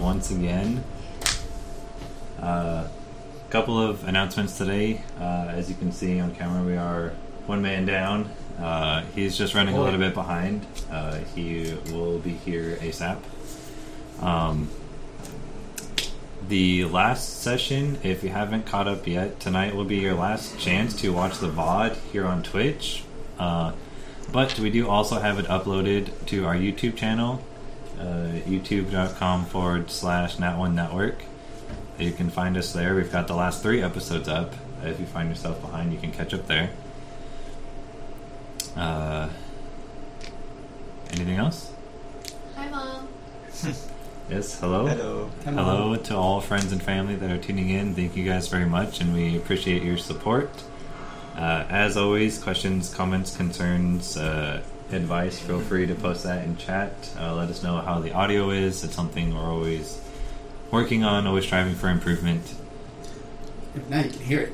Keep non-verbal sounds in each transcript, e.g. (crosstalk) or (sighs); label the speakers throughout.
Speaker 1: once again. A uh, couple of announcements today. Uh, as you can see on camera, we are one man down. Uh, he's just running a little bit behind. Uh, he will be here ASAP. Um, the last session, if you haven't caught up yet, tonight will be your last chance to watch the VOD here on Twitch. Uh, but we do also have it uploaded to our YouTube channel, uh, youtube.com forward slash Nat1 Network. You can find us there. We've got the last three episodes up. If you find yourself behind, you can catch up there. Uh, anything else?
Speaker 2: Hi, Mom.
Speaker 1: Yes, hello.
Speaker 3: Hello.
Speaker 1: Hello to all friends and family that are tuning in. Thank you guys very much, and we appreciate your support. Uh, as always, questions, comments, concerns, uh, advice, feel free to post that in chat. Uh, let us know how the audio is. It's something we're always working on, always striving for improvement.
Speaker 4: If not, you can hear it.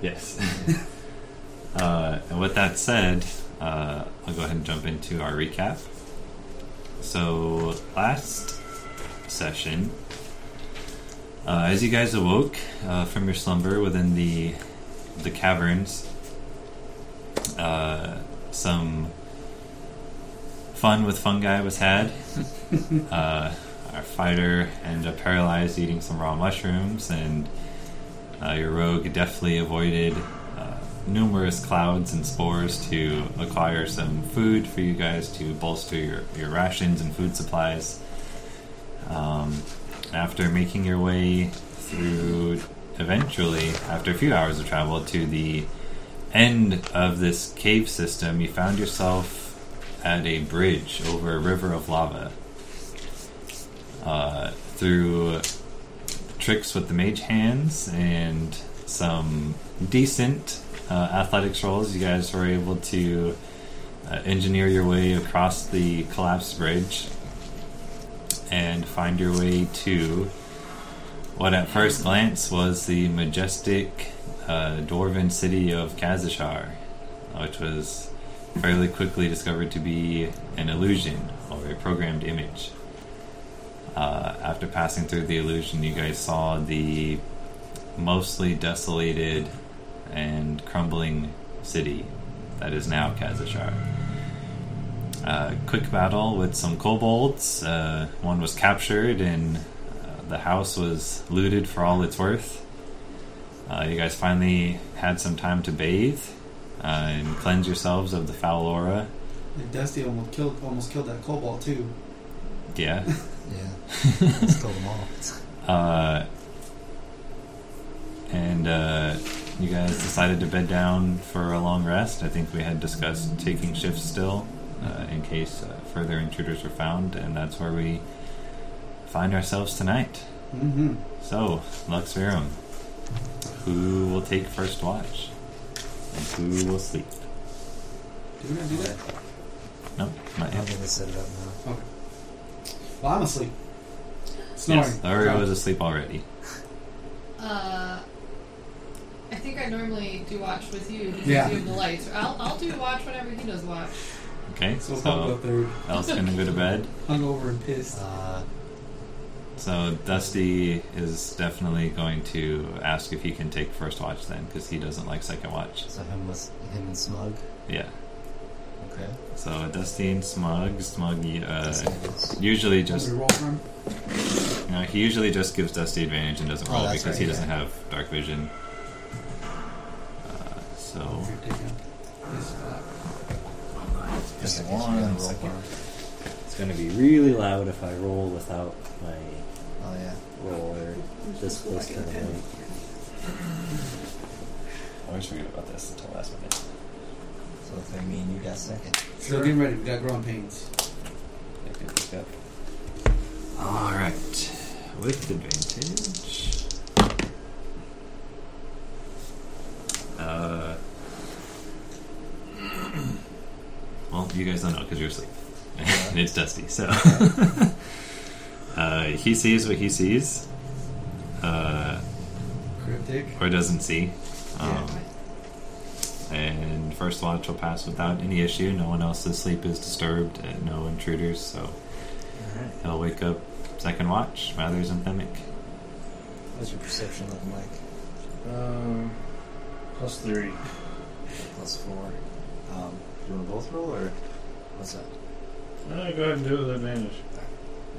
Speaker 1: Yes. (laughs) uh, and with that said, uh, I'll go ahead and jump into our recap. So, last session, uh, as you guys awoke uh, from your slumber within the the caverns, uh, some fun with fungi was had. uh, our fighter ended up paralyzed, eating some raw mushrooms, and uh, your rogue deftly avoided uh, numerous clouds and spores to acquire some food for you guys to bolster your, your rations and food supplies. Um, after making your way through, eventually, after a few hours of travel to the end of this cave system, you found yourself at a bridge over a river of lava. Uh, through tricks with the mage hands and some decent uh, athletics rolls. You guys were able to uh, engineer your way across the collapsed bridge and find your way to what, at first glance, was the majestic uh, dwarven city of Kazashar, which was fairly quickly discovered to be an illusion or a programmed image uh, after passing through the illusion, you guys saw the mostly desolated and crumbling city that is now Kazashar. Uh, quick battle with some kobolds. Uh, one was captured, and uh, the house was looted for all it's worth. Uh, you guys finally had some time to bathe uh, and cleanse yourselves of the foul aura.
Speaker 4: And Dusty almost killed almost killed that cobalt too.
Speaker 1: Yeah.
Speaker 3: Yeah. (laughs) Stole them all.
Speaker 1: Uh, and uh, you guys decided to bed down for a long rest. I think we had discussed taking shifts still uh, in case uh, further intruders were found, and that's where we find ourselves tonight.
Speaker 4: Mm-hmm.
Speaker 1: So, Lux Verum, who will take first watch? And who will sleep?
Speaker 4: Did we not do that?
Speaker 1: No, not
Speaker 3: I'm
Speaker 1: yet.
Speaker 3: gonna set it up now.
Speaker 4: Well, I'm asleep. Snoring.
Speaker 1: Yes, Aria was asleep already.
Speaker 2: Uh, I think I normally do watch with you. Just
Speaker 4: Yeah.
Speaker 2: Dim the lights. I'll, I'll do watch whenever he does watch.
Speaker 1: Okay,
Speaker 4: so probably
Speaker 1: so
Speaker 4: about third.
Speaker 1: Elle's gonna go to bed.
Speaker 4: Hungover and pissed.
Speaker 3: Uh,
Speaker 1: So Dusty is definitely going to ask if he can take first watch then, because he doesn't like second watch.
Speaker 3: so him with him and Smug.
Speaker 1: Yeah.
Speaker 3: Okay.
Speaker 1: So Dusty and Smug, Smug uh,
Speaker 3: That's nice.
Speaker 1: usually
Speaker 4: Just
Speaker 1: just
Speaker 4: we roll for him.
Speaker 1: you know, he usually just gives Dusty advantage and doesn't
Speaker 3: Oh,
Speaker 1: roll
Speaker 3: that's
Speaker 1: because he
Speaker 3: right,
Speaker 1: doesn't
Speaker 3: yeah.
Speaker 1: have dark vision. Uh, so
Speaker 4: Here, take him. Yes, uh,
Speaker 5: Just
Speaker 3: Just in case you
Speaker 5: one
Speaker 3: gotta roll
Speaker 5: second.
Speaker 3: for it.
Speaker 5: It's gonna be really loud if I roll without my
Speaker 3: Oh yeah.
Speaker 5: roller this close to the mic. I always forget about this until last minute.
Speaker 3: So if I mean you got second.
Speaker 4: So getting ready. We got growing pains.
Speaker 1: all right, with advantage. Uh, (clears throat) well, you guys don't know because you're asleep. (laughs) and it's Dusty, so (laughs) uh, he sees what he sees, uh,
Speaker 4: Cryptic.
Speaker 1: or doesn't see. Um, and first watch will pass without any issue. No one else's sleep is disturbed, and no intruders, so
Speaker 3: Alright.
Speaker 1: he'll wake up Second watch, Mather's anthemic.
Speaker 3: What's your perception looking like?
Speaker 6: Um, plus three.
Speaker 3: Plus four. Um, you want to both roll or what's that?
Speaker 6: Uh, go ahead and do it with advantage.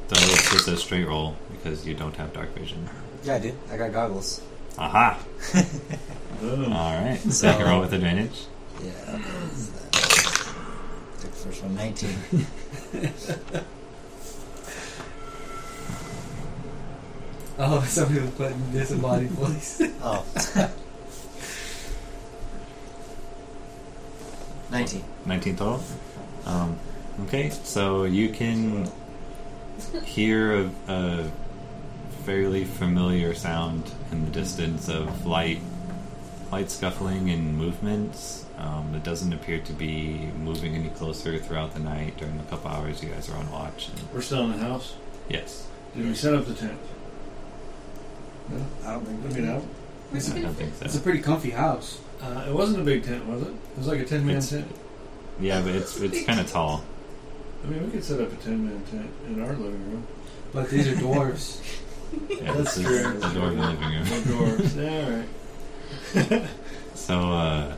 Speaker 1: So it's just a straight roll because you don't have dark vision.
Speaker 3: Yeah, I did. I got goggles.
Speaker 1: Aha!
Speaker 6: Boom.
Speaker 1: All right.
Speaker 3: So-
Speaker 1: Second roll with advantage.
Speaker 3: Yeah. Okay. So that- Take the first one. (laughs) Nineteen.
Speaker 4: Oh, (laughs) somebody was
Speaker 1: (laughs)
Speaker 4: putting disembodied voice.
Speaker 3: (laughs) Oh. Nineteen.
Speaker 1: 19 total. Um, okay, so you can hear a, a fairly familiar sound in the distance of light, light scuffling and movements. Um, it doesn't appear to be moving any closer throughout the night during the couple hours you guys are on watch. And
Speaker 6: We're still in the house.
Speaker 1: yes,
Speaker 6: Did we set up the tent?
Speaker 3: I don't think
Speaker 6: Look it up.
Speaker 2: We're
Speaker 1: I
Speaker 2: gonna
Speaker 1: don't think
Speaker 4: It's a
Speaker 1: so.
Speaker 4: pretty comfy house.
Speaker 6: Uh, it wasn't a big tent, was it? It was like a ten man
Speaker 1: It's-
Speaker 6: tent.
Speaker 1: Yeah, but it's it's kind of tall.
Speaker 6: I mean, we could set up a ten man tent in our living room.
Speaker 4: But these are dwarves.
Speaker 1: Yeah, this is
Speaker 6: true.
Speaker 1: the door of the living room.
Speaker 6: No (laughs) dwarves. yeah, all right.
Speaker 1: So, uh,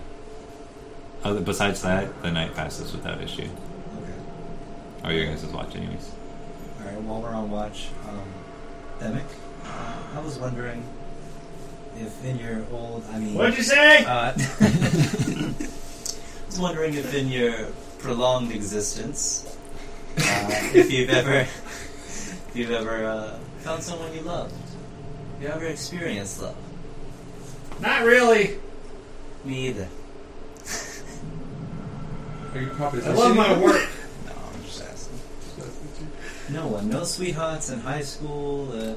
Speaker 1: other, besides that, the night passes without issue.
Speaker 3: Okay.
Speaker 1: Or you guys' watch, anyways.
Speaker 3: All right. While we're on watch, um, Demic, I was wondering if in your old, I mean,
Speaker 6: What'd you say?
Speaker 3: Uh, (laughs) I was wondering if, in your prolonged existence, uh, if you've ever, if you've ever uh, found someone you loved, Have you ever experienced love?
Speaker 6: Not really.
Speaker 3: Me either.
Speaker 4: Are you probably
Speaker 6: I love my (laughs) work.
Speaker 3: No, I'm just asking. No one, no sweethearts in high school. Uh,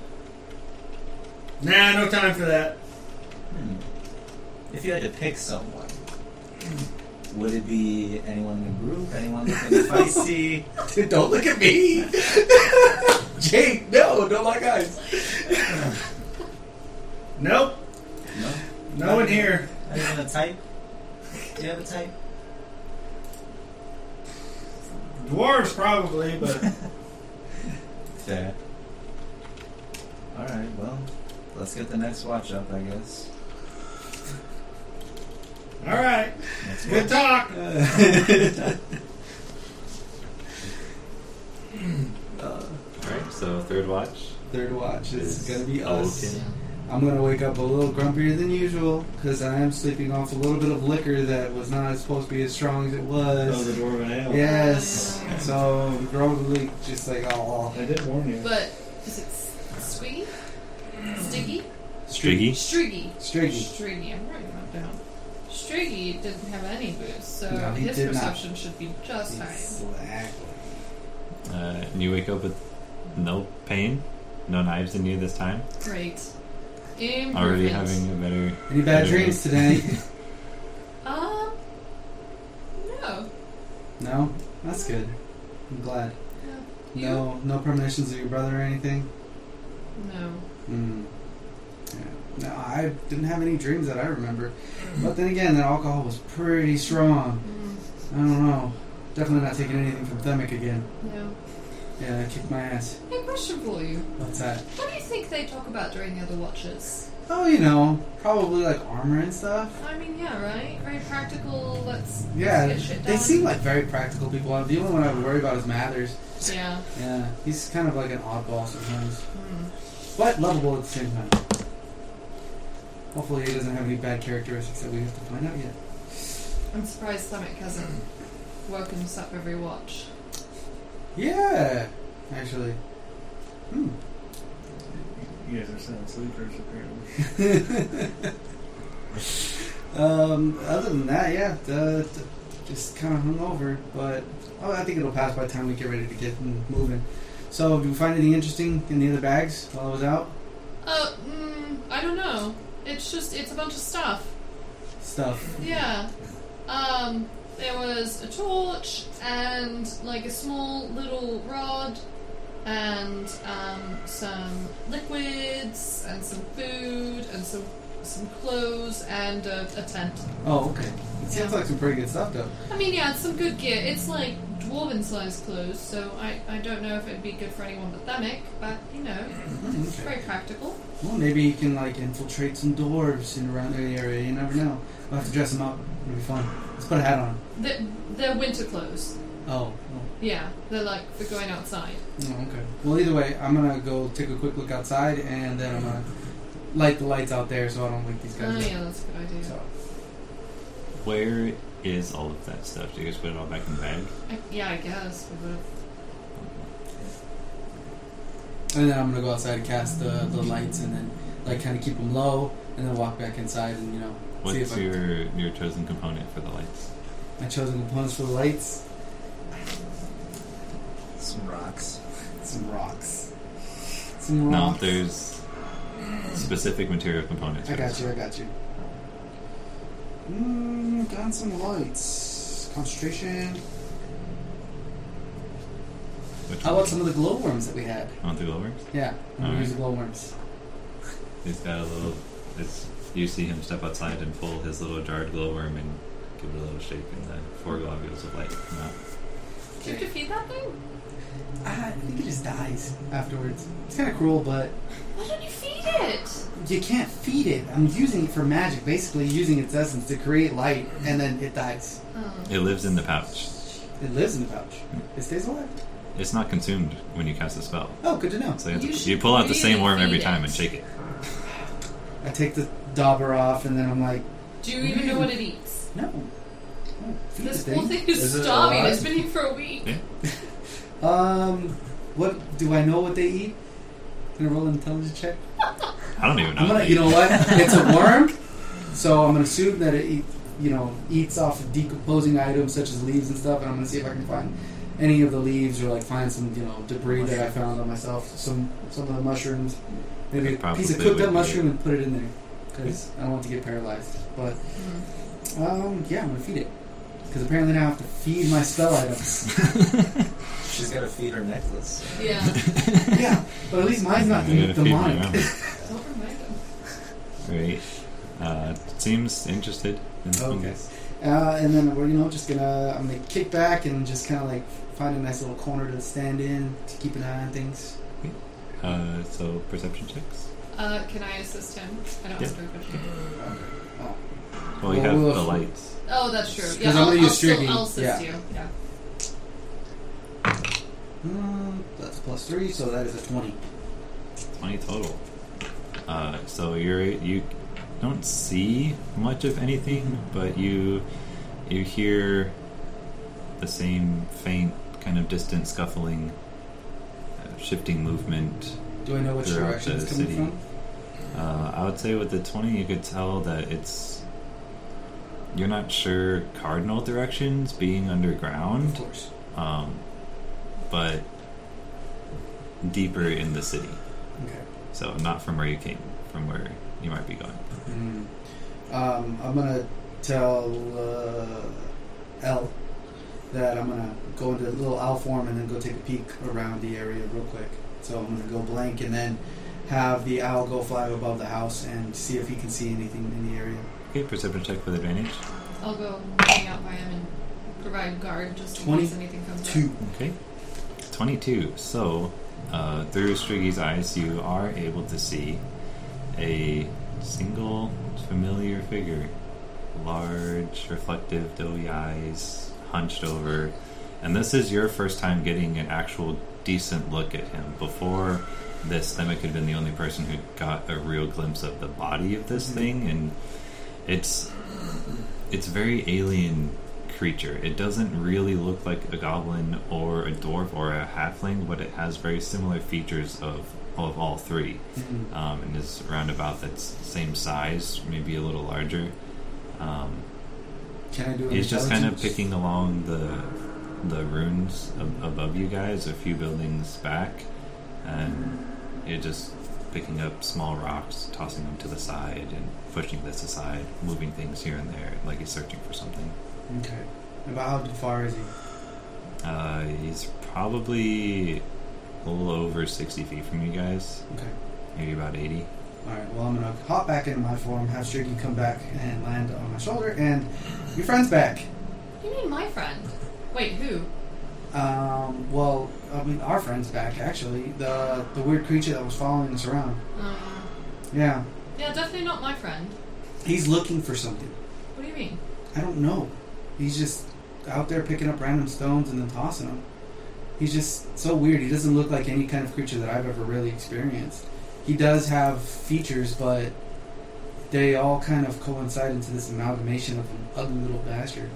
Speaker 6: Nah, no time for that.
Speaker 3: hmm. If you had to pick someone, would it be anyone in the group? Anyone looking feisty?
Speaker 6: (laughs)
Speaker 4: Dude, don't look at (laughs) me. Jake, no, don't like eyes.
Speaker 6: Nope.
Speaker 3: No,
Speaker 6: No one here.
Speaker 3: not even a type. Do you have a type?
Speaker 6: Dwarves probably, (laughs) but
Speaker 3: Fair. Alright, well, let's get the next watch up, I guess.
Speaker 6: all right.
Speaker 3: Next
Speaker 6: Good talk.
Speaker 1: Alright, so third watch.
Speaker 4: Third watch. This is
Speaker 1: Is
Speaker 4: gonna be us.
Speaker 1: open.
Speaker 4: I'm gonna wake up a little grumpier than usual because I am sleeping off a little bit of liquor that was not supposed to be as strong as it
Speaker 6: Oh, the
Speaker 4: was.
Speaker 6: dwarven ale.
Speaker 4: Yes. So I'm grumbly, just like oh,
Speaker 6: I did warn you.
Speaker 2: But is it s- squiggy? Stiggy?
Speaker 1: Striggy?
Speaker 2: Striggy.
Speaker 4: striggy.
Speaker 2: Striggy. I'm writing that down. Striggy didn't have any booze, so
Speaker 4: No, he
Speaker 2: his
Speaker 4: did not.
Speaker 2: perception should be just fine.
Speaker 4: Exactly.
Speaker 1: Uh, and you wake up with no pain, no knives in you this time.
Speaker 2: Great. Improvement.
Speaker 1: Already having a better.
Speaker 4: Any bad
Speaker 1: better
Speaker 4: dreams today?
Speaker 2: Um. No.
Speaker 4: no. That's good. I'm glad.
Speaker 2: Yeah. You?
Speaker 4: No, no premonitions of your brother or anything.
Speaker 2: No.
Speaker 4: Mm. Yeah. No, I didn't have any dreams that I remember. But then again, that alcohol was pretty strong.
Speaker 2: Mm,
Speaker 4: I don't know. Definitely not taking anything from Themic again.
Speaker 2: no.
Speaker 4: Yeah, it kicked my ass.
Speaker 2: Hey, question for you.
Speaker 4: What's that?
Speaker 2: What do you think they talk about during the other watches?
Speaker 4: Oh, you know, probably like armor and stuff.
Speaker 2: I mean, yeah, right? Very practical. Let's,
Speaker 4: Yeah,
Speaker 2: let's get shit done.
Speaker 4: They seem like very practical people. The only one I would worry about is Mathers.
Speaker 2: Yeah.
Speaker 4: Yeah, he's kind of like an oddball sometimes,
Speaker 2: Mm.
Speaker 4: but lovable at the same time. Hopefully, he doesn't have any bad characteristics that we have to find out yet.
Speaker 2: I'm surprised Stomach hasn't woken us up every watch.
Speaker 4: Yeah, actually. Hmm.
Speaker 6: You guys are sound sleepers, apparently.
Speaker 4: Um, other than that, yeah, the, the- just kind of hungover, but oh, I think it'll pass by the time we get ready to get m- moving. So, did you find anything interesting in the other bags while I was out?
Speaker 2: Oh, mm, I don't know. It's just, it's a bunch of stuff.
Speaker 4: Stuff.
Speaker 2: Yeah. Um, there was a torch and like a small little rod and um, some liquids and some food and some some clothes, and a, a tent.
Speaker 4: Oh, okay. It sounds like some pretty good stuff, though.
Speaker 2: I mean, yeah, it's some good gear. It's like dwarven sized clothes, so I, I don't know if it'd be good for anyone but Thamic, but you know,
Speaker 4: Mm,
Speaker 2: it's
Speaker 4: okay.
Speaker 2: very practical.
Speaker 4: Well, maybe you can like infiltrate some dwarves in around the area. You never know. We'll have to dress them up. It'll be fun. Let's put a hat on.
Speaker 2: They're, they're winter clothes.
Speaker 4: Oh. oh.
Speaker 2: Yeah, they're like for going outside.
Speaker 4: Oh, okay. Well, either way, I'm gonna go take a quick look outside, and then I'm gonna light the lights out there so I don't wake these
Speaker 2: Oh,
Speaker 4: guys
Speaker 2: yeah, that's a good
Speaker 4: up.
Speaker 2: idea.
Speaker 4: So,
Speaker 1: Where is all of that stuff? Do you guys put it all back in the bag?
Speaker 2: I, yeah, I guess. We would've-
Speaker 4: and then I'm gonna go outside and cast the, the lights, and then like kind of keep them low, and then walk back inside, and you know, see if
Speaker 1: What's
Speaker 4: I-
Speaker 1: your your chosen component for the lights?
Speaker 4: my chosen components for the lights,
Speaker 7: Some rocks.
Speaker 4: some rocks, some
Speaker 1: No,
Speaker 4: rocks.
Speaker 1: there's specific material components.
Speaker 4: I
Speaker 1: for
Speaker 4: got
Speaker 1: this.
Speaker 4: you. I got you. Mm, down some lights. Concentration.
Speaker 1: Which
Speaker 4: How
Speaker 1: one?
Speaker 4: about some of the glowworms that we had?
Speaker 1: On through the lowers?
Speaker 4: Yeah, I'm gonna
Speaker 1: Alright.
Speaker 4: use the glowworms.
Speaker 1: He's got a little. It's, you see him step outside and pull his little jarred glowworm and give it a little shake, and the four globules of light come out.
Speaker 2: Do you have to feed that thing?
Speaker 4: Ah, I think it just dies afterwards. It's kind of cruel, but
Speaker 2: Why don't you feed it?
Speaker 4: you can't feed it. I'm using it for magic, basically using its essence to create light, and then it dies.
Speaker 2: Oh.
Speaker 1: It lives in the pouch.
Speaker 4: It lives in the pouch. It stays alive.
Speaker 1: It's not consumed when you cast a spell.
Speaker 4: Oh, good to know.
Speaker 1: So you, have
Speaker 2: You
Speaker 1: to,
Speaker 2: should
Speaker 1: you pull out the same
Speaker 2: really
Speaker 1: worm every
Speaker 2: feed
Speaker 1: time
Speaker 2: it.
Speaker 1: and shake it.
Speaker 4: I take the dauber off, and then I'm like,
Speaker 2: Do you even know what it eats?
Speaker 4: no. no, feed
Speaker 2: This
Speaker 4: the
Speaker 2: whole
Speaker 4: thing.
Speaker 2: thing is,
Speaker 7: Is it
Speaker 2: starving.
Speaker 7: alive?
Speaker 2: It's been here for a week.
Speaker 1: Yeah.
Speaker 4: Um, what do I know what they eat? Can I roll an intelligence check?
Speaker 1: I don't even know.
Speaker 4: I'm gonna,
Speaker 1: if
Speaker 4: you
Speaker 1: they-
Speaker 4: know what? It's a worm, so I'm gonna assume that it, eat, you know, eats off of decomposing items such as leaves and stuff. And I'm gonna see if I can find any of the leaves or like find some, you know, debris that I found on myself. Some some of the mushrooms, maybe a
Speaker 1: Probably
Speaker 4: piece of cooked
Speaker 1: would
Speaker 4: up
Speaker 1: be
Speaker 4: mushroom and put it in there because I don't want to get paralyzed. But
Speaker 2: Hmm.
Speaker 4: um, yeah, I'm gonna feed it because apparently now I have to feed my spell
Speaker 1: (laughs)
Speaker 4: items.
Speaker 3: She's got to feed her
Speaker 2: (laughs)
Speaker 3: necklace.
Speaker 2: Yeah.
Speaker 4: (laughs) yeah, but at least mine's not
Speaker 1: You gotta feed me (laughs)
Speaker 4: demonic.
Speaker 1: around.
Speaker 2: Don't remind him.
Speaker 1: Right. Uh, seems interested. In the
Speaker 4: Okay.
Speaker 1: fungus.
Speaker 4: Oh, Uh, and then we're you know just gonna I'm gonna kick back and just kind of like find a nice little corner to stand in to keep an eye on things.
Speaker 1: Uh, so perception checks.
Speaker 2: Uh, can I assist him? I don't
Speaker 1: Yeah.
Speaker 2: have to question.
Speaker 1: Well, you
Speaker 4: Well,
Speaker 1: have
Speaker 4: we'll-
Speaker 1: the lights.
Speaker 2: Oh, that's true. Yeah,
Speaker 4: 'Cause I'm
Speaker 2: I'll,
Speaker 4: gonna
Speaker 2: I'll,
Speaker 4: use
Speaker 2: still,
Speaker 4: streaking.
Speaker 2: I'll assist
Speaker 4: Yeah.
Speaker 2: you. Yeah.
Speaker 4: Mm, that's plus three, so that is a twenty.
Speaker 1: Twenty total. Uh, so you're you don't see much of anything, but you you hear the same faint kind of distant scuffling, uh, shifting movement.
Speaker 4: Do I know which
Speaker 1: Throughout
Speaker 4: direction
Speaker 1: the
Speaker 4: it's coming
Speaker 1: city.
Speaker 4: from?
Speaker 1: Uh, I would say with the 20, you could tell that it's. You're not sure cardinal directions being
Speaker 4: Of
Speaker 1: underground,
Speaker 4: course.
Speaker 1: um, but deeper in the city.
Speaker 4: Okay.
Speaker 1: So not from where you came, from where you might be going.
Speaker 4: Mm. Um, I'm gonna tell uh, L that I'm gonna go into a little owl form and then go take a peek around the area real quick. So I'm gonna go blank and then have the owl go fly above the house and see if he can see anything in the area.
Speaker 1: Okay, perception check with advantage.
Speaker 2: I'll go hang out by him and provide guard just in case anything comes
Speaker 4: Two.
Speaker 2: up.
Speaker 1: Okay. 22. So, uh, through Striggy's eyes, you are able to see a single familiar figure. Large, reflective, doughy eyes, hunched over. And this is your first time getting an actual decent look at him. Before this, Themic had been the only person who got a real glimpse of the body of this thing, and it's it's very alien creature. It doesn't really look like a goblin or a dwarf or a halfling, but it has very similar features of of all three,
Speaker 4: Mhm.
Speaker 1: um, and is roundabout that same size, maybe a little larger. Um,
Speaker 4: Can I do an
Speaker 1: it's just kind of
Speaker 4: intelligence?
Speaker 1: picking along the the runes ab- above you guys, a few buildings back, and you're just picking up small rocks, tossing them to the side, and pushing this aside, moving things here and there, like he's searching for something.
Speaker 4: Okay. About how far is he?
Speaker 1: Uh, he's probably a little over 60 feet from you guys,
Speaker 4: Okay.
Speaker 1: maybe about 80.
Speaker 4: Alright, well, I'm gonna hop back into my form, have Striggy come back and land on my shoulder, and your friend's back.
Speaker 2: You mean my friend? Wait, who?
Speaker 4: Um, well, I mean, our friend's back, actually. The the weird creature that was following us around.
Speaker 2: Um,
Speaker 4: Yeah.
Speaker 2: yeah, definitely not my friend.
Speaker 4: He's looking for something.
Speaker 2: What do you mean?
Speaker 4: I don't know. He's just out there picking up random stones and then tossing them. He's just so weird. He doesn't look like any kind of creature that I've ever really experienced. He does have features, but they all kind of coincide into this amalgamation of an ugly little bastard.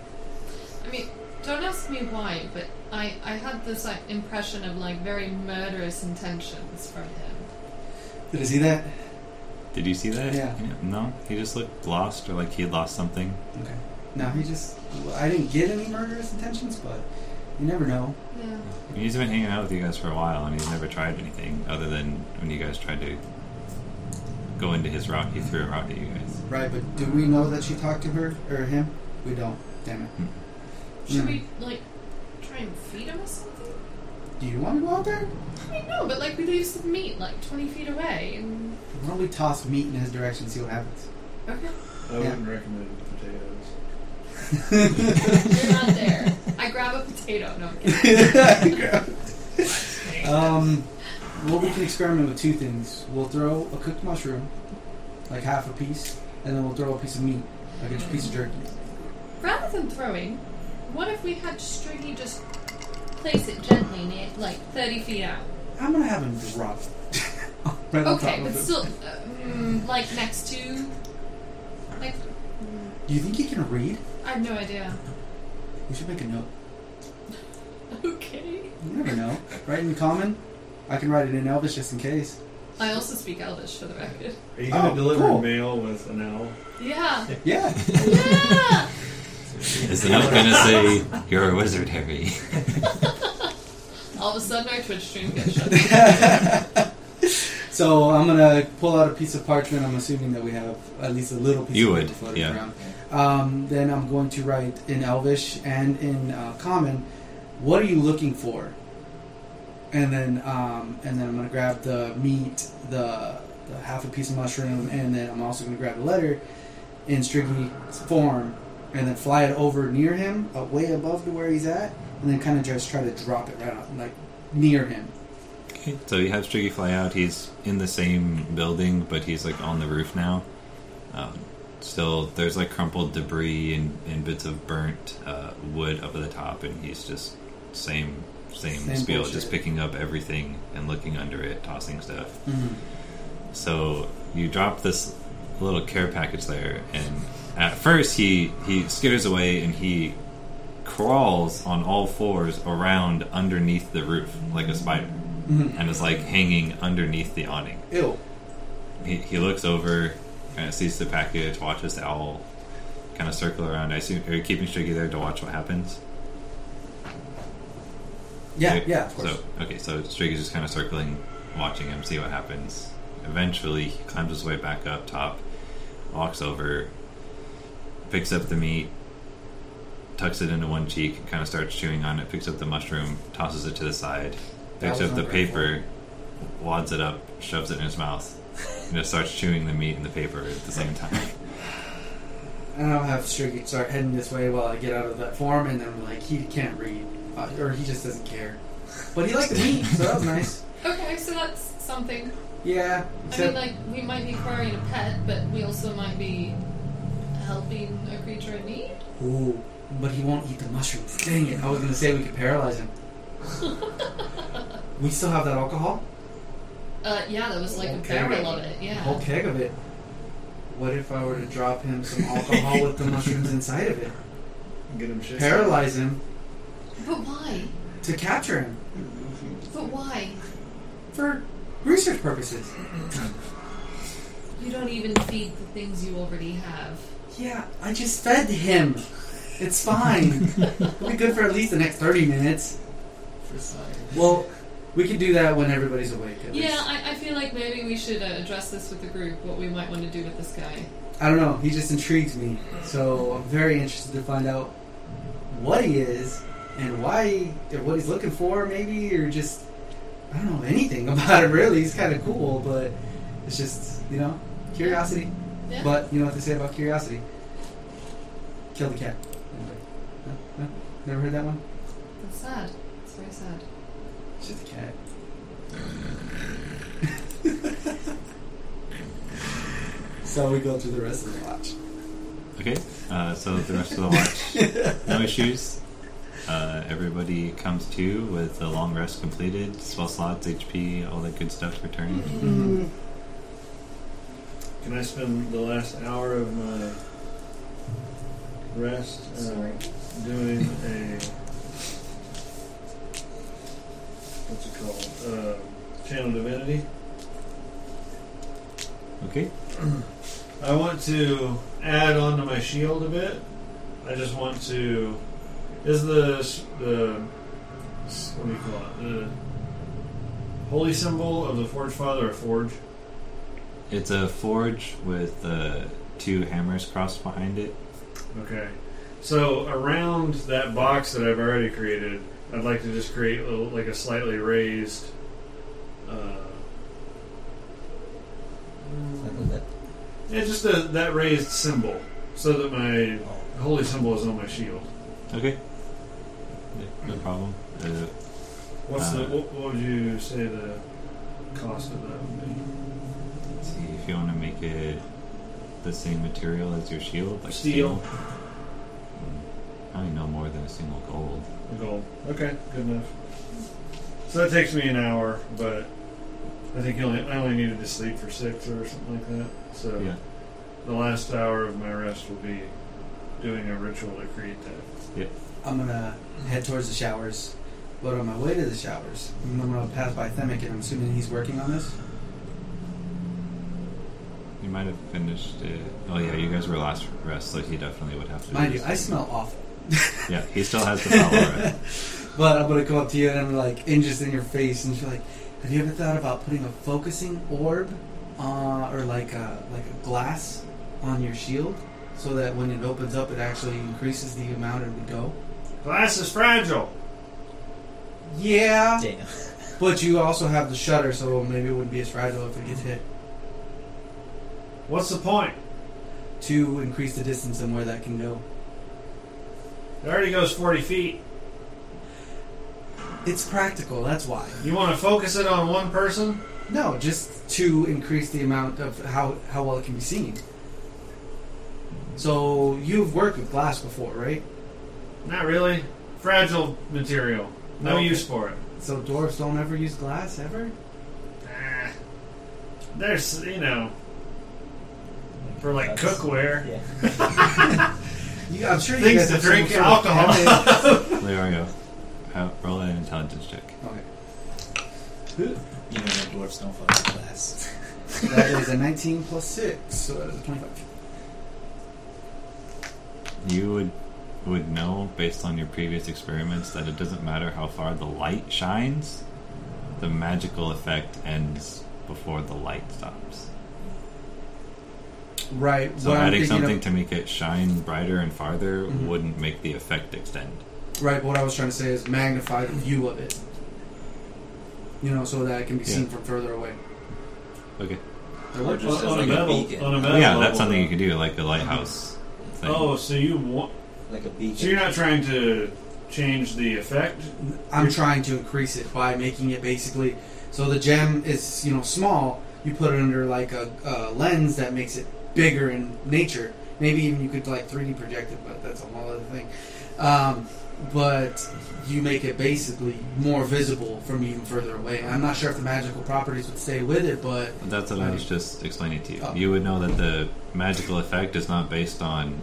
Speaker 2: I mean, don't ask me why, but I, I had this like, impression of like very murderous intentions from him.
Speaker 4: Did I see that?
Speaker 1: Did you see that?
Speaker 4: Yeah.
Speaker 1: No, he just looked lost or like he had lost something.
Speaker 4: Okay. No, he just. I didn't get any murderous intentions, but you never know.
Speaker 2: Yeah.
Speaker 1: He's been hanging out with you guys for a while, and he's never tried anything other than when you guys tried to go into his rock. He threw a rock at you guys.
Speaker 4: Right, but do we know that she talked to her or him? We don't. Damn it.
Speaker 2: Should
Speaker 4: Hmm.
Speaker 2: we like try and feed him or something?
Speaker 4: Do you want to go out there?
Speaker 2: I mean, no, but like we leave some meat like twenty feet away, and
Speaker 4: Why don't we toss meat in his direction and see what happens?
Speaker 2: okay,
Speaker 6: I wouldn't recommend potatoes.
Speaker 2: you're
Speaker 4: (laughs)
Speaker 2: not there. I grab a potato. No, I'm kidding.
Speaker 4: (laughs) um, well, we can experiment with two things. We'll throw a cooked mushroom, like half a piece, and then we'll throw a piece of meat, like a piece of jerky.
Speaker 2: rather than throwing, what if we had Striggy just place it gently near, like thirty feet out?
Speaker 4: I'm gonna have him drop it. (laughs) right on top
Speaker 2: Okay,
Speaker 4: of
Speaker 2: but
Speaker 4: him.
Speaker 2: still, uh, mm, like next to, like mm,
Speaker 4: Do you think he can read?
Speaker 2: I have no idea. (laughs)
Speaker 4: We should make a note.
Speaker 2: Okay.
Speaker 4: You never know. Write in common. I can write it in Elvish just in case.
Speaker 2: I also speak Elvish for the record.
Speaker 6: Are you going to
Speaker 4: Oh,
Speaker 6: deliver
Speaker 4: cool.
Speaker 6: mail with an owl?
Speaker 2: Yeah.
Speaker 4: Yeah.
Speaker 2: Yeah.
Speaker 1: Is the note gonna say you're a wizard, Harry?
Speaker 2: All of a sudden, our Twitch stream gets
Speaker 4: (laughs)
Speaker 2: shut.
Speaker 4: so I'm gonna pull out a piece of parchment. I'm assuming that we have at least a little piece.
Speaker 1: You
Speaker 4: of
Speaker 1: would,
Speaker 4: paper floating
Speaker 1: yeah.
Speaker 4: Around. Um, then I'm going to write in Elvish and in uh, Common. What are you looking for? And then, um, and then I'm gonna grab the meat, the, the half a piece of mushroom, and then I'm also gonna grab a letter in Strigny's form, and then fly it over near him, uh, way above to where he's at, and then kind of just try to drop it right on, like near him.
Speaker 1: Okay, So you have Striggy fly out. He's in the same building, but he's like on the roof now. Um, still, there's like crumpled debris and, and bits of burnt uh, wood up at the top, and he's just same same,
Speaker 4: Same
Speaker 1: spiel, just
Speaker 4: bullshit.
Speaker 1: picking up everything and looking under it, tossing stuff.
Speaker 4: Mhm.
Speaker 1: So you drop this little care package there, and at first he he skitters away and he crawls on all fours around underneath the roof like a spider,
Speaker 4: Mhm.
Speaker 1: and is like hanging underneath the awning.
Speaker 4: Ew.
Speaker 1: He, he looks over, kind of sees the package, watches the owl kind of circle around. I assume are you keeping Striggy there to watch what happens?
Speaker 4: Yeah,
Speaker 1: Right?
Speaker 4: yeah, of course.
Speaker 1: So okay, so Striggy's just kind of circling, watching him, see what happens. Eventually, he climbs his way back up top, walks over, picks up the meat, tucks it into one cheek, and kind of starts chewing on it. Picks up the mushroom, tosses it to the side,
Speaker 4: That
Speaker 1: picks
Speaker 4: was
Speaker 1: up the
Speaker 4: ungrateful.
Speaker 1: paper, wads it up, shoves it in his mouth, and just starts chewing the meat and the paper at the same time.
Speaker 4: And I'll have Striggy start heading this way while I get out of that form, and then I'm like, he can't read, uh, or he just doesn't care. But he liked me, so that was nice.
Speaker 2: Okay, so that's something.
Speaker 4: Yeah.
Speaker 2: I mean,
Speaker 4: Except,
Speaker 2: like, we might be acquiring a pet, but we also might be helping a creature in need.
Speaker 4: ooh, but he won't eat the mushrooms. Dang it! I was gonna say we could paralyze
Speaker 2: (laughs)
Speaker 4: him. we still have that alcohol,
Speaker 2: Uh, yeah, there was like a
Speaker 4: Okay.
Speaker 2: barrel of it,
Speaker 4: a
Speaker 2: yeah.
Speaker 4: whole keg of it. What if I were to drop him some alcohol with the mushrooms inside of it?
Speaker 6: Get him shit.
Speaker 4: Paralyze him
Speaker 2: But why?
Speaker 4: to capture him
Speaker 2: But why?
Speaker 4: for research purposes.
Speaker 2: You don't even feed the things you already have.
Speaker 4: Yeah, I just fed him. It's fine. It'll be good for at least the next 30 minutes.
Speaker 3: For science.
Speaker 4: Well, we can do that when everybody's awake. at
Speaker 2: Yeah,
Speaker 4: least.
Speaker 2: I, I feel like maybe we should uh, address this with the group, what we might want to do with this guy.
Speaker 4: I don't know. He just intrigues me. So I'm very interested to find out what he is and why, or what he's looking (laughs) for, maybe, or just, I don't know anything about him really. He's kind of cool, but It's just you know curiosity.
Speaker 2: Yeah.
Speaker 4: But you know what they say about curiosity? Kill the cat. Anybody? No? No? Never heard that one?
Speaker 2: It's sad. It's very sad.
Speaker 4: It's just a cat. (laughs) so we go through the rest of the watch.
Speaker 1: Okay, uh, so the rest of the watch, no issues. Uh, everybody comes to with a long rest completed, spell slots, HP, all that good stuff returning.
Speaker 4: Mhm.
Speaker 6: Can I spend the last hour of my rest uh,
Speaker 2: Sorry.
Speaker 6: doing a what's it called? Uh, channel divinity.
Speaker 1: Okay,
Speaker 6: (clears throat) I want to add on to my shield a bit. I just want to. Is the s- the s- what do you call it? The holy symbol of the Forge Father a forge?
Speaker 1: it's a forge with uh, two hammers crossed behind it.
Speaker 6: Okay. So around that box that I've already created, I'd like to just create a, little- like a slightly raised. Uh,
Speaker 3: Something that-
Speaker 6: yeah, just the, that raised symbol, so that my
Speaker 3: oh,
Speaker 6: holy symbol is on my shield.
Speaker 1: Okay, Yeah, no problem. Uh,
Speaker 6: What's the
Speaker 1: Uh,
Speaker 6: what, what would you say the cost of that would be?
Speaker 1: let's see if you want to make it the same material as your shield, like
Speaker 6: Steel.
Speaker 1: steel. Mm, Probably no more than a single gold.
Speaker 6: The gold. Okay, good enough. So that takes me an hour, but I think you only, I only needed to sleep for six or something like that. So
Speaker 1: Yeah.
Speaker 6: the last hour of my rest will be doing a ritual to create that.
Speaker 4: I'm gonna head towards the showers, but on my way to the showers, I'm gonna pass by Themic, and I'm assuming he's working on this.
Speaker 1: You might have finished it. Oh yeah, you guys were last rest, so he definitely would have to.
Speaker 4: Mind
Speaker 1: do
Speaker 4: you, I
Speaker 1: something.
Speaker 4: smell awful.
Speaker 1: Yeah, he still has the power. right?
Speaker 4: But I'm gonna go up to you and I'm like, and just in your face, and you're like, have you ever thought about putting a focusing orb, uh, or like a like a glass on your shield, so that when it opens up, it actually increases the amount it would go.
Speaker 6: Glass is fragile.
Speaker 4: Yeah,
Speaker 3: Damn.
Speaker 4: but you also have the shutter, so maybe it wouldn't be as fragile if it gets hit.
Speaker 6: What's the point?
Speaker 4: To increase the distance and where that can go.
Speaker 6: It already goes 40 feet.
Speaker 4: It's practical. That's why.
Speaker 6: You want to focus it on one person?
Speaker 4: No, just to increase the amount of how, how well it can be seen. So you've worked with glass before, right?
Speaker 6: Not really. Fragile material. No
Speaker 4: Okay.
Speaker 6: use for it.
Speaker 4: So dwarves don't ever use glass ever.
Speaker 6: Ah, there's, you know, for like
Speaker 3: That's-
Speaker 6: cookware.
Speaker 3: Yeah.
Speaker 4: You, I'm sure you
Speaker 6: Things
Speaker 4: guys
Speaker 6: to
Speaker 4: have
Speaker 6: drink
Speaker 4: some sort of
Speaker 6: alcohol. (laughs)
Speaker 4: cabinet.
Speaker 1: Leorio, how- roll an intelligence check.
Speaker 4: okay,
Speaker 3: You know, dwarves don't fuck with glass.
Speaker 4: that is a 19 plus six, so that is a 25.
Speaker 1: You would would know based on your previous experiments that it doesn't matter how far the light shines, the magical effect ends before the light stops.
Speaker 4: Right.
Speaker 1: So
Speaker 4: what I'm
Speaker 1: adding
Speaker 4: thinking
Speaker 1: something
Speaker 4: of,
Speaker 1: to make it shine brighter and farther
Speaker 4: Mhm.
Speaker 1: wouldn't make the effect extend.
Speaker 4: right. But what I was trying to say is magnify the view of it. You know, so that it can be
Speaker 1: Yeah.
Speaker 4: seen from further away.
Speaker 1: Okay.
Speaker 3: Or just
Speaker 6: On-
Speaker 3: as
Speaker 6: on
Speaker 3: like
Speaker 6: a
Speaker 3: a
Speaker 6: metal-
Speaker 3: beacon.
Speaker 6: on a metal-
Speaker 1: Yeah,
Speaker 6: level,
Speaker 1: that's something you
Speaker 6: though.
Speaker 1: could do, like a lighthouse thing.
Speaker 6: Oh, so you want?
Speaker 3: Like a beacon.
Speaker 6: So you're not trying to change the effect?
Speaker 4: I'm trying to increase it by making it basically so the gem is you know small. You put it under like a, a lens that makes it bigger in nature. Maybe even you could like 3D project it, but that's a whole other thing. Um, but you make it basically more visible from even further away. I'm not sure if the magical properties would stay with it, but
Speaker 1: That's what I was just explaining to you.
Speaker 4: Oh.
Speaker 1: You would know that the magical effect is not based on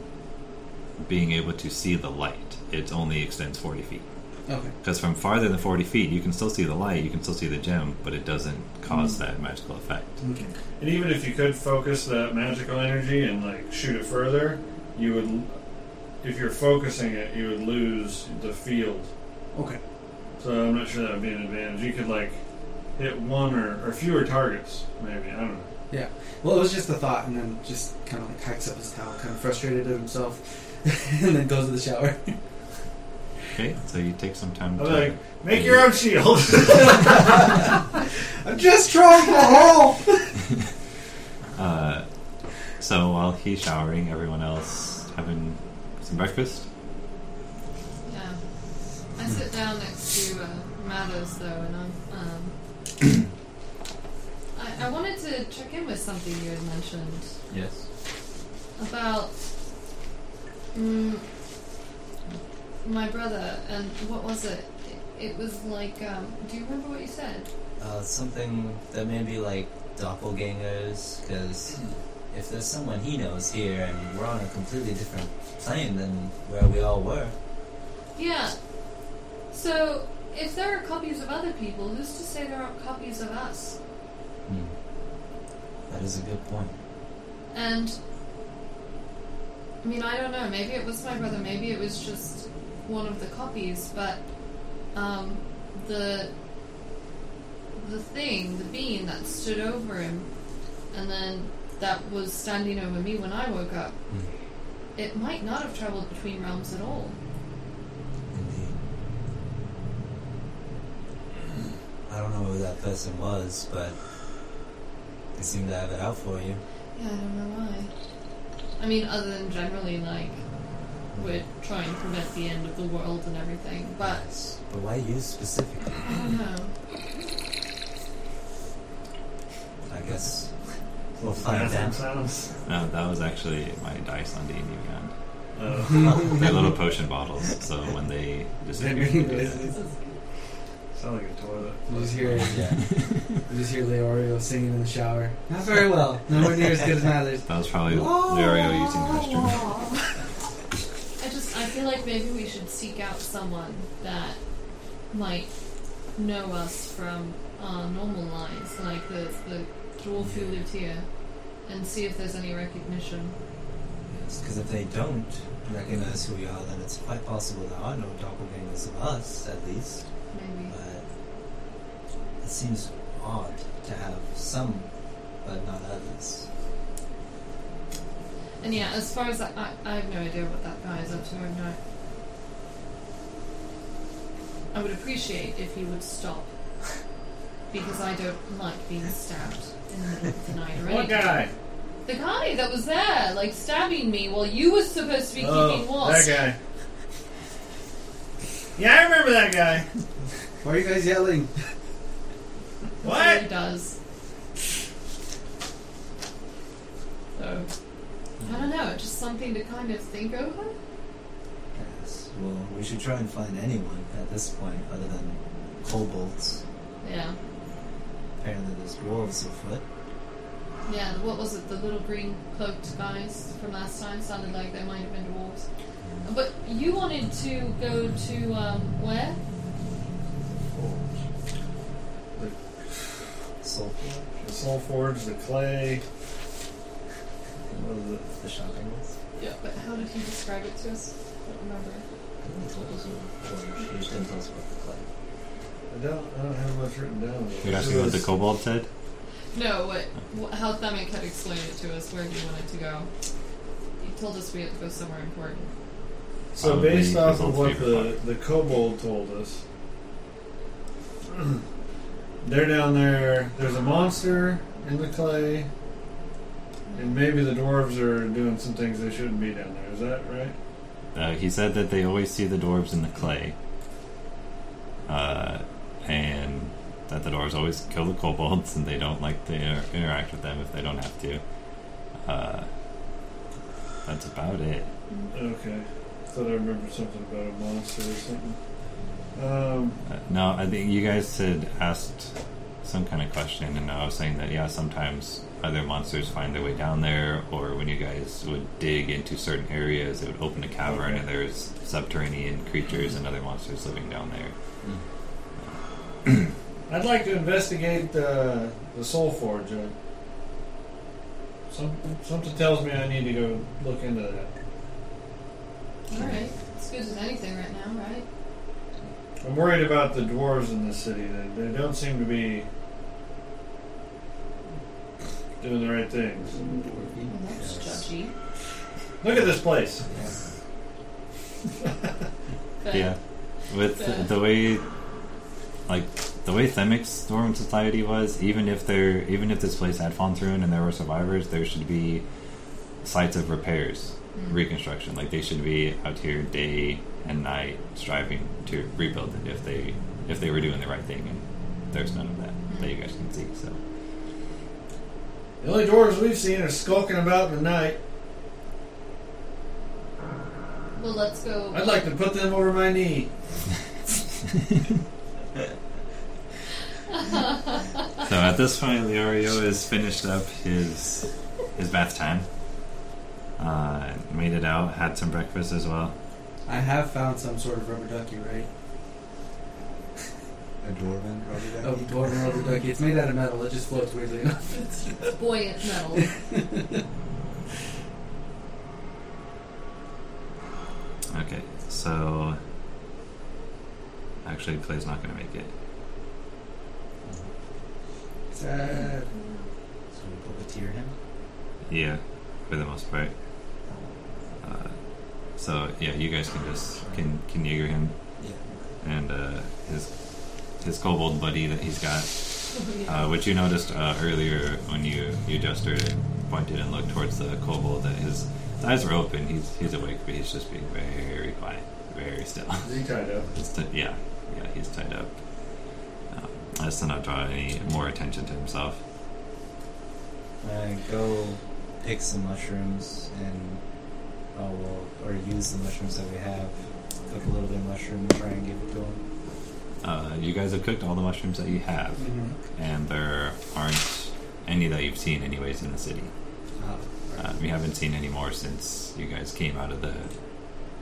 Speaker 1: being able to see the light. It only extends 40 feet.
Speaker 4: okay,
Speaker 1: Because from farther than 40 feet, you can still see the light, you can still see the gem, but it doesn't cause that magical effect.
Speaker 4: okay.
Speaker 6: And even if you could focus that magical energy and like shoot it further, you would. If you're focusing it, you would lose the field.
Speaker 4: okay.
Speaker 6: So I'm not sure that would be an advantage. You could like hit one or, or fewer targets, maybe. I don't know.
Speaker 4: Well, it was just a thought, and then just kind of like hikes up his towel, kind of frustrated at himself, (laughs) and then goes to the shower.
Speaker 1: Okay, so you take some time to.
Speaker 6: I'm like, make your own shield. (laughs)
Speaker 4: I'm just trying to help.
Speaker 1: Uh, so while he's showering, everyone else having some breakfast.
Speaker 2: Yeah. I sit down next to uh, Mathers though, and I'm. Um, (coughs) I, I wanted to check in with something you had mentioned
Speaker 3: Yes.
Speaker 2: about mm, my brother and what was it? It, it was like. Um, do you remember what you said?
Speaker 3: Uh, something that may be like doppelgangers, because if there's someone he knows here and we're on a completely different plane than where we all were,
Speaker 2: Yeah. So if there are copies of other people, who's to say there aren't copies of us?
Speaker 3: that is a good point.
Speaker 2: And I mean, I don't know. Maybe it was my brother. Maybe it was just one of the copies. But um, the the thing, the being that stood over him, and then that was standing over me when I woke up. It might not have traveled between realms at all.
Speaker 3: Indeed. I don't know who that person was, but they seem to have it out for you.
Speaker 2: Yeah, I don't know why. I mean, other than generally, like, we're trying to prevent the end of the world and everything, but
Speaker 3: But why you specifically?
Speaker 2: I don't know.
Speaker 3: I guess we'll find out.
Speaker 6: sounds.
Speaker 1: No, that was actually my dice on D and D Beyond.
Speaker 6: Uh,
Speaker 1: (laughs) They're little potion bottles, so when they disappear, they do that.
Speaker 4: you (laughs)
Speaker 6: sound like a toilet.
Speaker 4: just hear,
Speaker 3: Yeah.
Speaker 4: you just hear Leorio singing in the shower. Not very well. Nowhere near as good as Mathers.
Speaker 1: that was probably Lario using the restroom.
Speaker 2: I just, I feel like maybe we should seek out someone that might know us from our normal lives, like the, the dwarf who lived here, and see if there's any recognition.
Speaker 3: Because if they don't recognize who we are, then it's quite possible there are no doppelgangers of us, at least.
Speaker 2: Maybe.
Speaker 3: But it seems odd to have some, but not others.
Speaker 2: And yeah, as far as I, I, I have no idea what that guy is up to. I've no. I would appreciate if he would stop, because I don't like being stabbed in the middle of the night. Already.
Speaker 6: What guy?
Speaker 2: The guy that was there, like stabbing me while you were supposed to be keeping
Speaker 6: Oh,
Speaker 2: watch.
Speaker 6: that guy. Yeah, I remember that guy.
Speaker 4: Why are you guys yelling?
Speaker 2: That's all
Speaker 6: What?
Speaker 2: he does. So I don't know. Just something to kind of think over.
Speaker 3: Yes. Well, we should try and find anyone at this point other than kobolds.
Speaker 2: Yeah.
Speaker 3: Apparently, there's dwarves afoot.
Speaker 2: Yeah, what was it? The little green cloaked guys from last time sounded like they might have been dwarves. But you wanted to go to um, where?
Speaker 3: Soul
Speaker 6: The soul forge, the clay. What was it?
Speaker 3: the shopping ones.
Speaker 2: Yeah. But how did he describe it to us? I don't remember.
Speaker 3: He told us what the forge. He just didn't tell us what the clay.
Speaker 6: I don't, I don't have much written down.
Speaker 1: You're asking what the kobold said?
Speaker 2: No, what, wh- how Thamic had explained it to us where he wanted to go. He told us we had to go somewhere important.
Speaker 6: So
Speaker 1: Probably
Speaker 6: based off of
Speaker 1: Kobold's
Speaker 6: what
Speaker 1: favorite
Speaker 6: the, the kobold told us, (clears throat) they're down there. There's a monster in the clay, and maybe the dwarves are doing some things they shouldn't be down there. Is that right?
Speaker 1: Uh, he said that they always see the dwarves in the clay, uh, and that the dwarves always kill the kobolds, and they don't like to inter- interact with them if they don't have to. Uh, that's about it.
Speaker 2: Mm-hmm.
Speaker 6: Okay. Thought I remembered something about a monster or something. Um,
Speaker 1: Uh, no, I think you guys had asked some kind of question, and I was saying that yeah, sometimes other monsters find their way down there, or when you guys would dig into certain areas, it would open a cavern, and there's subterranean creatures and other monsters living down there.
Speaker 6: I'd like to investigate uh, the Soul Forge. Uh, some, something tells me I need to go look into that.
Speaker 2: Alright. It's good as anything right now, right?
Speaker 6: I'm worried about the dwarves in this city. They, they don't seem to be doing the right things.
Speaker 2: Well, that's
Speaker 3: Yes.
Speaker 2: judgy.
Speaker 6: Look at this place.
Speaker 2: But
Speaker 1: Yeah, with
Speaker 2: Yeah.
Speaker 1: the way, like the way Themix Dwarven Society was, even if there, even if this place had fallen through and there were survivors, there should be sites of repairs,
Speaker 2: Mm.
Speaker 1: reconstruction. Like they should be out here day and night striving to rebuild it if they if they were doing the right thing. And there's none of that that you guys can see. So
Speaker 6: The only dwarves we've seen are skulking about in the night.
Speaker 2: Well, let's go.
Speaker 6: I'd like to put them over my knee.
Speaker 1: So at this point, Leorio has finished up his his bath time. Uh, made it out, had some breakfast as well.
Speaker 4: I have found some sort of rubber ducky, right?
Speaker 3: A dwarven rubber
Speaker 4: A
Speaker 3: ducky?
Speaker 4: Oh, dwarven rubber ducky. It's made out of metal. It just floats weirdly enough.
Speaker 2: It's buoyant metal. (laughs)
Speaker 1: Okay, so actually, Clay's not going to make it.
Speaker 4: Sad.
Speaker 3: So we puppeteer him?
Speaker 1: Yeah, for the most part. Uh, so yeah, you guys can just can can Jaeger him
Speaker 3: Yeah.
Speaker 1: and uh, his his kobold buddy that he's got.
Speaker 2: Yeah.
Speaker 1: Uh, which you noticed uh, earlier when you you jester pointed and looked towards the kobold that his, his eyes were open. He's he's awake, but he's just being very quiet, very still. (laughs)
Speaker 6: Is he tied up?
Speaker 1: It's t- yeah, yeah, he's tied up. Um, that's to not draw any more attention to himself.
Speaker 3: Uh, go pick some mushrooms and oh well, or use the mushrooms that we have. Cook a little bit of mushroom and try and give it to him.
Speaker 1: Uh, you guys have cooked all the mushrooms that you have,
Speaker 4: Mhm.
Speaker 1: and there aren't any that you've seen anyways in the city.
Speaker 3: Uh,
Speaker 1: Uh, we haven't seen any more since you guys came out of the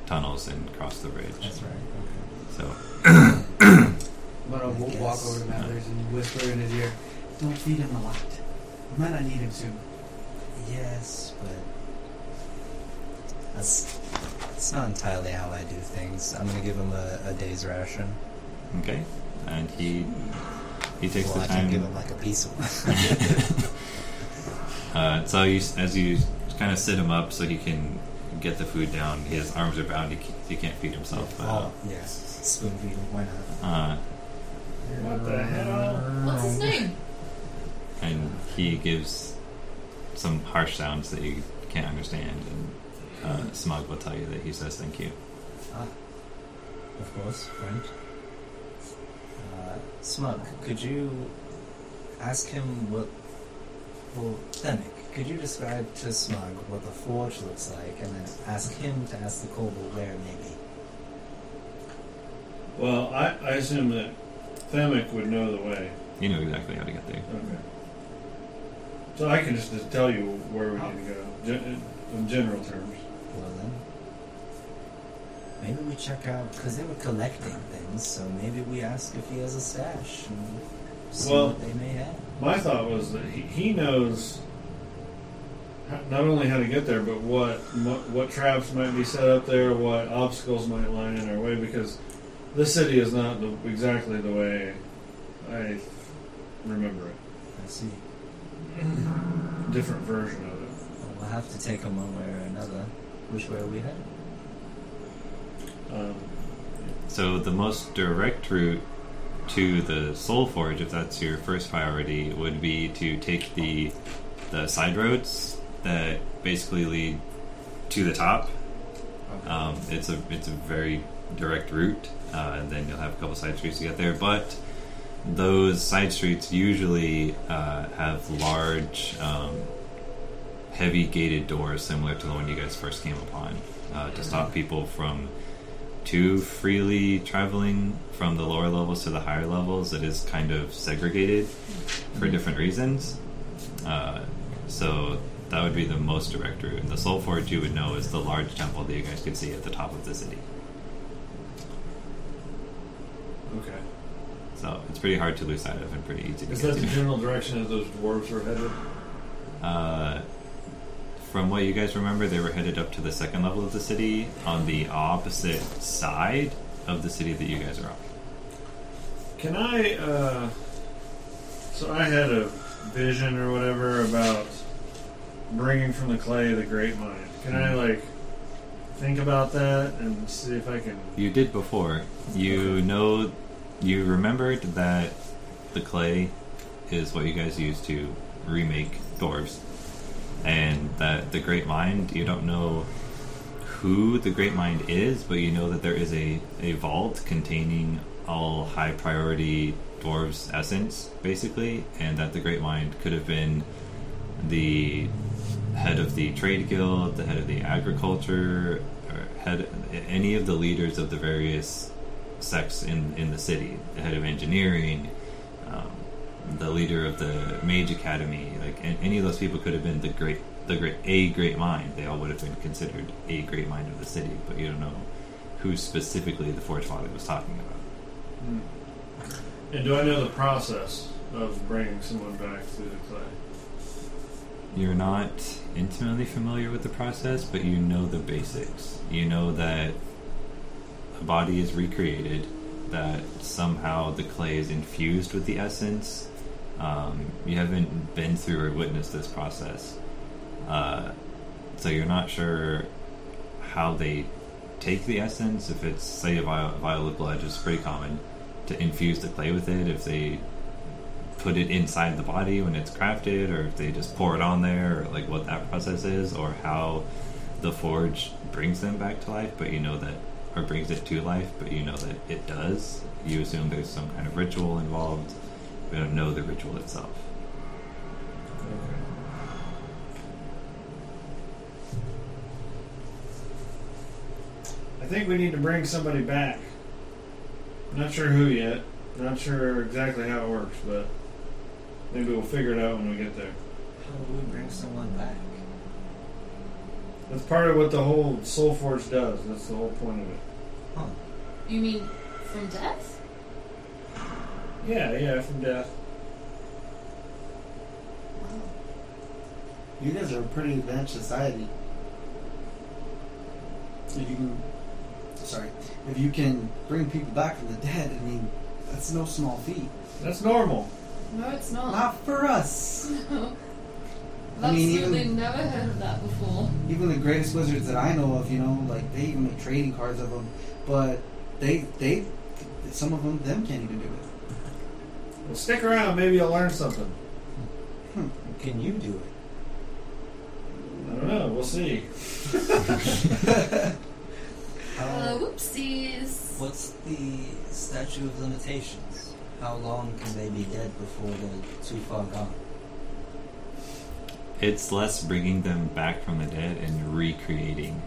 Speaker 1: tunnels and crossed the bridge.
Speaker 3: that's right. Okay. (coughs)
Speaker 1: So
Speaker 4: I'm gonna wa- walk over to Mathers and whisper in his ear, "Don't feed him a lot. We might not need him soon."
Speaker 3: Yes, but that's that's not entirely how I do things. I'm gonna give him a, a day's ration.
Speaker 1: Okay, and he he takes
Speaker 3: well,
Speaker 1: the
Speaker 3: I
Speaker 1: time.
Speaker 3: can give him like a piece of one.
Speaker 1: (laughs) uh, so you, as you kind of sit him up so he can get the food down, his arms are bound. He, ca- he can't feed himself. But, uh,
Speaker 3: (laughs) Oh, yeah, oh. spoon feed him. Why not?
Speaker 1: uh,
Speaker 6: What the hell?
Speaker 2: What's
Speaker 4: Uh,
Speaker 2: his name?
Speaker 1: and he gives some harsh sounds that you can't understand. And uh, Smug will tell you that he says thank you.
Speaker 3: Of course, French. Uh, Smug, could you ask him what? Well, Denik, could you describe to Smug what the forge looks like, and then ask him to ask the kobold where maybe?
Speaker 6: Well, I, I assume that Thamic would know the way.
Speaker 1: You know exactly how to get there.
Speaker 6: Okay. So I can just tell you where we need to go, gen- in general terms.
Speaker 3: Well then, maybe we check out because they were collecting things, so maybe we ask if he has a stash and see
Speaker 6: Well-
Speaker 3: what they may have.
Speaker 6: My thought was that he, he knows ho- not only how to get there, but what, what what traps might be set up there, what obstacles might lie in our way, because this city is not the, exactly the way I remember it.
Speaker 3: I see.
Speaker 6: Different version of it.
Speaker 3: Well, we'll have to take him one way or another. Which way are we headed?
Speaker 6: Um,
Speaker 1: So the most direct route to the Soul Forge, if that's your first priority, would be to take the the side roads that basically lead to the top. Um, it's a it's a very direct route, uh, and then you'll have a couple side streets to get there. But those side streets usually uh, have large, um, heavy gated doors, similar to the one you guys first came upon, uh, to stop people from too freely traveling from the lower levels to the higher levels, it is kind of segregated
Speaker 6: Mm-hmm.
Speaker 1: for different reasons. Uh, so that would be the most direct route. And the Soul Forge you would know is the large temple that you guys could see at the top of the city.
Speaker 6: okay.
Speaker 1: So it's pretty hard to lose sight of and pretty easy to
Speaker 6: Is
Speaker 1: get
Speaker 6: that the
Speaker 1: to.
Speaker 6: general direction that those dwarves were headed?
Speaker 1: Uh, from what you guys remember, they were headed up to the second level of the city on the opposite side of the city that you guys are on.
Speaker 6: Can I? Uh, so I had a vision or whatever about bringing from the clay the great mind. Can I like think about that and see if I can?
Speaker 1: You did before. You know You remembered that the clay is what you guys use to remake dwarves, and that the Great Mind. You don't know who the Great Mind is, but you know that there is a a vault containing all high priority dwarves' essence, basically, and that the Great Mind could have been the head of the trade guild, the head of the agriculture, or head any of the leaders of the various sects in in the city, the head of engineering, um, the leader of the mage academy. Like an- any of those people could have been the great, the great, a great mind. They all would have been considered a great mind of the city, but you don't know who specifically the Forge Father was talking about.
Speaker 6: hmm. And do I know the process of bringing someone back through the clay?
Speaker 1: You're not intimately familiar with the process, but you know the basics. You know that a body is recreated, that somehow the clay is infused with the essence. Um, you haven't been through or witnessed this process. Uh, so you're not sure how they take the essence. If it's, say, a vial, vial of blood, which is pretty common, to infuse the clay with it, if they put it inside the body when it's crafted, or if they just pour it on there, or like what that process is, or how the forge brings them back to life, but you know that, or brings it to life, but you know that it does. You assume there's some kind of ritual involved. We don't know the ritual itself.
Speaker 6: I think we need to bring somebody back. Not sure who yet. Not sure exactly how it works, but maybe we'll figure it out when we get there.
Speaker 3: How do we bring someone back?
Speaker 6: That's part of what the whole Soul Forge does. That's the whole point of it.
Speaker 2: You mean from death?
Speaker 6: Yeah, yeah, uh, from death.
Speaker 4: You guys are a pretty advanced society. If you can, sorry, if you can bring people back from the dead, I mean, that's no small feat.
Speaker 6: That's normal.
Speaker 2: No, it's not.
Speaker 4: Not for us.
Speaker 2: (laughs) No. I've
Speaker 4: I mean,
Speaker 2: absolutely
Speaker 4: even-
Speaker 2: never heard of that before.
Speaker 4: Even the greatest wizards that I know of, you know, like they even make trading cards of them, but they they some of them them can't even do it.
Speaker 6: Well, stick around. Maybe you'll learn something.
Speaker 3: Can you do it?
Speaker 6: I don't know. We'll see.
Speaker 2: Uh,
Speaker 4: Uh,
Speaker 3: How,
Speaker 2: whoopsies.
Speaker 3: Uh, what's the statute of limitations? How long can they be dead before they're too far gone?
Speaker 1: It's less bringing them back from the dead and recreating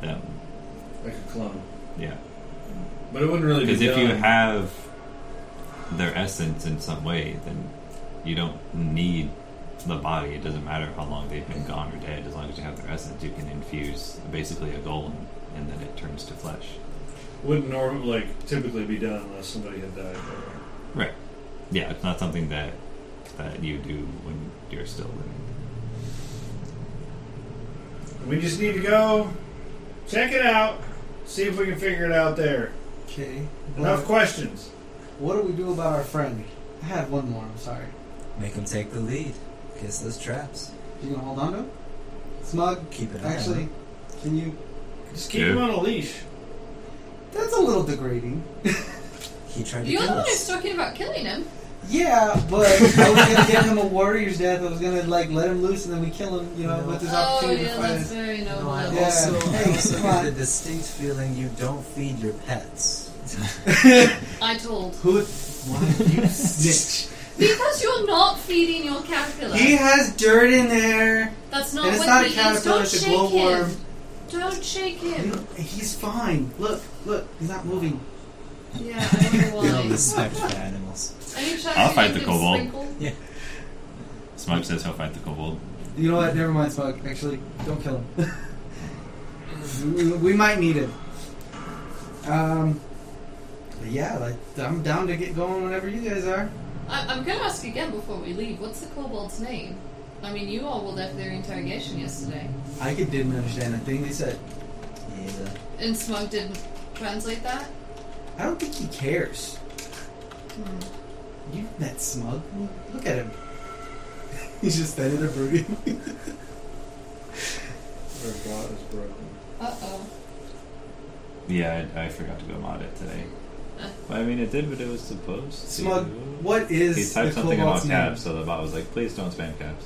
Speaker 1: them.
Speaker 6: Like a clone.
Speaker 1: Yeah.
Speaker 6: But it wouldn't really be
Speaker 1: Because if
Speaker 6: done.
Speaker 1: you have their essence in some way, then you don't need the body. It doesn't matter how long they've been gone or dead. As long as you have their essence, you can infuse basically a golem, and then it turns to flesh.
Speaker 6: wouldn't normally like typically be done unless somebody had died. Or,
Speaker 1: Yeah, it's not something that that you do when you're still living.
Speaker 6: we just need to go check it out, see if we can figure it out there.
Speaker 4: Okay.
Speaker 6: Enough questions.
Speaker 4: What do we do about our friend? I had one more. I'm sorry.
Speaker 3: Make them take the lead. Kiss those traps.
Speaker 4: You gonna hold on to him? Smug.
Speaker 3: Keep it
Speaker 4: Actually, can you?
Speaker 6: Just keep
Speaker 1: Yeah.
Speaker 6: him on a leash.
Speaker 4: That's a little degrading.
Speaker 3: he tried to
Speaker 2: You're the
Speaker 3: kill
Speaker 2: one who's
Speaker 3: us.
Speaker 2: talking about killing him.
Speaker 4: Yeah, but I was gonna get him a warrior's death. I was gonna like let him loose and then we kill him. You know,
Speaker 3: No.
Speaker 4: with this
Speaker 2: Oh,
Speaker 4: opportunity
Speaker 2: yeah,
Speaker 4: to fight
Speaker 2: that's
Speaker 4: us.
Speaker 2: very
Speaker 3: No,
Speaker 2: noble.
Speaker 3: I
Speaker 4: Yeah.
Speaker 3: also,
Speaker 4: (laughs)
Speaker 3: I
Speaker 4: Hey,
Speaker 3: also
Speaker 4: come
Speaker 3: get
Speaker 4: on.
Speaker 3: the distinct feeling you don't feed your pets.
Speaker 2: I told.
Speaker 4: Who? Why you snitch?
Speaker 2: Because you're not feeding your caterpillar.
Speaker 4: He has dirt in there.
Speaker 2: That's not
Speaker 4: And it's
Speaker 2: what
Speaker 4: not a
Speaker 2: he eats.
Speaker 4: caterpillar,
Speaker 2: Don't
Speaker 4: it's a
Speaker 2: shake
Speaker 4: glowworm.
Speaker 2: him. Don't shake him.
Speaker 4: You- He's fine. Look, look. He's not moving.
Speaker 2: Yeah, I don't know
Speaker 3: (laughs) You don't
Speaker 2: why.
Speaker 3: respect for animals.
Speaker 2: Any chance
Speaker 1: I'll
Speaker 2: you
Speaker 1: fight the
Speaker 2: could
Speaker 1: kobold.
Speaker 2: sprinkle?
Speaker 1: Smug says he'll fight the kobold.
Speaker 4: You know what? Never mind, Smug. Actually, don't kill him. We- (laughs) we might need him. Um. but Yeah, like I'm down to get going whenever you guys are.
Speaker 2: I, I'm going to ask again before we leave. What's the kobold's name? I mean, you all were there for their interrogation yesterday,
Speaker 4: I could, didn't understand a thing they said.
Speaker 3: Yeah.
Speaker 2: and Smug didn't translate that.
Speaker 4: I don't think he cares.
Speaker 2: Hmm.
Speaker 4: You've met Smug. Look at him. (laughs) He's just standing there brooding.
Speaker 6: Their bot is broken.
Speaker 2: Uh oh.
Speaker 4: (laughs)
Speaker 1: Yeah, I, I forgot to go mod it today. I mean, it did what it was supposed
Speaker 4: Smug.
Speaker 1: to.
Speaker 4: What
Speaker 1: He
Speaker 4: is the
Speaker 1: typed something in all
Speaker 4: kobold's name?
Speaker 1: caps, so the bot was like, please don't spam caps.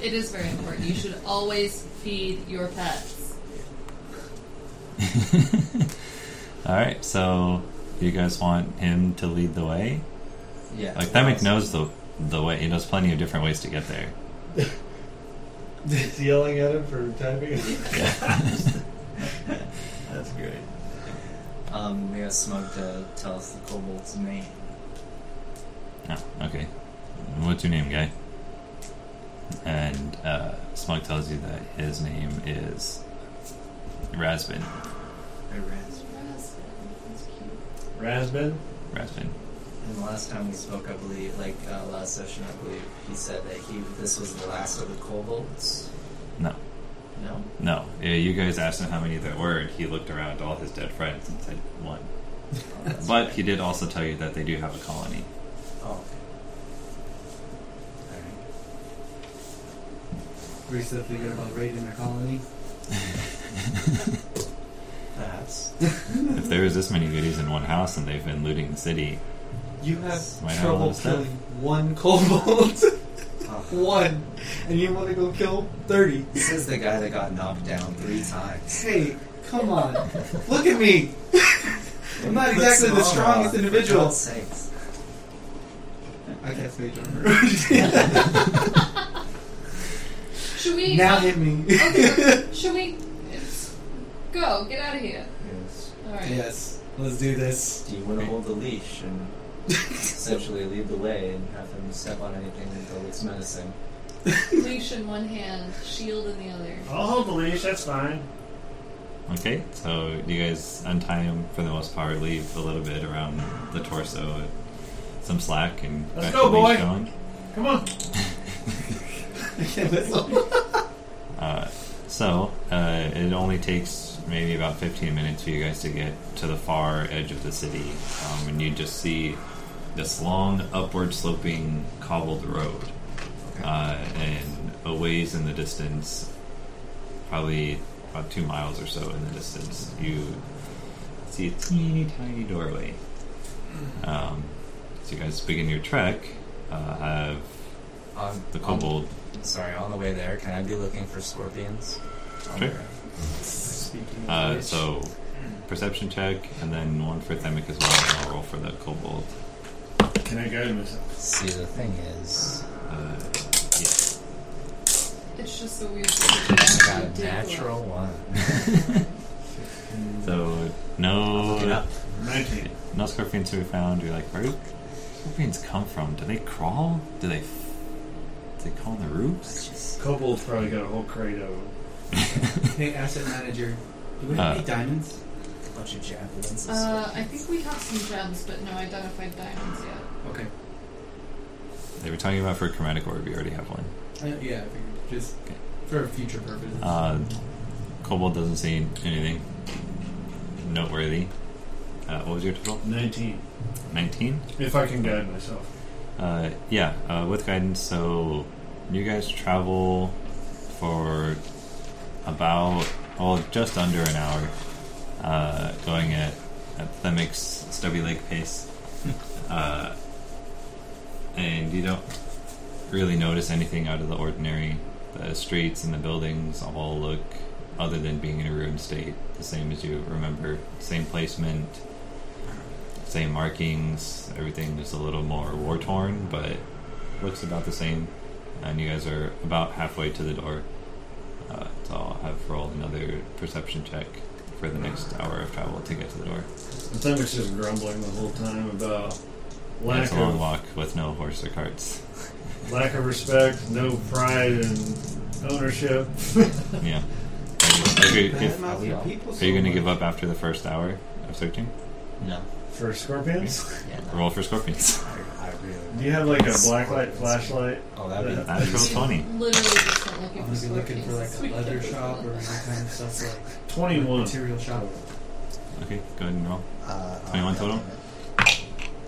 Speaker 2: It is very important. You should always feed your pets.
Speaker 1: (laughs) Alright, so you guys want him to lead the way?
Speaker 3: Yeah.
Speaker 1: Like, Themic knows the, the way. He knows plenty of different ways to get there.
Speaker 6: (laughs) Just yelling at him for
Speaker 1: (laughs)
Speaker 6: typing.
Speaker 3: That's great. Um, we asked Smug to tell us the kobold's name.
Speaker 1: Oh, okay. What's your name, guy? And uh, Smug tells you that his name is Raspin.
Speaker 3: I ran.
Speaker 2: That's cute.
Speaker 6: Rasbin.
Speaker 1: Raspin.
Speaker 3: And the last time we spoke, I believe, like uh, last session, I believe he said that he this was the last of the kobolds.
Speaker 1: No.
Speaker 3: No. Oh,
Speaker 1: No, yeah, you guys asked him how many there were, and he looked around all his dead friends and said one.
Speaker 3: Oh, that's-
Speaker 1: But he did also tell you that they do have a colony.
Speaker 3: oh, okay.
Speaker 8: We still thinking about raiding the colony.
Speaker 3: Alright. Perhaps.
Speaker 1: If there was this many goodies in one house and they've been looting the city,
Speaker 8: You have
Speaker 1: Why not all
Speaker 8: trouble
Speaker 1: this stuff?
Speaker 8: killing one kobold.
Speaker 3: Oh.
Speaker 8: (laughs) one. And you want to go kill 30.
Speaker 3: This is the guy that got knocked down three times.
Speaker 8: Hey, come on. Look at me. (laughs) I'm not
Speaker 3: Put
Speaker 8: exactly the
Speaker 3: Smog
Speaker 8: strongest
Speaker 3: on, for
Speaker 8: individual.
Speaker 3: God's sakes.
Speaker 8: I cast Mage Armor.
Speaker 2: Should we?
Speaker 8: now hit me.
Speaker 2: okay. Should we? It's, go. Get out of here.
Speaker 3: Yes.
Speaker 2: All right.
Speaker 8: Yes. Let's do this. (laughs)
Speaker 3: Do you want to hold the leash and essentially lead the way and have him step on anything until it's menacing?
Speaker 2: Leash in one hand, shield in the other.
Speaker 6: I'll hold the leash. That's fine.
Speaker 1: okay, so you guys untie him for the most part, leave a little bit around the torso, some slack, and
Speaker 6: Let's
Speaker 1: back
Speaker 6: go,
Speaker 1: the leash
Speaker 6: boy.
Speaker 1: going.
Speaker 6: Come on.
Speaker 1: Uh, so uh, it only takes maybe about 15 minutes for you guys to get to the far edge of the city, um, and you just see this long upward sloping cobbled road, uh, and a ways in the distance, probably about two miles or so in the distance, you see a teeny tiny doorway. Um, so you guys begin your trek. Uh, have
Speaker 3: On
Speaker 1: the kobold
Speaker 3: on- sorry, on the way there, can I be looking for scorpions? On
Speaker 1: Sure.
Speaker 3: the-
Speaker 1: Uh, so, perception check, and then one for Themic as well, and I'll roll for the kobold.
Speaker 6: Can I guide myself?
Speaker 3: See, the thing is,
Speaker 1: Uh, yeah.
Speaker 2: It's just so weird.
Speaker 3: I got
Speaker 2: That
Speaker 3: a
Speaker 2: you actually did
Speaker 3: natural one.
Speaker 1: So,
Speaker 3: Look it
Speaker 1: no,
Speaker 3: up.
Speaker 6: Nineteen.
Speaker 1: no scorpions to be found. You're like, where do scorpions come from? Do they crawl? Do they? F- do they crawl on the roofs?
Speaker 6: Kobold's probably got a whole crate of them.
Speaker 8: Hey, asset manager. Do we
Speaker 1: Uh,
Speaker 8: have any diamonds?
Speaker 3: A bunch of javelins.
Speaker 2: one. Uh, I think we have some gems, but no identified diamonds yet.
Speaker 8: Okay.
Speaker 1: They were talking about for chromatic orb. You already have one.
Speaker 8: Uh, yeah, I figured. Just
Speaker 1: Okay.
Speaker 8: for future purposes.
Speaker 1: Uh, kobold doesn't see anything noteworthy. Uh, what was your total?
Speaker 6: Nineteen.
Speaker 1: Nineteen.
Speaker 6: If I can guide myself.
Speaker 1: Uh, yeah, uh, with guidance. So you guys travel for about, well, just under an hour, uh, going at, at Themic's Stubby Lake pace. uh, and you don't really notice anything out of the ordinary. The streets and the buildings all look, other than being in a ruined state, the same as you remember. Same placement, same markings, everything just a little more war torn, but looks about the same. And you guys are about halfway to the door. Uh, so I'll have roll another perception check for the next hour of travel to get to the door.
Speaker 6: The Themic's just grumbling the whole time about lack
Speaker 1: It's a long
Speaker 6: of
Speaker 1: walk with no horse or carts.
Speaker 6: (laughs) lack of respect, no pride in ownership.
Speaker 1: yeah. Like, if- if-
Speaker 8: Badmouth your
Speaker 3: Are you
Speaker 8: people
Speaker 1: are you going to
Speaker 8: so
Speaker 1: give
Speaker 8: much.
Speaker 1: up after the first hour of searching?
Speaker 3: No.
Speaker 6: For scorpions,
Speaker 3: Yeah, no.
Speaker 1: Roll for
Speaker 6: (laughs)
Speaker 1: scorpions.
Speaker 3: I, I really.
Speaker 6: do you have like a blacklight flashlight?
Speaker 3: Oh, that'd be.
Speaker 1: Natural
Speaker 2: She's
Speaker 1: 20.
Speaker 2: Literally just not looking for
Speaker 8: I'm gonna be looking for like
Speaker 2: scorpions.
Speaker 8: a leather shop or any kind of stuff like
Speaker 6: Twenty-one.
Speaker 8: material shop.
Speaker 1: Okay, go ahead and roll.
Speaker 3: Uh,
Speaker 1: 21
Speaker 3: uh,
Speaker 1: total?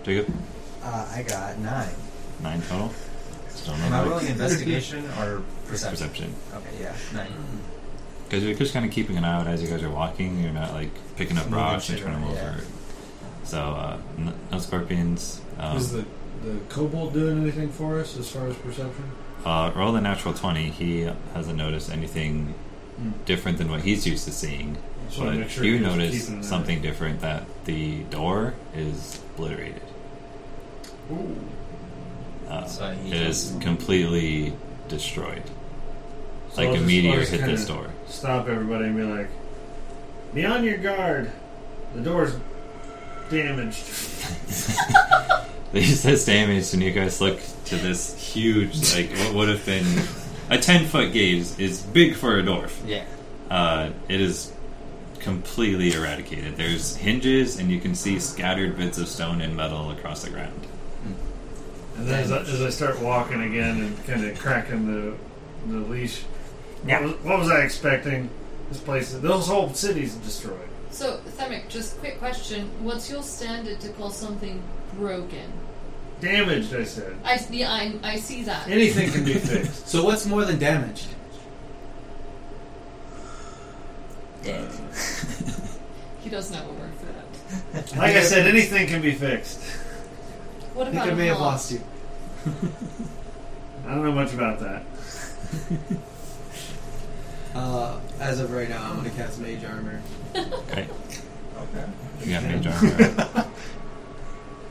Speaker 1: Jacob,
Speaker 3: Uh, I got nine.
Speaker 1: 9 total. Still no
Speaker 3: Am I
Speaker 1: luck.
Speaker 3: rolling investigation or perception?
Speaker 1: Perception. Mm-hmm.
Speaker 3: Okay, yeah, nine.
Speaker 1: Because you're just kind of keeping an eye out as you guys are walking. You're not like picking up
Speaker 3: Moving
Speaker 1: rocks and
Speaker 3: shit
Speaker 1: trying to
Speaker 3: around,
Speaker 1: move
Speaker 3: yeah.
Speaker 1: forward. So uh, n- no scorpions. Um,
Speaker 6: Is the the kobold doing anything for us as far as perception?
Speaker 1: uh, roll a natural twenty. He hasn't noticed anything
Speaker 6: Hmm.
Speaker 1: different than what he's used to seeing.
Speaker 6: Just wanna
Speaker 1: But
Speaker 6: make sure
Speaker 1: you
Speaker 6: he's
Speaker 1: notice
Speaker 6: keeping an eye.
Speaker 1: something different that the door is obliterated. Uh,
Speaker 3: So he
Speaker 1: it is
Speaker 3: just-
Speaker 1: completely destroyed.
Speaker 6: So
Speaker 1: Like
Speaker 6: I'll
Speaker 1: a
Speaker 6: just- I'll
Speaker 1: meteor
Speaker 6: just
Speaker 1: hit
Speaker 6: kinda
Speaker 1: this door.
Speaker 6: Stop everybody and be like, "Be on your guard. The door's damaged."
Speaker 1: (laughs) This says damage, and you guys look to this huge, like what would have been a ten foot gaze is big for a dwarf.
Speaker 3: Yeah.
Speaker 1: Uh, it is completely eradicated. There's hinges, and you can see scattered bits of stone and metal across the ground.
Speaker 6: And then as I, as I start walking again and kind of cracking the the leash,
Speaker 3: Yeah.
Speaker 6: what, was, what was I expecting? This place, this whole city's destroyed.
Speaker 2: So, Themic, just quick question. What's your standard to call something broken?
Speaker 6: Damaged, I said.
Speaker 2: I, yeah, I, I see that.
Speaker 6: Anything can be fixed.
Speaker 4: So what's more than damaged?
Speaker 2: (laughs) He doesn't have a word for that.
Speaker 6: Like I said, anything can be fixed.
Speaker 2: What
Speaker 4: I
Speaker 2: about
Speaker 4: think I
Speaker 2: a
Speaker 4: may have
Speaker 2: harm?
Speaker 4: lost you.
Speaker 6: I don't know much about that.
Speaker 4: Uh, as of right now, I'm gonna cast Mage Armor.
Speaker 1: Okay,
Speaker 3: Okay.
Speaker 1: you got mage armor.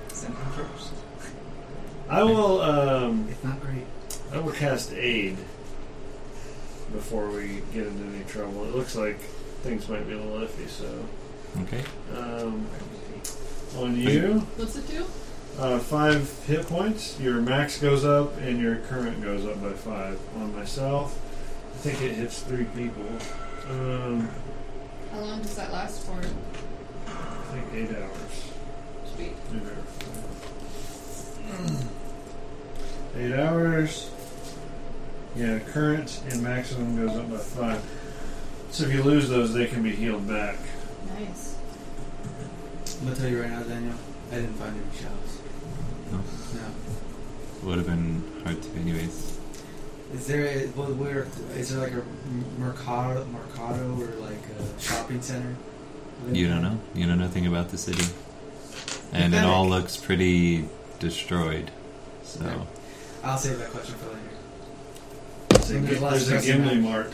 Speaker 3: Send him first.
Speaker 6: I will. Um,
Speaker 4: It's not great.
Speaker 6: I will cast aid before we get into any trouble. It looks like things might be a little iffy. So,
Speaker 1: Okay,
Speaker 6: um, on you.
Speaker 2: What's it do?
Speaker 6: Uh, five hit points. Your max goes up, and your current goes up by five. On myself, I think it hits three people. Um,
Speaker 2: How long does that last for?
Speaker 6: I think eight hours.
Speaker 2: Sweet.
Speaker 6: (clears throat) Eight hours. Yeah, current and maximum goes up by five. So if you lose those, they can be healed back.
Speaker 2: Nice.
Speaker 4: I'm gonna tell you right now, Daniel. I didn't find any shells.
Speaker 1: No?
Speaker 4: No.
Speaker 1: would have been hard to, anyways.
Speaker 4: Is there? A, well, where is there like a mercado, mercado, or like a shopping center?
Speaker 1: You don't know. You know nothing about the city, and it
Speaker 4: Pathetic.
Speaker 1: all looks pretty destroyed. So
Speaker 4: I'll save that question for later.
Speaker 6: There's a,
Speaker 4: And there's
Speaker 6: there's a
Speaker 4: less
Speaker 6: Gimli mark.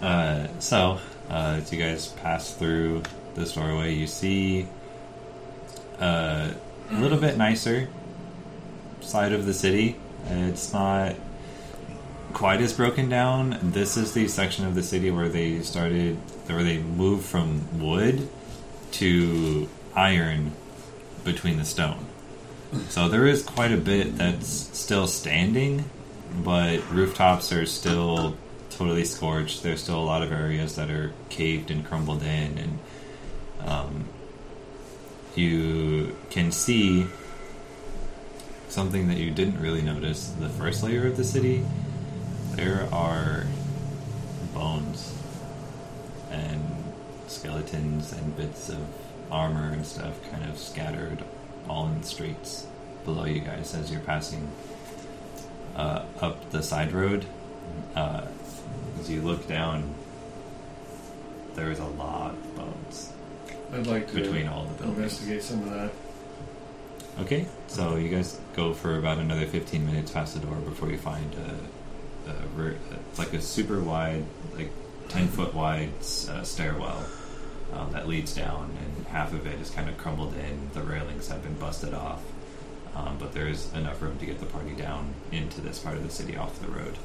Speaker 1: Uh, so, uh, as you guys pass through this doorway, you see uh, a little bit nicer side of the city. It's not quite as broken down. This is the section of the city where they started, where they moved from wood to iron between the stone. So there is quite a bit that's still standing, but rooftops are still totally scorched. There's still a lot of areas that are caved and crumbled in, and um, you can see something that you didn't really notice. The first layer of the city, there are bones and skeletons and bits of armor and stuff kind of scattered all in the streets below you guys as you're passing uh, up the side road. Uh, as you look down, there is a lot of bones
Speaker 6: I'd like to
Speaker 1: between all the buildings.
Speaker 6: investigate some of that.
Speaker 1: Okay, so you guys go for about another 15 minutes past the door before you find a, a ver- it's like a super wide, like 10 foot wide uh, stairwell um, that leads down, and half of it is kind of crumbled in. The railings have been busted off, um, but there is enough room to get the party down into this part of the city off the road.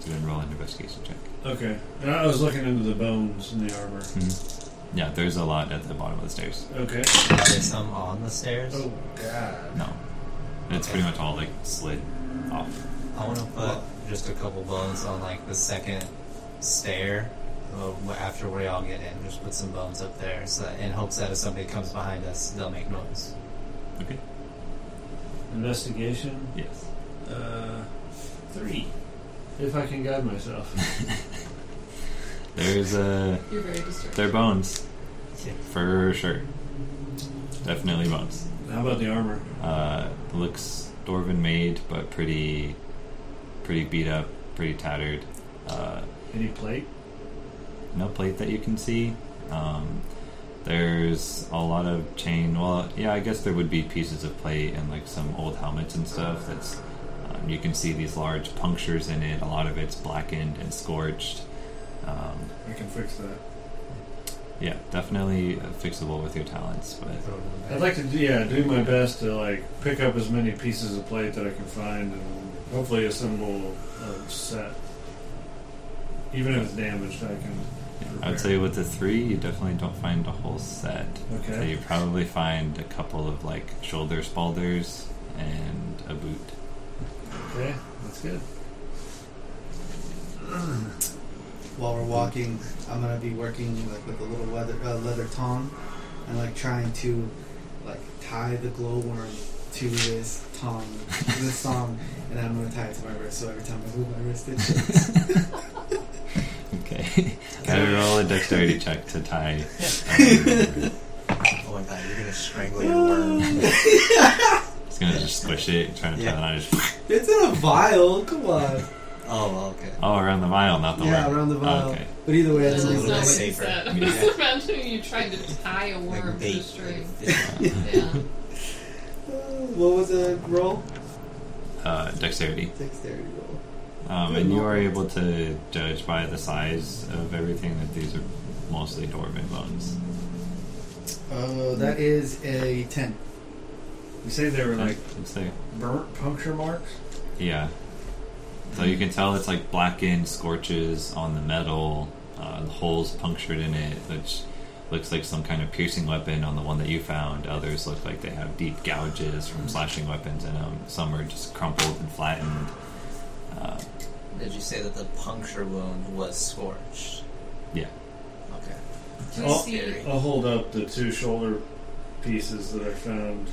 Speaker 1: So then roll an investigation check.
Speaker 6: Okay. And I was looking into the bones in the armor.
Speaker 1: Hmm. Yeah, there's a lot at the bottom of the stairs.
Speaker 6: Okay.
Speaker 3: Are there some on the stairs?
Speaker 6: Oh God.
Speaker 1: No. And it's pretty much all like slid off.
Speaker 3: I want to put just a couple bones on like the second stair uh, wh- after we all get in. Just put some bones up there, so that, in hopes that if somebody comes behind us, they'll make noise.
Speaker 1: Okay.
Speaker 6: Investigation.
Speaker 1: Yes.
Speaker 6: Uh, three. If I can guide myself.
Speaker 1: There's a.
Speaker 2: You're very disturbed.
Speaker 1: They're bones.
Speaker 3: Yeah.
Speaker 1: For sure. Definitely bones.
Speaker 6: How about the armor?
Speaker 1: Uh, looks Dwarven made, but pretty, pretty beat up, pretty tattered. Uh,
Speaker 6: Any plate?
Speaker 1: no plate that you can see. Um, there's a lot of chain. Well, yeah, I guess there would be pieces of plate and like some old helmets and stuff. That's um, you can see these large punctures in it. A lot of it's blackened and scorched. Um,
Speaker 6: I can fix that.
Speaker 1: yeah, definitely uh, fixable with your talents, but
Speaker 6: I'd like to, do, yeah, do my best to like pick up as many pieces of plate that I can find and hopefully assemble a set. Even if it's damaged, I can.
Speaker 1: I would say with the three, you definitely don't find a whole set. So
Speaker 6: Okay.
Speaker 1: you probably find a couple of like shoulder spalders and a boot.
Speaker 6: Okay, that's good.
Speaker 4: While we're walking, I'm gonna be working like with a little leather uh, leather tong, and like trying to like tie the glowworm to this tong, to this song, and I'm gonna tie it to my wrist. So every time I move my wrist, it shakes.
Speaker 1: (laughs) Okay. I roll a dexterity check to tie. (laughs)
Speaker 3: Oh my god, you're gonna strangle
Speaker 2: (laughs)
Speaker 3: your worm.
Speaker 1: It's gonna just squish it, trying to tie
Speaker 3: Yeah.
Speaker 1: the knot. Just
Speaker 4: it's in a vial. Come on.
Speaker 3: Oh, okay.
Speaker 1: oh, around the vial, not the
Speaker 4: Yeah,
Speaker 1: worm.
Speaker 4: around the vial.
Speaker 1: Okay.
Speaker 4: But either way, I
Speaker 2: that's
Speaker 4: don't
Speaker 2: not
Speaker 3: little
Speaker 4: know.
Speaker 3: bit
Speaker 2: what he (laughs)
Speaker 3: safer.
Speaker 2: said.
Speaker 1: Yeah.
Speaker 2: Just imagine you trying to tie a worm
Speaker 3: Like
Speaker 2: to a
Speaker 3: bait.
Speaker 2: string.
Speaker 3: (laughs) Yeah.
Speaker 2: Yeah.
Speaker 4: uh, What was the roll?
Speaker 1: Uh, dexterity.
Speaker 4: Dexterity roll.
Speaker 1: Um, and you are able to judge by the size of everything that these are mostly dwarven bones.
Speaker 4: Uh, that is a ten.
Speaker 6: You say they were like
Speaker 1: I'd say-
Speaker 6: burnt puncture marks?
Speaker 1: Yeah. So you can tell it's like blackened scorches on the metal, uh, the holes punctured in it, which looks like some kind of piercing weapon on the one that you found. Others look like they have deep gouges from slashing weapons in them. Some are just crumpled and flattened. Uh,
Speaker 3: Did you say that the puncture wound was scorched?
Speaker 1: Yeah.
Speaker 3: Okay.
Speaker 2: Do we
Speaker 6: Oh.
Speaker 2: see?
Speaker 6: I'll hold up the two shoulder pieces that I found.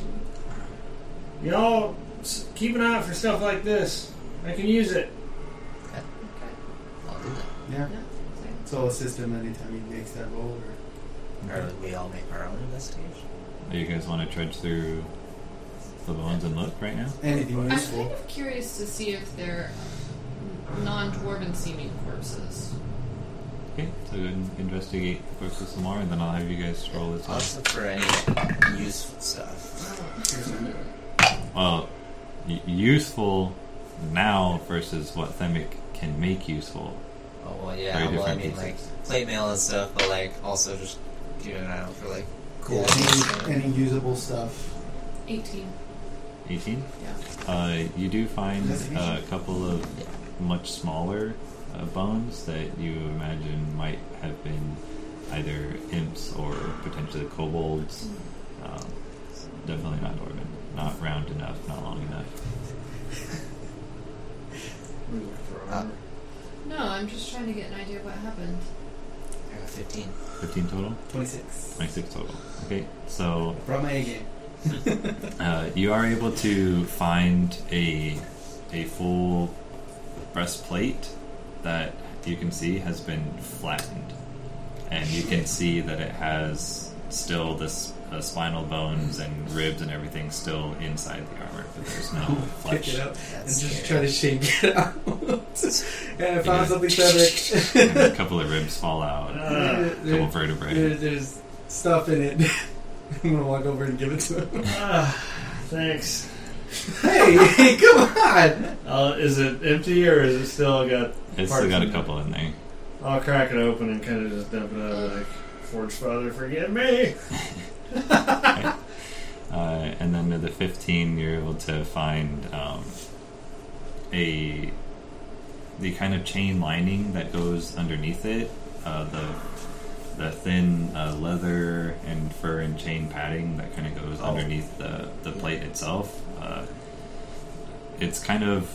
Speaker 6: Y'all s- keep an eye out for stuff like this. I can use (sighs) it.
Speaker 2: Okay.
Speaker 3: I'll do that.
Speaker 4: Yeah.
Speaker 2: okay.
Speaker 4: So assist him anytime he makes that roll. Or
Speaker 3: Or we all make our own investigation.
Speaker 1: do you guys want to trudge through the bones and look right now?
Speaker 4: anything
Speaker 2: I'm kind
Speaker 4: useful.
Speaker 2: of curious to see if they're um, non-dwarven seeming corpses.
Speaker 1: Okay, so go ahead and investigate the corpses some more, and then I'll have you guys roll this off.
Speaker 3: Let's look for any useful stuff.
Speaker 1: Well, y- useful now versus what Themic can make useful.
Speaker 3: Oh well, yeah.
Speaker 1: Very
Speaker 3: Well, I mean,
Speaker 1: different
Speaker 3: like
Speaker 1: pieces.
Speaker 3: plate mail and stuff, but like also just keep an eye out for like cool.
Speaker 4: Yeah, any, any usable stuff.
Speaker 2: 18.
Speaker 1: 18? Yeah. Uh, you do find uh, a couple of much smaller uh, bones that you imagine might have been either imps or potentially kobolds. Um, definitely not Dwarven. Not round enough, not long enough.
Speaker 6: We look for
Speaker 3: Uh,
Speaker 6: armor.
Speaker 2: No, I'm just trying to get an idea of what happened.
Speaker 3: I got fifteen.
Speaker 1: 15 total?
Speaker 4: Twenty six.
Speaker 1: 26 total. Okay, so
Speaker 4: Brought my A game.
Speaker 1: Uh, you are able to find a a full breastplate that you can see has been flattened, and you can see that it has still this uh, spinal bones and ribs and everything still inside the armor, but there's no
Speaker 4: (laughs) Pick
Speaker 1: flesh.
Speaker 4: it up and
Speaker 3: That's
Speaker 4: just try
Speaker 3: scary.
Speaker 4: to shake it out. (laughs) and I found something better.
Speaker 1: And a couple of ribs fall
Speaker 4: (laughs)
Speaker 1: out, a
Speaker 6: Uh,
Speaker 1: couple
Speaker 4: There-
Speaker 1: vertebrae.
Speaker 4: there- there's stuff in it. (laughs) I'm gonna walk over and give it to him.
Speaker 6: ah, thanks.
Speaker 4: Hey, hey, come on!
Speaker 6: Uh, is it empty or is it still got?
Speaker 1: It's still got a couple in there.
Speaker 6: I'll crack it open and kind of just dump it out. Like, Forge Father, forgive me.
Speaker 1: Uh, and then to the 15, you're able to find um, a the kind of chain lining that goes underneath it, uh, the the thin uh, leather and fur and chain padding that kind of goes underneath the the plate itself. Uh, it's kind of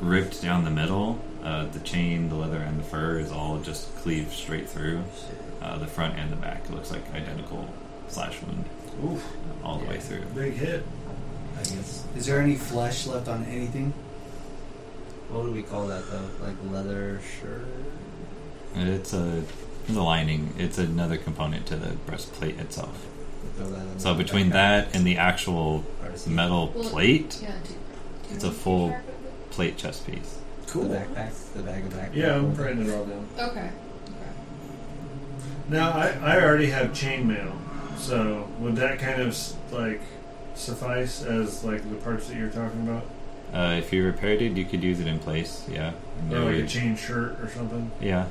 Speaker 1: ripped down the middle. Uh, the chain, the leather, and the fur is all just cleaved straight through. Uh, the front and the back it looks like identical slash wound uh,
Speaker 6: Oof,
Speaker 1: all the way through.
Speaker 6: big hit.
Speaker 3: I guess.
Speaker 4: Is there any flesh left on anything?
Speaker 3: What would we call that though? Like leather shirt?
Speaker 1: It's a the lining. It's another component to the breastplate itself.
Speaker 3: Throw that in
Speaker 1: So
Speaker 3: the
Speaker 1: between
Speaker 3: backpack.
Speaker 1: that and the actual
Speaker 3: Or just
Speaker 1: metal
Speaker 2: Well-
Speaker 1: plate,
Speaker 2: Yeah, do, do you
Speaker 1: It's a
Speaker 2: want to
Speaker 1: full-
Speaker 2: keep track of
Speaker 1: plate chest piece.
Speaker 3: The backpack, the bag of backpack.
Speaker 6: Yeah, I'm writing it all down.
Speaker 2: it? Okay.
Speaker 6: Now I, I already have chainmail, so would that kind of s- like suffice as like the parts that you're talking about,
Speaker 1: Uh, if you repaired it, you could use it in place. Yeah.
Speaker 6: or
Speaker 1: No
Speaker 6: Oh, like a
Speaker 1: worries.
Speaker 6: chain shirt or something?
Speaker 1: yeah.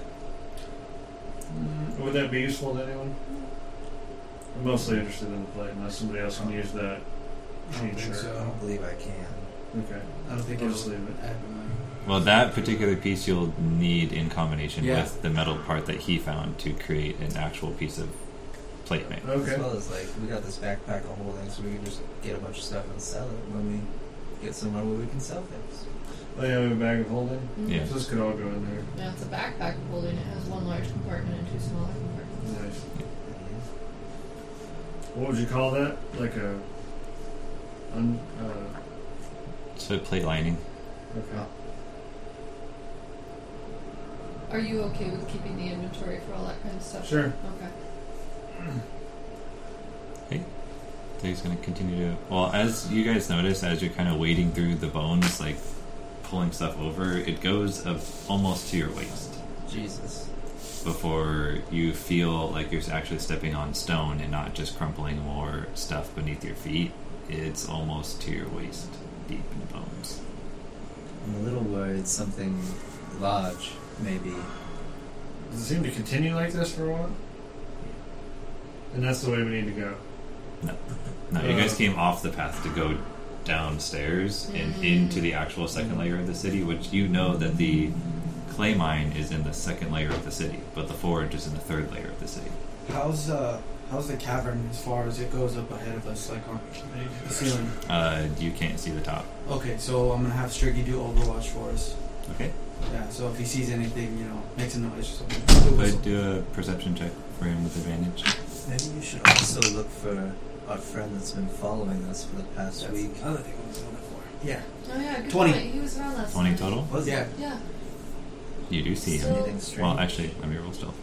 Speaker 6: Would that be useful to anyone? I'm mostly interested in the plate, unless somebody else can use that chain shirt.
Speaker 4: so.
Speaker 7: I don't believe I can.
Speaker 6: Okay,
Speaker 4: I don't think
Speaker 6: I'll just
Speaker 4: it'll
Speaker 6: leave it.
Speaker 4: add my
Speaker 1: Well, that particular piece you'll need in combination
Speaker 4: Yeah.
Speaker 1: with the metal part that he found to create an actual piece of plate mail.
Speaker 7: As
Speaker 6: Okay.
Speaker 7: well as like we got this backpack of holdings, we can just get a bunch of stuff and sell it when we get somewhere where we can sell things.
Speaker 6: Oh, yeah, we have a bag of holding.
Speaker 1: Yeah.
Speaker 6: So this could all go in there.
Speaker 2: Now it's a backpack holding it has one large compartment and two smaller compartments.
Speaker 6: Nice. What would you call that? Like a. Un, uh,
Speaker 1: So plate lining.
Speaker 6: okay.
Speaker 2: Are you okay with keeping the inventory for all that kind of stuff?
Speaker 6: Sure.
Speaker 2: Okay.
Speaker 1: So he's going to continue to. Well, as you guys notice, as you're kind of wading through the bones, like pulling stuff over, it goes up almost to your waist
Speaker 7: Jesus.
Speaker 1: before you feel like you're actually stepping on stone and not just crumpling more stuff beneath your feet. It's almost to your waist, deep in the bones.
Speaker 7: I'm a little worried something large, maybe.
Speaker 6: Does it seem to continue like this for a while? And that's the way we need to go.
Speaker 1: No, you guys
Speaker 6: Uh,
Speaker 1: came off the path to go downstairs and into the actual second layer of the city, which you know that the clay mine is in the second layer of the city, but the forge is in the third layer of the city.
Speaker 4: How's uh how's the cavern as far as it goes up ahead of us, like on the ceiling?
Speaker 1: Uh, you can't see the top.
Speaker 4: Okay, so I'm gonna have Striggy do Overwatch for us.
Speaker 1: Okay.
Speaker 4: Yeah, so if he sees anything, you know, makes a noise or something.
Speaker 1: But do a perception check for him with advantage.
Speaker 7: Maybe you should also look for our friend that's been following us for the past
Speaker 4: That's
Speaker 7: week.
Speaker 4: Other thing I was looking for. Yeah.
Speaker 2: Oh yeah, good
Speaker 4: 20.
Speaker 2: point. He was around last
Speaker 1: 20
Speaker 2: time.
Speaker 1: total?
Speaker 7: Was
Speaker 4: Yeah.
Speaker 2: Yeah.
Speaker 1: You do see him.
Speaker 7: anything strange?
Speaker 1: Well, actually, let me roll stealth.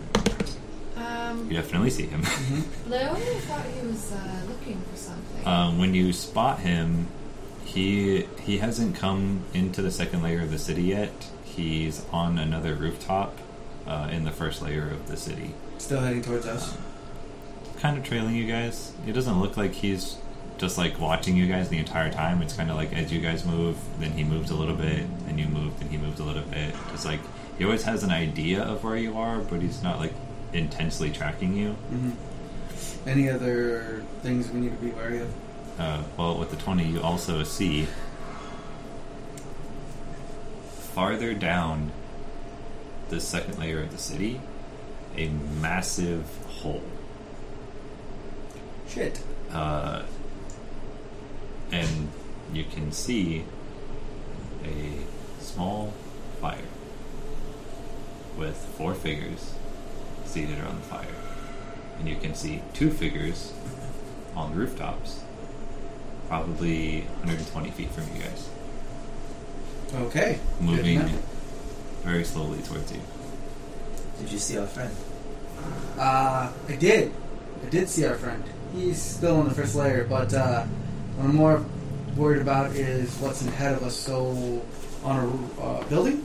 Speaker 2: Um,
Speaker 1: You definitely see him. (laughs)
Speaker 2: Leonie thought he was uh, looking for something.
Speaker 1: Um, when you spot him, he he hasn't come into the second layer of the city yet. He's on another rooftop uh, in the first layer of the city,
Speaker 4: Still heading towards us.
Speaker 1: kind of trailing you guys. It doesn't look like he's just like watching you guys the entire time. It's kind of like as you guys move, then he moves a little bit, then you move, then he moves a little bit. It's like he always has an idea of where you are, but he's not like intensely tracking you.
Speaker 4: hmm Any other things we need to be wary of?
Speaker 1: Uh, well, with the 20, you also see farther down the second layer of the city a massive hole.
Speaker 4: Shit.
Speaker 1: Uh, and you can see a small fire with four figures seated around the fire. And you can see two figures on the rooftops, probably 120 feet from you guys,
Speaker 4: Okay.
Speaker 1: moving
Speaker 4: enough.
Speaker 1: very slowly towards you.
Speaker 7: Did you see our friend?
Speaker 4: Uh, I did. I did see our friend. He's still in the first layer, but uh, what I'm more worried about is what's ahead of us. So, on a roo- uh, building?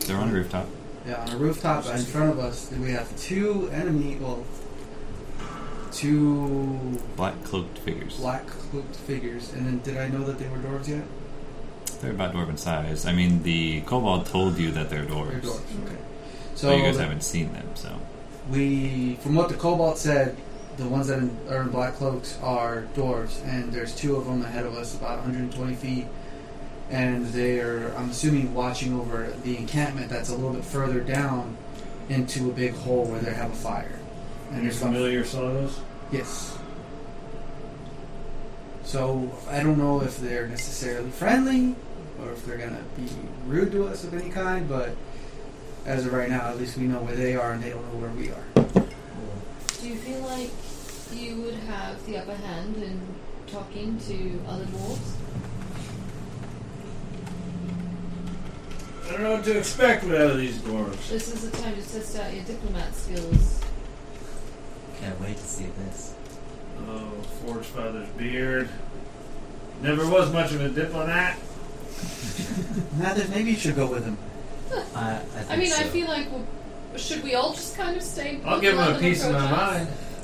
Speaker 1: They're on a rooftop.
Speaker 4: Yeah, on a rooftop in front of us, we have two enemy, well, two
Speaker 1: Black cloaked figures.
Speaker 4: black cloaked figures. And then, did I know that they were dwarves yet?
Speaker 1: They're about dwarven size. I mean, the kobold told you that they're dwarves.
Speaker 4: They're dwarves. Okay. So
Speaker 1: but you guys
Speaker 4: the-
Speaker 1: haven't seen them, so.
Speaker 4: we, from what the Cobalt said, the ones that are in black cloaks are dwarves, and there's two of them ahead of us, about 120 feet, and they are, I'm assuming, watching over the encampment that's a little bit further down into a big hole where they have a fire.
Speaker 6: And you're
Speaker 4: there's some-
Speaker 6: familiar with some of those?
Speaker 4: Yes. So I don't know if they're necessarily friendly or if they're gonna be rude to us of any kind, but as of right now, at least we know where they are and they don't know where we are.
Speaker 2: Do you feel like you would have the upper hand in talking to other dwarves?
Speaker 6: I don't know what to expect out of these dwarves.
Speaker 2: This is the time to test out your diplomat skills.
Speaker 7: Can't wait to see this.
Speaker 6: Oh, Forge Father's beard. Never was much of a diplomat.
Speaker 4: Mathis, maybe you should go with them.
Speaker 7: I, I think
Speaker 2: I mean,
Speaker 7: so.
Speaker 3: uh,
Speaker 2: I feel like we're But should we all just kind of stay?
Speaker 6: I'll give
Speaker 2: put
Speaker 6: him a
Speaker 2: them
Speaker 6: piece of my
Speaker 2: approach us?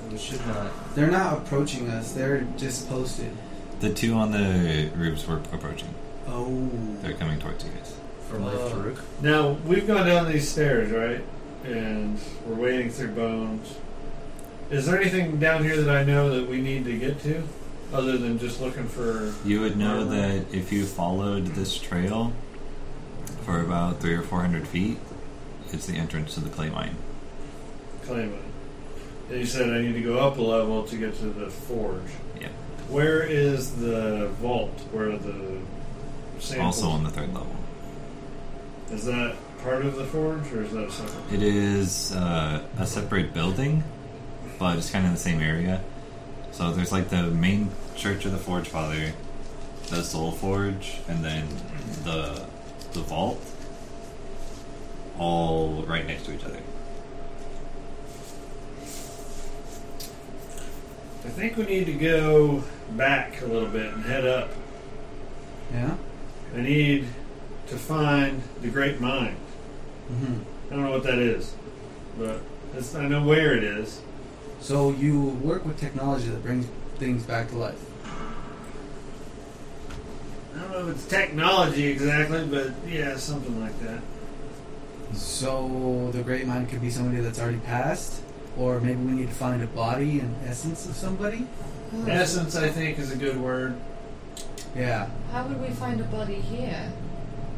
Speaker 6: mind.
Speaker 7: We should not.
Speaker 4: They're not approaching us. They're just posted.
Speaker 1: The two on the roofs were approaching.
Speaker 4: Oh.
Speaker 1: They're coming towards you guys.
Speaker 7: From roof to roof.
Speaker 6: Now we've gone down these stairs, right? And we're wading through bones. Is there anything down here that I know that we need to get to, other than just looking for?
Speaker 1: You would know that if you followed this trail for about three or four hundred feet, it's the entrance to the clay mine.
Speaker 6: claim it. And you said I need to go up a level to get to the forge.
Speaker 1: Yeah.
Speaker 6: Where is the vault where the samples?
Speaker 1: Also on the third level.
Speaker 6: Is that part of the forge or is that separate?
Speaker 1: It is uh, a separate building, but it's kind of in the same area. So there's like the main church of the Forge Father, the Soul Forge, and then the the vault, all right next to each other.
Speaker 6: I think we need to go back a little bit and head up.
Speaker 4: Yeah?
Speaker 6: I need to find the Great Mind.
Speaker 4: Mm-hmm.
Speaker 6: I don't know what that is, but it's, I know where it is.
Speaker 4: So you work with technology that brings things back to life.
Speaker 6: I don't know if it's technology exactly, but yeah, something like that.
Speaker 4: So the great mind could be somebody that's already passed, or maybe we need to find a body and essence of somebody.
Speaker 6: Essence, I think, is a good word.
Speaker 4: Yeah,
Speaker 2: How would we find a body here?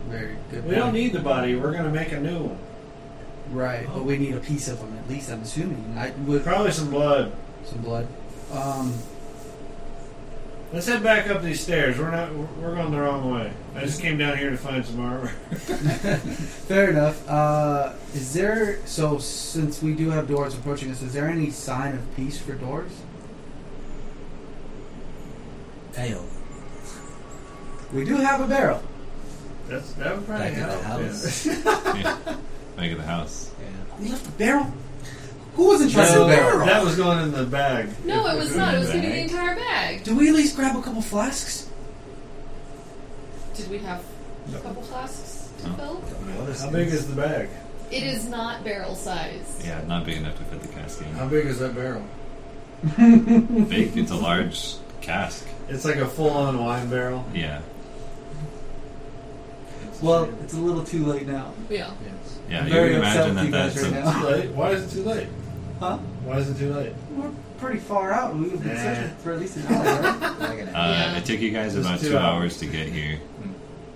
Speaker 4: very good.
Speaker 6: We don't
Speaker 4: point.
Speaker 6: need the body. We're going to make a new one.
Speaker 4: right, but we need a piece of them at least. I'm assuming I would
Speaker 6: Probably some blood.
Speaker 4: some blood. Um,
Speaker 6: Let's head back up these stairs. We're not. We're going the wrong way. I just came down here to find some armor. (laughs)
Speaker 4: fair enough. Uh, is there so since we do have doors approaching us? Is there any sign of peace for doors?
Speaker 7: Pale.
Speaker 4: We do have a barrel.
Speaker 6: That's that would probably
Speaker 7: Back at the
Speaker 6: help. (laughs)
Speaker 7: house.
Speaker 1: Back at the house.
Speaker 4: We left a barrel. Who was interested in
Speaker 6: No,
Speaker 4: a barrel?
Speaker 6: that was going in the bag.
Speaker 2: No, it was not. It was going to be the
Speaker 7: Bag.
Speaker 2: entire bag.
Speaker 4: Do we at least grab a couple flasks?
Speaker 2: Did we have a couple flasks to
Speaker 1: No.
Speaker 2: fill?
Speaker 6: How big is the bag?
Speaker 2: It is not barrel size.
Speaker 1: Yeah, not big enough to fit the cask in.
Speaker 6: big is that barrel?
Speaker 1: Big, it's a large cask.
Speaker 6: It's like a full-on wine barrel.
Speaker 1: Yeah,
Speaker 4: Well, it's a little too late now.
Speaker 2: Yeah.
Speaker 6: Yes.
Speaker 1: yeah.
Speaker 4: I'm
Speaker 1: you
Speaker 4: very
Speaker 1: can
Speaker 4: upset
Speaker 1: imagine
Speaker 4: with
Speaker 1: that
Speaker 4: you guys
Speaker 1: that's a,
Speaker 4: right now. (laughs)
Speaker 6: Too late. Why is it too late?
Speaker 4: Huh?
Speaker 6: Why is it too late?
Speaker 4: We're pretty far out. We've been
Speaker 6: Nah.
Speaker 4: searching for at least an hour. right?
Speaker 1: uh,
Speaker 2: Yeah.
Speaker 1: It took you guys
Speaker 6: Just
Speaker 1: about
Speaker 6: two
Speaker 1: two hours to get here.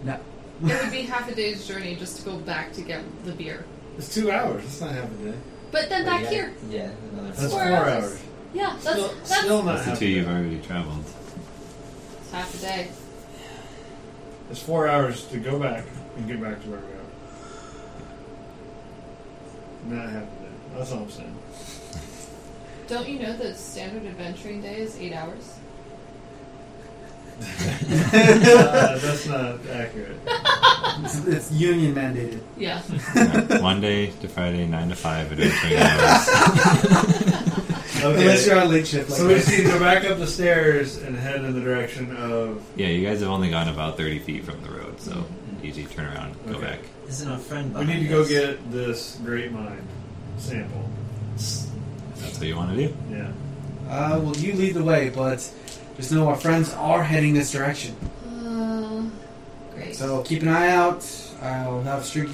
Speaker 2: It would be half a day's journey just to go back to get the beer.
Speaker 6: It's two hours. It's not half a day.
Speaker 2: But then back
Speaker 7: yeah,
Speaker 2: here.
Speaker 7: Yeah, another
Speaker 6: That's
Speaker 2: Four
Speaker 6: four,
Speaker 2: hours.
Speaker 6: hours.
Speaker 2: Yeah, that's,
Speaker 6: Still,
Speaker 2: that's
Speaker 6: still not
Speaker 1: That's the
Speaker 6: half
Speaker 1: two
Speaker 6: a
Speaker 1: you've
Speaker 6: day.
Speaker 1: already
Speaker 4: (laughs)
Speaker 1: traveled.
Speaker 2: half a day.
Speaker 6: It's four hours to go back and get back to where we are. Not half a day. That's all
Speaker 2: (laughs)
Speaker 6: I'm saying.
Speaker 2: Don't you know that standard adventuring day is eight hours?
Speaker 6: Uh, that's not
Speaker 2: (laughs)
Speaker 6: accurate.
Speaker 4: (laughs) it's, it's union mandated.
Speaker 2: Yeah.
Speaker 1: Yeah. Monday to Friday, nine to five, adventuring hours.
Speaker 6: Okay.
Speaker 4: Unless you're on late shift. Like
Speaker 6: So we
Speaker 4: us.
Speaker 6: just need to go back up the stairs and head in the direction of.
Speaker 1: Yeah, you guys have only gone about 30 feet from the road, so
Speaker 4: Mm-hmm.
Speaker 1: easy turnaround, go
Speaker 6: Okay.
Speaker 1: back.
Speaker 7: Isn't our friend
Speaker 6: We
Speaker 7: behind
Speaker 6: need to go
Speaker 7: us?
Speaker 6: get this great mind sample.
Speaker 1: That's what you want to do.
Speaker 2: Oh,
Speaker 6: Yeah.
Speaker 4: Uh, well, you lead the way, but just know our friends are heading this direction.
Speaker 2: Uh, great.
Speaker 4: So keep an eye out. I'll have Streaky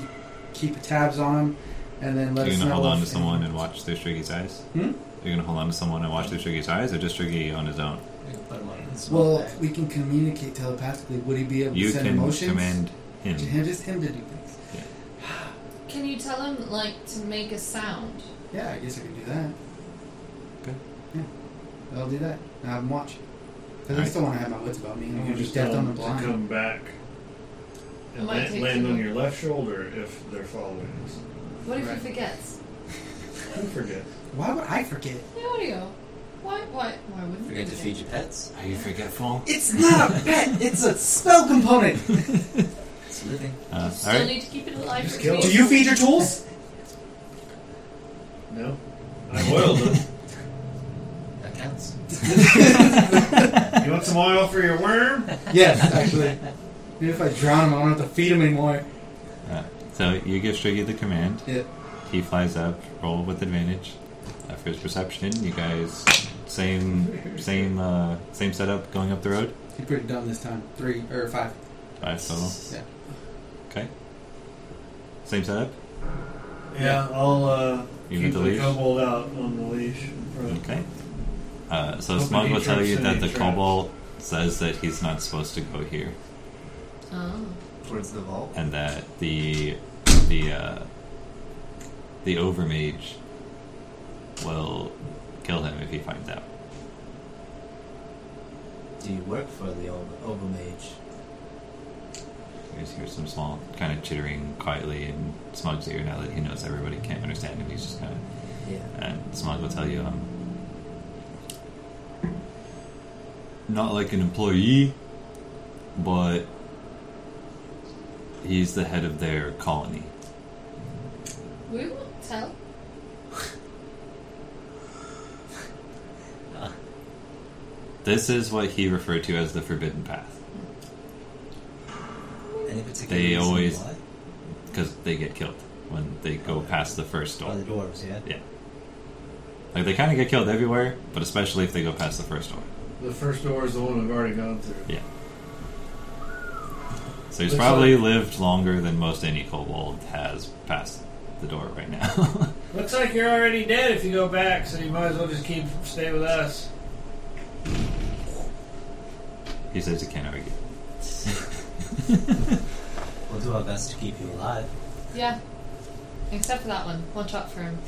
Speaker 4: keep tabs on them, and then let
Speaker 1: You're
Speaker 4: us
Speaker 1: gonna
Speaker 4: know.
Speaker 1: hold on to
Speaker 4: if-
Speaker 1: someone and watch through Striggy's eyes.
Speaker 4: Hmm?
Speaker 1: You're gonna hold on to someone and watch through Striggy's eyes, or just Striggy on his own.
Speaker 7: We can put him on this one
Speaker 4: (laughs) Well,
Speaker 7: there.
Speaker 4: we can communicate telepathically. Would he be able
Speaker 1: You
Speaker 4: to send
Speaker 1: can
Speaker 4: emotions?
Speaker 1: command
Speaker 4: To
Speaker 1: him.
Speaker 4: him, just him to do things.
Speaker 2: Can you tell him, like, to make a sound?
Speaker 4: Yeah, I guess I can do that.
Speaker 1: Okay.
Speaker 4: Yeah, I'll do that. And have him watch. Because I
Speaker 1: Alright.
Speaker 4: still want to have my wits about me.
Speaker 6: You
Speaker 4: I'm going
Speaker 6: can
Speaker 4: to be
Speaker 6: just tell
Speaker 4: deaf, dumb,
Speaker 6: them
Speaker 4: and
Speaker 6: to
Speaker 4: blind.
Speaker 6: come back
Speaker 2: It
Speaker 6: and
Speaker 2: might
Speaker 6: land,
Speaker 2: take
Speaker 6: land
Speaker 2: too
Speaker 6: on
Speaker 2: long.
Speaker 6: your left shoulder if they're following us.
Speaker 2: What if
Speaker 4: Right.
Speaker 2: he forgets?
Speaker 6: I forget.
Speaker 4: Why would I forget?
Speaker 2: The audio. Why, why, why wouldn't
Speaker 7: Forget
Speaker 2: we
Speaker 7: to
Speaker 2: do
Speaker 7: feed
Speaker 2: that?
Speaker 7: your pets.
Speaker 1: Are you forgetful?
Speaker 4: It's not a pet. It's a spell
Speaker 6: (laughs)
Speaker 4: component.
Speaker 7: It's living.
Speaker 1: Uh,
Speaker 2: Still
Speaker 1: all right.
Speaker 2: need to keep it alive
Speaker 6: Just
Speaker 2: for
Speaker 6: kill
Speaker 2: community.
Speaker 6: it.
Speaker 4: Do you feed your tools?
Speaker 6: No. I (laughs) boiled them.
Speaker 7: That counts.
Speaker 6: You want some oil for your worm?
Speaker 4: Yes, actually. Even if I drown him, I don't have to feed him anymore.
Speaker 1: So you give Striggy the command.
Speaker 4: Yeah.
Speaker 1: He flies up. Roll with advantage uh, for his perception. You guys, same, same, uh, same setup going up the road.
Speaker 9: He pretty dumb this time. Three or five.
Speaker 1: Five total.
Speaker 9: Yeah.
Speaker 1: Okay. Same setup.
Speaker 6: Yeah, I'll uh,
Speaker 1: You
Speaker 6: keep
Speaker 1: with the leash.
Speaker 6: kobold out on the leash. Right.
Speaker 1: Okay. Uh, so
Speaker 6: Open
Speaker 1: Smog will
Speaker 6: any
Speaker 1: tell you
Speaker 6: traps,
Speaker 1: that
Speaker 6: any
Speaker 1: the
Speaker 6: traps.
Speaker 1: kobold says that he's not supposed to go here,
Speaker 2: Oh.
Speaker 3: towards the vault.
Speaker 1: and that the the uh, the overmage will kill him if he finds out.
Speaker 3: Do you work for the Over- Overmage?
Speaker 1: You guys hear some small kind of chittering quietly in Smog's ear now that he knows everybody can't understand him. He's just kind of
Speaker 3: Yeah.
Speaker 1: and Smog will tell you, um, not like an employee, but he's the head of their colony.
Speaker 2: We won't tell.
Speaker 1: This is what he referred to as the Forbidden Path
Speaker 3: Any particular
Speaker 1: They
Speaker 3: reason
Speaker 1: always-
Speaker 3: why?
Speaker 1: because they get killed when they go past the first
Speaker 3: By
Speaker 1: door.
Speaker 3: the dwarves, yeah.
Speaker 1: Like they kind of get killed everywhere, but especially if they go past the first door.
Speaker 6: The first door is the one I've already gone through.
Speaker 1: So he's
Speaker 6: Looks
Speaker 1: probably lived longer than most any kobold has past the door right now. (laughs)
Speaker 6: Looks like you're already dead if you go back, so you might as well just keep stay with us.
Speaker 1: he says he can't argue.
Speaker 3: We'll do our best to keep you alive. (laughs)
Speaker 2: Yeah. Except for that one. Watch out for him.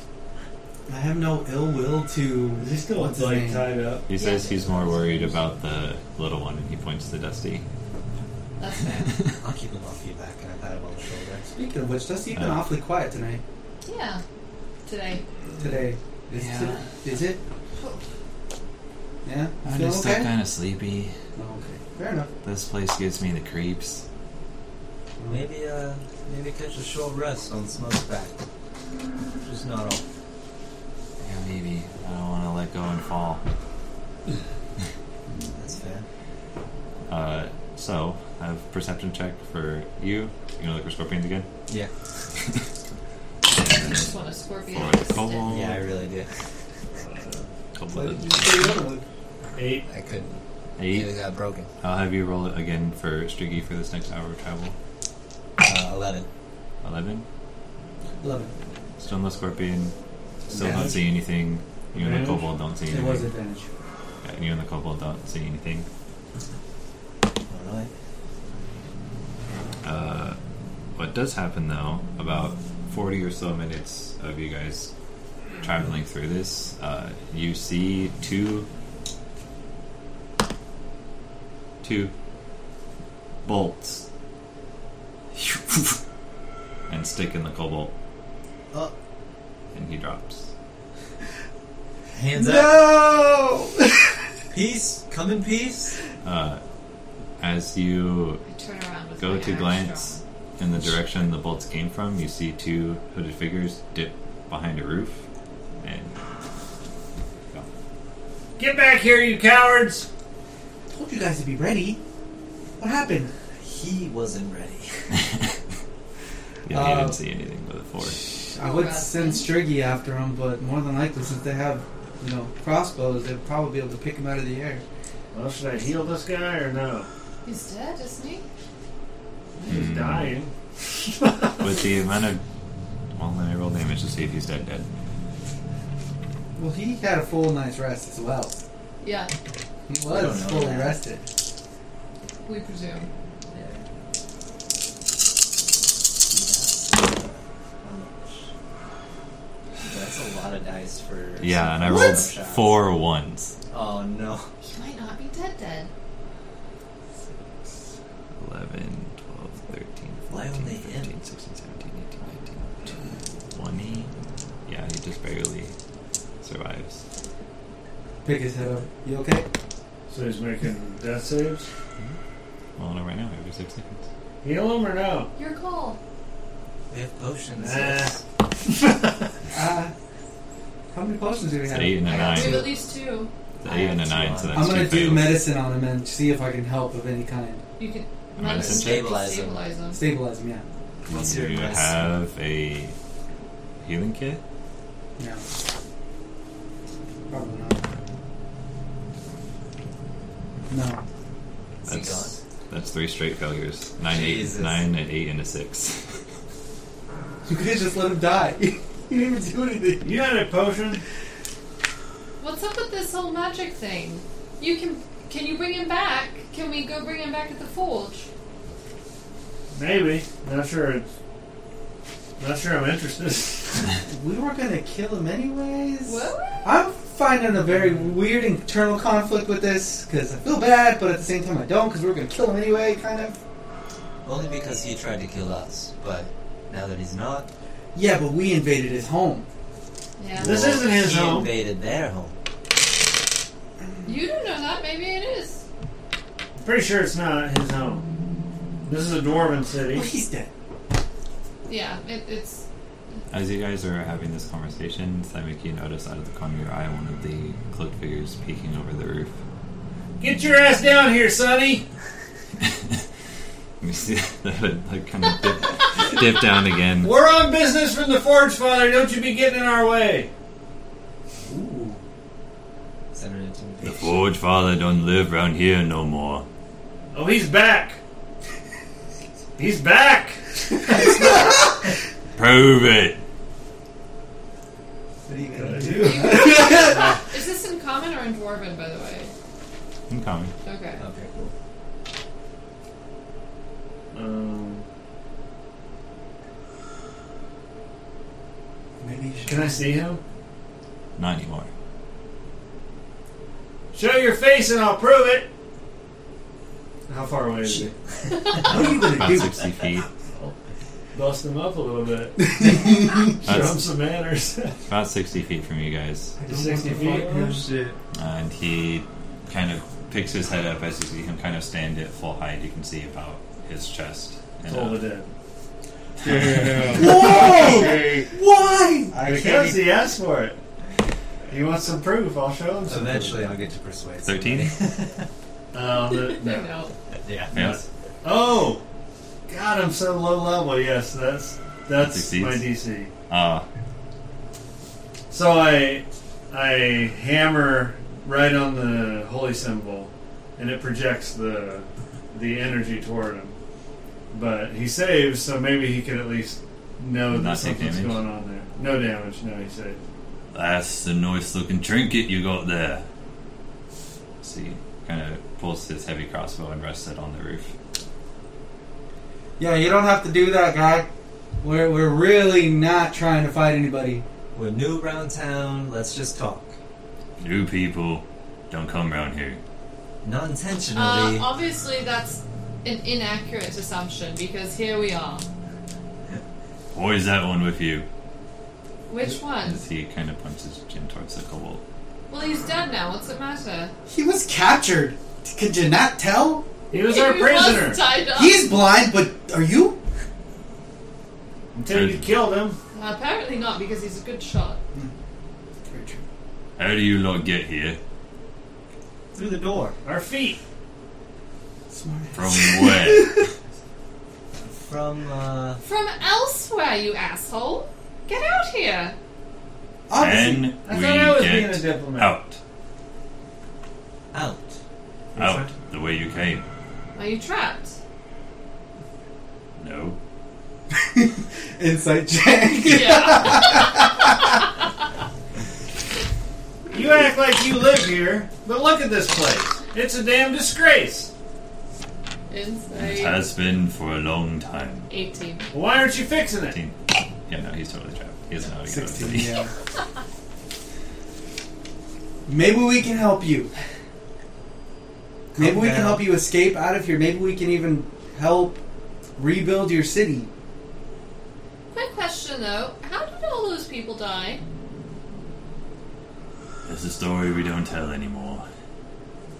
Speaker 4: I have no ill will to.
Speaker 6: Is he still
Speaker 4: What's his
Speaker 6: like
Speaker 4: name?
Speaker 6: tied up?
Speaker 1: He
Speaker 2: Yeah.
Speaker 1: says he's more worried about the little one, and he points to Dusty. (laughs)
Speaker 2: That's fair.
Speaker 3: I'll keep him off your back and I pat him on the shoulder.
Speaker 4: Speaking of which, Dusty, you've been
Speaker 1: Uh.
Speaker 4: awfully quiet tonight.
Speaker 2: yeah. Today.
Speaker 4: Today. Is
Speaker 1: Yeah.
Speaker 4: it? Is it? Yeah? You
Speaker 1: I'm
Speaker 4: feeling
Speaker 1: just
Speaker 4: okay?
Speaker 1: kind of sleepy.
Speaker 4: Oh, okay. Fair enough.
Speaker 1: This place gives me the creeps.
Speaker 3: Maybe, uh, maybe catch a short rest on Smug's back. Just not off.
Speaker 1: Yeah, maybe. I don't want to let go and fall.
Speaker 3: That's fair.
Speaker 1: Uh, so, I have perception check for you. You know, like for scorpions again.
Speaker 3: Yeah.
Speaker 2: I just want a scorpion.
Speaker 1: For
Speaker 2: to
Speaker 1: the
Speaker 2: stick.
Speaker 1: kobold.
Speaker 3: Yeah, I really do.
Speaker 1: Couple
Speaker 4: Why
Speaker 1: of
Speaker 4: did you say the other one?
Speaker 6: Eight.
Speaker 3: I couldn't.
Speaker 1: eight.
Speaker 3: got broken.
Speaker 1: I'll have you roll it again for Striggy for this next hour of travel.
Speaker 3: Uh, 11.
Speaker 1: Eleven.
Speaker 4: Love it.
Speaker 1: Still no scorpion. Still
Speaker 6: Yeah.
Speaker 1: don't see anything. You and the
Speaker 6: Advantage?
Speaker 1: kobold don't see
Speaker 4: It
Speaker 1: anything.
Speaker 4: was advantage.
Speaker 1: Yeah, and you and the kobold don't see anything.
Speaker 3: Alright.
Speaker 1: Uh, what does happen though, about 40 or so minutes of you guys traveling through this, uh, you see two. two bolts. (laughs) and stick in the cobalt.
Speaker 3: Oh.
Speaker 1: And he drops.
Speaker 3: Hands up.
Speaker 4: No!
Speaker 3: Peace. Come in peace.
Speaker 1: Uh, as you
Speaker 2: I turn around with
Speaker 1: Go
Speaker 2: my
Speaker 1: to
Speaker 2: axe
Speaker 1: glance in the direction the bolts came from. You see two hooded figures dip behind a roof, and
Speaker 6: Get back here, you cowards!
Speaker 4: told you guys to be ready. What happened?
Speaker 3: He wasn't ready.
Speaker 1: yeah, you
Speaker 4: Uh,
Speaker 1: didn't see anything with the four.
Speaker 4: I would send Striggy after him, but more than likely, since they have, you know, crossbows, they'd probably be able to pick him out of the air.
Speaker 6: Well, should I heal this guy or no?
Speaker 2: drawn. He's dead, isn't he?
Speaker 6: He's
Speaker 1: Hmm.
Speaker 6: dying.
Speaker 1: With the amount of well, let me roll damage to see if he's dead. Dead.
Speaker 4: Well, he had a full night's rest as well.
Speaker 2: Yeah.
Speaker 4: He
Speaker 3: I don't
Speaker 4: was
Speaker 3: know
Speaker 4: fully
Speaker 3: that.
Speaker 4: rested.
Speaker 2: We presume.
Speaker 3: That's a lot of dice for.
Speaker 1: Yeah, and I
Speaker 3: What?
Speaker 1: rolled four ones.
Speaker 3: Oh no.
Speaker 2: He might not be dead dead.
Speaker 1: 11, 12, 13,
Speaker 3: Why
Speaker 1: 14,
Speaker 3: only
Speaker 1: 15, 16, 17, 18, 19, 20. Yeah, he just barely survives.
Speaker 4: Pick his head up. You okay?
Speaker 6: So he's making death saves?
Speaker 1: Well, no, right now, every six seconds.
Speaker 6: Heal him or no?
Speaker 2: Your call.
Speaker 3: We have potions.
Speaker 6: Nah.
Speaker 3: yes.
Speaker 4: Uh, how many potions do we
Speaker 1: It's
Speaker 4: have?
Speaker 1: an eight and a
Speaker 3: I
Speaker 2: We
Speaker 1: nine.
Speaker 2: have at
Speaker 1: It's
Speaker 2: least two.
Speaker 1: an eight and a nine, so that's
Speaker 4: I'm gonna
Speaker 1: two
Speaker 4: do
Speaker 1: fails.
Speaker 4: medicine on him and see if I can help of any kind.
Speaker 2: You can
Speaker 1: A
Speaker 2: might
Speaker 1: medicine
Speaker 2: just
Speaker 1: check?
Speaker 3: Stabilize him.
Speaker 2: stabilize him.
Speaker 4: Stabilize him, yeah.
Speaker 3: What's your
Speaker 1: you
Speaker 3: medicine?
Speaker 1: have a healing kit?
Speaker 4: No. Probably not. No. (laughs)
Speaker 3: Is he gone?
Speaker 1: That's that's three straight failures. Nine, eight,
Speaker 3: Jesus.
Speaker 1: nine, an eight, and a six. (laughs)
Speaker 4: You could have just let him die. (laughs) you didn't even do anything.
Speaker 6: You had a potion?
Speaker 2: What's up with this whole magic thing? You can can you bring him back? Can we go bring him back at the forge?
Speaker 6: Maybe. Not sure. It's, not sure I'm interested. (laughs)
Speaker 4: We were gonna kill him anyways.
Speaker 2: Whoa!
Speaker 4: I'm finding a very weird internal conflict with this because I feel bad, but at the same time I don't because we're gonna kill him anyway, kind of.
Speaker 3: Only because he tried to kill us, but now that he's not,
Speaker 4: Yeah, but we invaded his home.
Speaker 2: Yeah.
Speaker 6: This
Speaker 3: well,
Speaker 6: isn't his
Speaker 3: he
Speaker 6: home.
Speaker 3: invaded their home.
Speaker 2: You don't know that. Maybe it is.
Speaker 6: Pretty sure it's not his home. This is a dwarven
Speaker 4: Well,
Speaker 6: city.
Speaker 4: he's dead.
Speaker 2: Yeah. It, it's.
Speaker 1: As you guys are having this conversation, Samiki notice out of the corner of your eye one of the cloaked figures peeking over the roof. (laughs)
Speaker 6: Get your ass down here, Sonny!
Speaker 1: You see the hood like kind of dip, dip down again.
Speaker 6: We're on business from the Forge Father, don't you be getting in our way!
Speaker 4: Ooh.
Speaker 3: Is that an
Speaker 1: The
Speaker 3: intimidation?
Speaker 1: Forge Father don't live round here no more.
Speaker 6: Oh, he's back! (laughs) he's back!
Speaker 1: Prove it.
Speaker 4: What are you gonna
Speaker 6: Good
Speaker 4: do?
Speaker 6: idea.
Speaker 2: (laughs) Is this in common or in dwarven, by the way?
Speaker 1: I'm coming.
Speaker 2: Okay.
Speaker 3: Okay, cool.
Speaker 6: Um,
Speaker 4: Maybe you should.
Speaker 6: can I see him?
Speaker 1: Not anymore.
Speaker 6: Show your face and I'll prove it! How far away is he?
Speaker 4: What are you gonna
Speaker 1: About
Speaker 4: do?
Speaker 1: sixty feet.
Speaker 6: Bust him up a little bit. Show him
Speaker 1: That's
Speaker 6: some manners.
Speaker 1: about sixty feet from you guys.
Speaker 4: I don't
Speaker 6: 60
Speaker 4: want to
Speaker 6: feet?
Speaker 4: fight him.
Speaker 1: and he kind of picks his head up as you see him kind of stand at full height. You can see about his chest. And uh,
Speaker 6: Told
Speaker 1: up.
Speaker 6: the dead.
Speaker 4: Whoa! Why?
Speaker 7: I
Speaker 6: Because he asked for it. He wants some proof. I'll show him some.
Speaker 7: Eventually, I'll get to persuade.
Speaker 1: Thirteen.
Speaker 6: Uh, the-
Speaker 2: No.
Speaker 6: no.
Speaker 7: Yeah.
Speaker 1: (laughs) Yes.
Speaker 6: Oh, God! I'm so low level. Yes, that's that's
Speaker 1: Succeeds.
Speaker 6: my DC.
Speaker 1: Uh,
Speaker 6: So I I hammer right on the holy symbol, and it projects the the energy toward him. But he saves, so maybe he could at least know
Speaker 1: Not
Speaker 6: that
Speaker 1: take
Speaker 6: something's
Speaker 1: damage.
Speaker 6: going on there. No damage. No, he saves.
Speaker 1: that's a nice looking trinket you got there. See, kind of pulls his heavy crossbow and rests it on the roof.
Speaker 4: Yeah, you don't have to do that, guy. We're, we're really not trying to fight anybody.
Speaker 7: We're new around town. Let's just talk.
Speaker 1: New people don't come round here.
Speaker 7: Not intentionally.
Speaker 2: Uh, obviously, that's an inaccurate assumption because here we are.
Speaker 1: Or is that one with you?
Speaker 2: Which one?
Speaker 1: As he kind of punches Jin towards the cobalt.
Speaker 2: Well, he's dead now. What's it matter?
Speaker 4: He was captured. Could you not tell?
Speaker 6: He
Speaker 2: (laughs)
Speaker 6: was
Speaker 2: He
Speaker 6: our prisoner
Speaker 2: Was tied up.
Speaker 4: He's blind, but are you?
Speaker 6: until you killed him.
Speaker 2: Uh, Apparently not because he's a good shot.
Speaker 4: Very true.
Speaker 1: How do you lot get here?
Speaker 7: through the door.
Speaker 6: Our feet.
Speaker 4: Smart.
Speaker 6: (laughs)
Speaker 1: From where?
Speaker 7: From, uh.
Speaker 2: From elsewhere, you asshole! Get out here!
Speaker 4: Obviously,
Speaker 1: and
Speaker 6: I
Speaker 1: we
Speaker 6: thought I was being a
Speaker 1: get
Speaker 6: diplomat.
Speaker 1: out.
Speaker 7: Out.
Speaker 1: Out. The way you came.
Speaker 2: Are you trapped?
Speaker 1: No.
Speaker 4: insight (laughs) check.
Speaker 2: Yeah.
Speaker 6: You act like you live here, but look at this place. It's a damn disgrace.
Speaker 1: It
Speaker 2: Insane.
Speaker 1: has been for a long time.
Speaker 2: 18.
Speaker 6: Why aren't you fixing it?
Speaker 1: 16. Yeah, no, he's totally trapped. He doesn't know how to get out of the city.
Speaker 4: 16, yeah. Maybe we can help you. Maybe
Speaker 7: Calm
Speaker 4: we can
Speaker 7: down.
Speaker 4: help you escape out of here. Maybe we can even help rebuild your city.
Speaker 2: Quick question though how did all those people die?
Speaker 1: It's a story we don't tell anymore.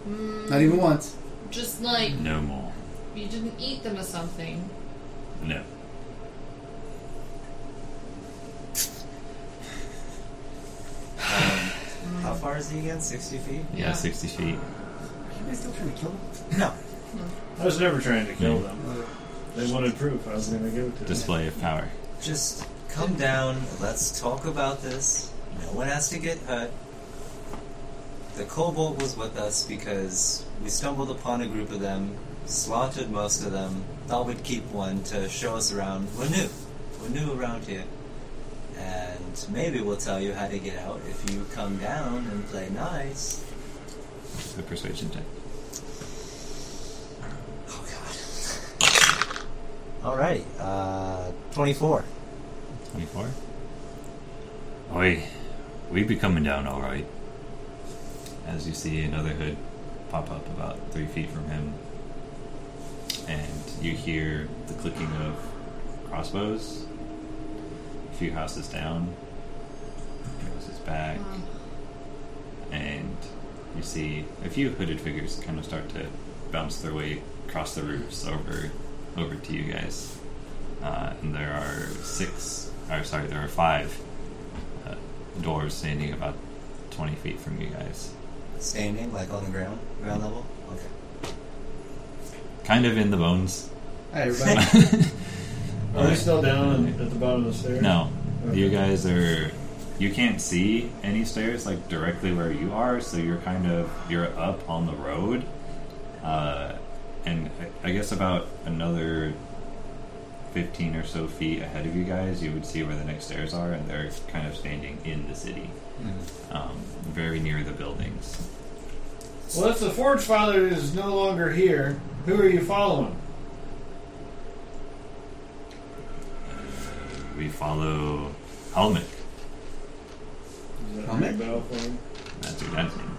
Speaker 4: Not even once.
Speaker 2: Just like
Speaker 1: No more.
Speaker 2: you didn't eat them or something.
Speaker 1: No.
Speaker 7: How far is he again? 60 feet?
Speaker 1: Yeah, 60 feet.
Speaker 4: Are you guys still trying to kill him?
Speaker 6: I was never trying to kill
Speaker 1: Yeah.
Speaker 6: them. They wanted proof. I was going to give it to them.
Speaker 1: Display of power.
Speaker 7: Just
Speaker 3: Come down. Let's talk about this. No one has to get hurt. The kobold was with us because we stumbled upon a group of them, slaughtered most of them. Thought we'd keep one to show us around. We're new. We're new around here. And maybe we'll tell you how to get out if you come down and play nice.
Speaker 1: The persuasion check.
Speaker 3: Oh god. (laughs) Alrighty. Uh, 24.
Speaker 1: 24. Oi, we be coming down alright. As you see another hood pop up about three feet from him, and you hear the clicking of crossbows a few houses down. He goes his back,
Speaker 2: Um,
Speaker 1: and you see a few hooded figures kind of start to bounce their way across the roofs over over to you guys. Uh, and there are six, or sorry, there are five uh, dwarves standing about 20 feet from you guys.
Speaker 3: Standing, like on the ground, ground level? Okay.
Speaker 1: Kind of in the bones.
Speaker 4: Hi, everybody.
Speaker 6: Are they still down at the bottom of the stairs?
Speaker 1: No,
Speaker 6: Okay.
Speaker 1: you guys are. You can't see any stairs like directly where you are, so you're kind of you're up on the road, uh, and I- I guess about another fifteen or so feet ahead of you guys, you would see where the next stairs are, and they're kind of standing in the city, um, very near the buildings.
Speaker 6: Well, if the Forge Father is no longer here, who are you following?
Speaker 1: We follow Helmick.
Speaker 6: Does that
Speaker 4: Helmet?
Speaker 6: ring a bell for you?
Speaker 1: That's your dad's name.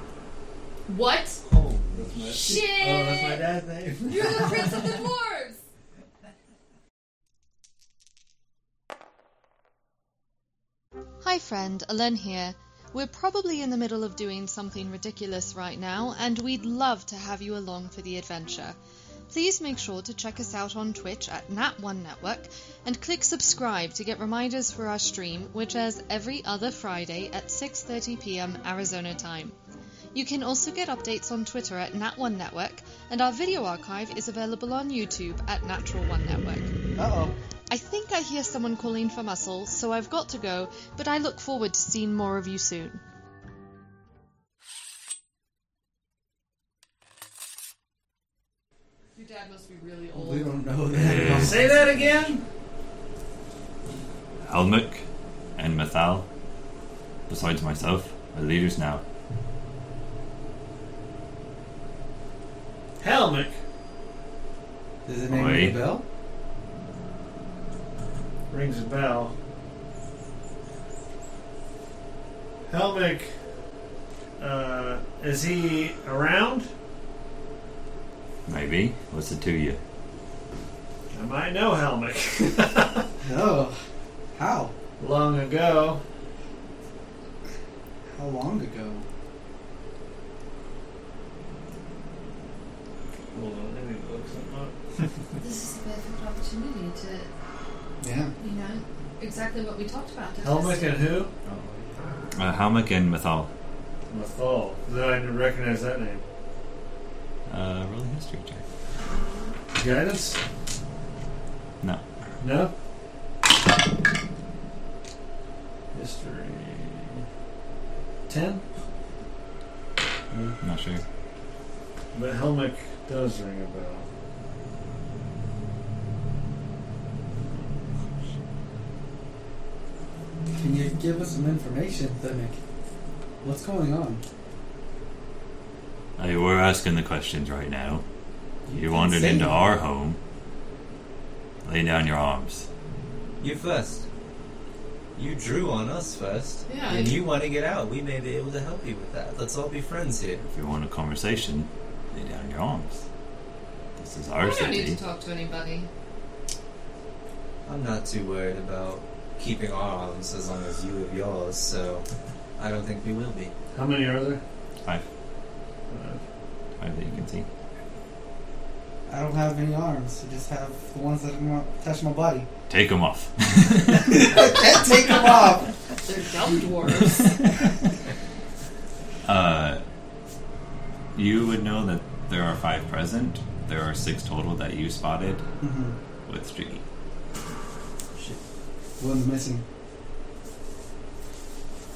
Speaker 2: What?
Speaker 7: Oh,
Speaker 6: That's my-
Speaker 2: Shit!
Speaker 7: oh, that's my dad's name.
Speaker 2: You're
Speaker 7: (laughs)
Speaker 2: the prince of the dwarves. Hi, friend, Alen here. We're probably in the middle of doing something ridiculous right now, and we'd love to have you along for the adventure. Please make sure to check us out on Twitch at Nat1 Network and click subscribe to get reminders for our stream, which airs every other Friday at 6:30 p.m. Arizona time. You can also get updates on Twitter at Nat1 Network, and our video archive is available on YouTube at Natural One Network.
Speaker 4: Uh-oh.
Speaker 2: I think I hear someone calling for muscle, so I've got to go, but I look forward to seeing more of you soon. Your dad must be really
Speaker 4: We don't know that.
Speaker 6: Say that again?
Speaker 1: Helmut and Mathal, besides myself, are leaders now.
Speaker 6: Helmick
Speaker 4: Does it name
Speaker 1: Oi.
Speaker 4: ring a bell?
Speaker 6: rings a bell. Helmick, uh, is he around?
Speaker 1: Maybe. What's the two of you?
Speaker 6: I might know Helmick.
Speaker 4: No. How?
Speaker 6: Long ago,
Speaker 4: How long ago?
Speaker 6: hold on, I need to look something up.
Speaker 2: This is a perfect opportunity to,
Speaker 4: Yeah.
Speaker 2: you know, exactly what we talked about. to
Speaker 6: Helmick
Speaker 2: test it.
Speaker 6: and who?
Speaker 1: Uh, Helmut and Mathal.
Speaker 6: Mathol. Then I didn't recognize that name.
Speaker 1: Uh, roll a history check.
Speaker 6: Guidance?
Speaker 1: No.
Speaker 6: No? History. 10?
Speaker 1: I'm not sure.
Speaker 6: But Helmick does ring a bell.
Speaker 4: Can you give us some information, Thimic? What's going on?
Speaker 1: Hey, Uh, we're asking the questions right now. You wandered
Speaker 4: Insane.
Speaker 1: into our home. Lay down your arms.
Speaker 3: You first. You drew on us first.
Speaker 2: Yeah,
Speaker 3: And
Speaker 2: I-
Speaker 3: you want to get out. We may be able to help you with that. Let's all be friends here.
Speaker 1: If you want a conversation, lay down your arms. This is our
Speaker 2: I don't need
Speaker 1: city.
Speaker 2: to talk to anybody.
Speaker 3: I'm not too worried about keeping our arms as long as you have yours, so I don't think we will be.
Speaker 6: How many are there?
Speaker 1: Five.
Speaker 6: Uh,
Speaker 1: Five that you can see.
Speaker 4: I don't have any arms. I just have the ones that can touch my body.
Speaker 1: Take them off. (laughs)
Speaker 4: I can't take them off.
Speaker 2: They're dumb dwarves.
Speaker 1: Uh, you would know that there are five present. There
Speaker 4: Mm-hmm.
Speaker 1: are six total that you spotted
Speaker 4: Mhm.
Speaker 1: with Streaky.
Speaker 3: Shit.
Speaker 4: One's missing.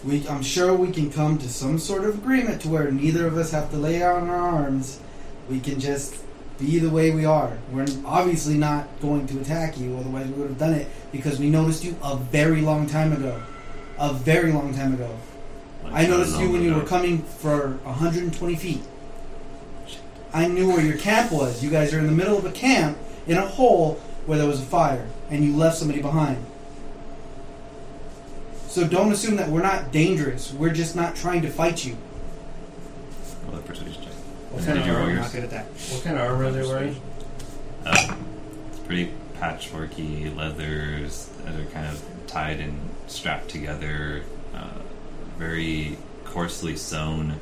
Speaker 4: We, I'm sure we can come to some sort of agreement to where neither of us have to lay out on our arms. We can just be the way we are. We're obviously not going to attack you, otherwise we would have done it because we noticed you a very long time ago. A very long time ago. I noticed you when you were coming for 120 feet. I knew where your camp was. You guys are in the middle of a camp in a hole where there was a fire, and you left somebody behind. So don't assume that we're not dangerous. We're just not trying to fight you.
Speaker 1: Well, that persuasion check. And
Speaker 8: What
Speaker 1: did
Speaker 8: kind of
Speaker 1: you roll
Speaker 8: armor? You're
Speaker 1: yours?
Speaker 8: not good at that.
Speaker 6: What kind of armor are they wearing?
Speaker 1: Uh, it's pretty patchworky leathers that are kind of tied and strapped together, uh, very coarsely sewn.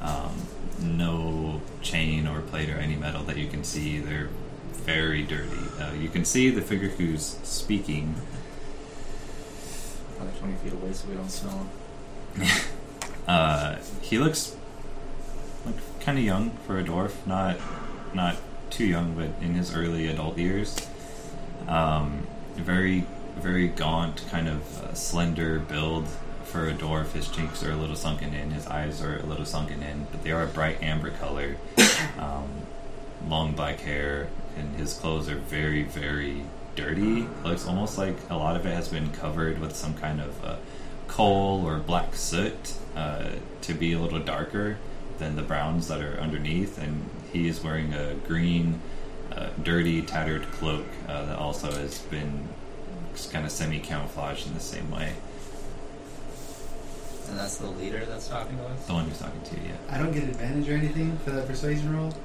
Speaker 1: Um, no chain or plate or any metal that you can see. They're very dirty. Uh, you can see the figure who's speaking.
Speaker 7: Probably 20 feet away so we don't smell him.
Speaker 1: Uh, he looks like kind of young for a dwarf, not not too young, but in his early adult years. Um, very very gaunt, kind of uh, slender build for a dwarf. His cheeks are a little sunken in, his eyes are a little sunken in, but they are a bright amber color. um, long black hair, and his clothes are very very dirty. Looks almost like a lot of it has been covered with some kind of. Uh, coal or black soot uh, to be a little darker than the browns that are underneath, and he is wearing a green, uh, dirty, tattered cloak uh, that also has been kind of semi camouflaged in the same way.
Speaker 7: And that's the leader that's talking to us?
Speaker 1: The one who's talking to you, yeah.
Speaker 8: I don't get advantage or anything for that persuasion roll. (laughs)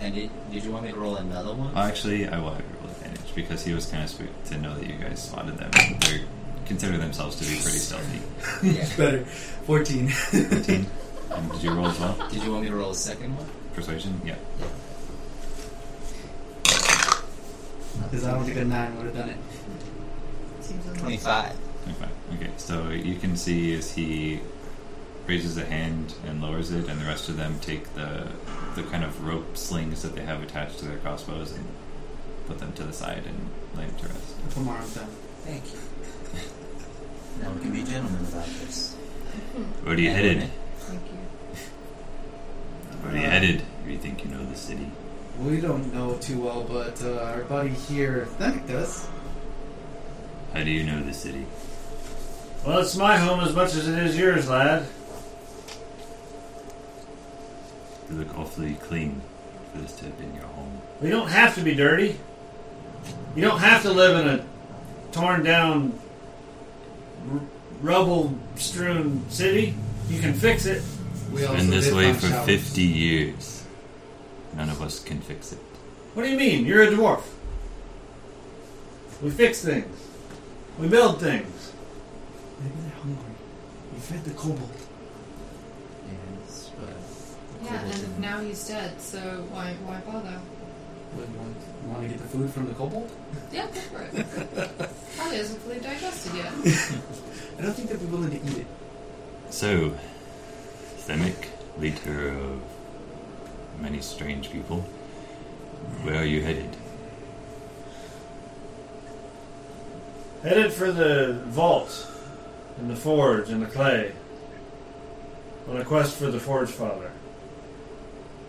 Speaker 7: And did, did you want me to roll another one?
Speaker 1: Oh, actually, I will have your roll advantage because he was kind of spooked to know that you guys spotted them. They consider themselves to be pretty stealthy.
Speaker 7: yeah.
Speaker 8: Better. (laughs) 14.
Speaker 1: 13. And did you roll as well?
Speaker 7: Did you want me to roll a second one?
Speaker 1: Persuasion? Yeah.
Speaker 8: Because I don't think a 9 would have done it.
Speaker 2: (laughs) Seems unlikely.
Speaker 7: 25.
Speaker 1: 25. Okay, so you can see as he raises a hand and lowers it, and the rest of them take the the kind of rope slings that they have attached to their crossbows and put them to the side and lay them to rest.
Speaker 8: Tomorrow then.
Speaker 7: Thank you. Now we can be gentlemen about this.
Speaker 1: Where are you headed?
Speaker 2: Thank you.
Speaker 1: Where are you headed? You think you know the city?
Speaker 8: We don't know too well, but uh, our buddy here, Themic does.
Speaker 1: How do you know the city?
Speaker 6: Well, it's my home as much as it is yours, lad.
Speaker 1: You look awfully clean for this to have been your home.
Speaker 6: We don't have to be dirty. You don't have to live in a torn down, r- rubble strewn city. You can fix it.
Speaker 8: We
Speaker 1: Been this
Speaker 8: did
Speaker 1: way
Speaker 8: find
Speaker 1: for
Speaker 8: showers.
Speaker 1: 50 years. None of us can fix it.
Speaker 6: What do you mean? You're a dwarf. We fix things. We build things.
Speaker 8: Maybe they're hungry. You fed the kobold.
Speaker 7: Yes, but.
Speaker 2: Yeah, and now he's dead, so why why bother?
Speaker 8: What, you want, you want to get the food from the kobold?
Speaker 2: Yeah, go for it. Probably hasn't fully digested yet.
Speaker 8: I don't think they'd be willing to eat it.
Speaker 1: So, Themic, leader of many strange people, where are you headed?
Speaker 6: Headed for the vault, and the forge, and the clay. On a quest for the Forge Father.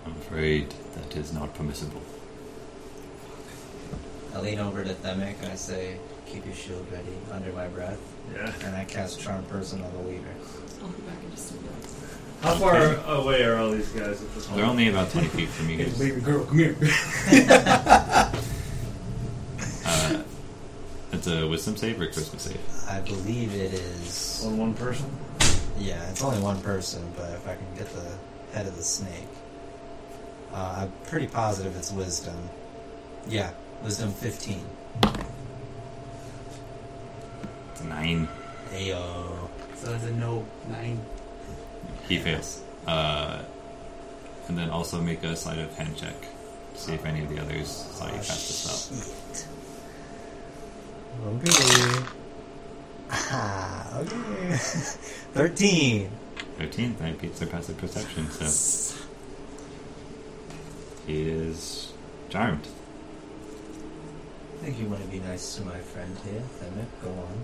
Speaker 1: I'm afraid that is not permissible.
Speaker 7: I lean over to Themic and I say, keep your shield ready under my breath.
Speaker 6: Yeah.
Speaker 7: And I cast Charm Person on the leader.
Speaker 2: I'll be back in just a minute.
Speaker 6: How far away are all these guys at this point?
Speaker 1: They're only about 20 feet from you
Speaker 8: Hey,
Speaker 1: guys.
Speaker 8: baby girl, come here.
Speaker 1: Uh, it's a wisdom save or Christmas save?
Speaker 7: I believe it is.
Speaker 6: On one person?
Speaker 7: Yeah, it's only one person, but if I can get the head of the snake. Uh, I'm pretty positive it's wisdom. Yeah, wisdom 15.
Speaker 1: It's a nine.
Speaker 7: Ayo.
Speaker 8: So that's a no. 9.
Speaker 1: He fails. Uh, and then also make a sleight of hand check. See if any of the others saw you
Speaker 7: Ah,
Speaker 1: pass this up.
Speaker 7: shit. Okay. Ah, Oh, okay. (laughs) 13.
Speaker 1: 13th, that beats their passive perception, so he is charmed.
Speaker 3: think you want to be nice to my friend here, Themit. Go on.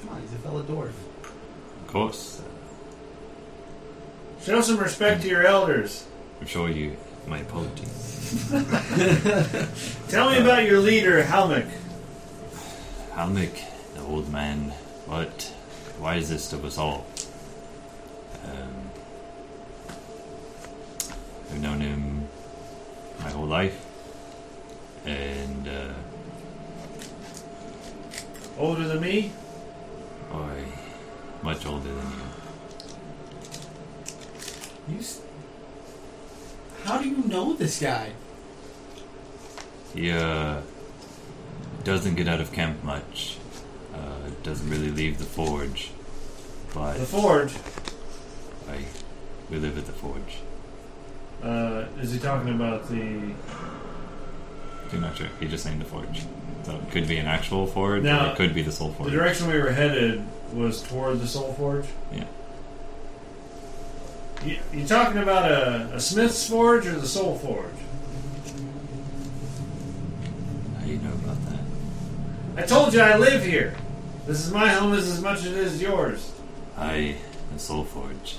Speaker 10: Come on, he's a fellow dwarf.
Speaker 1: Of course.
Speaker 6: Show some respect to your elders.
Speaker 1: I'm sure you. My apologies.
Speaker 6: Tell me about your leader, Helmick.
Speaker 1: Halmick, the old man, what wisest of us all. Um, I've known him my whole life, and uh,
Speaker 6: Older than me?
Speaker 1: I much older than you.
Speaker 4: You. s- How do you know this guy?
Speaker 1: He uh, doesn't get out of camp much. Uh, doesn't really leave the forge, but
Speaker 6: The Forge.
Speaker 1: I we live at the forge.
Speaker 6: Uh, is he talking about the.
Speaker 1: I'm not sure. He just named the forge, so it could be an actual forge, or
Speaker 6: Now,
Speaker 1: it could be the soul forge.
Speaker 6: The direction we were headed was toward the Soul Forge?
Speaker 1: Yeah.
Speaker 6: You, you talking about a, a Smith's Forge or the Soul Forge?
Speaker 1: How do you know about that?
Speaker 6: I told you I live here. This is my home as much as it is yours.
Speaker 1: I am Soul Forge.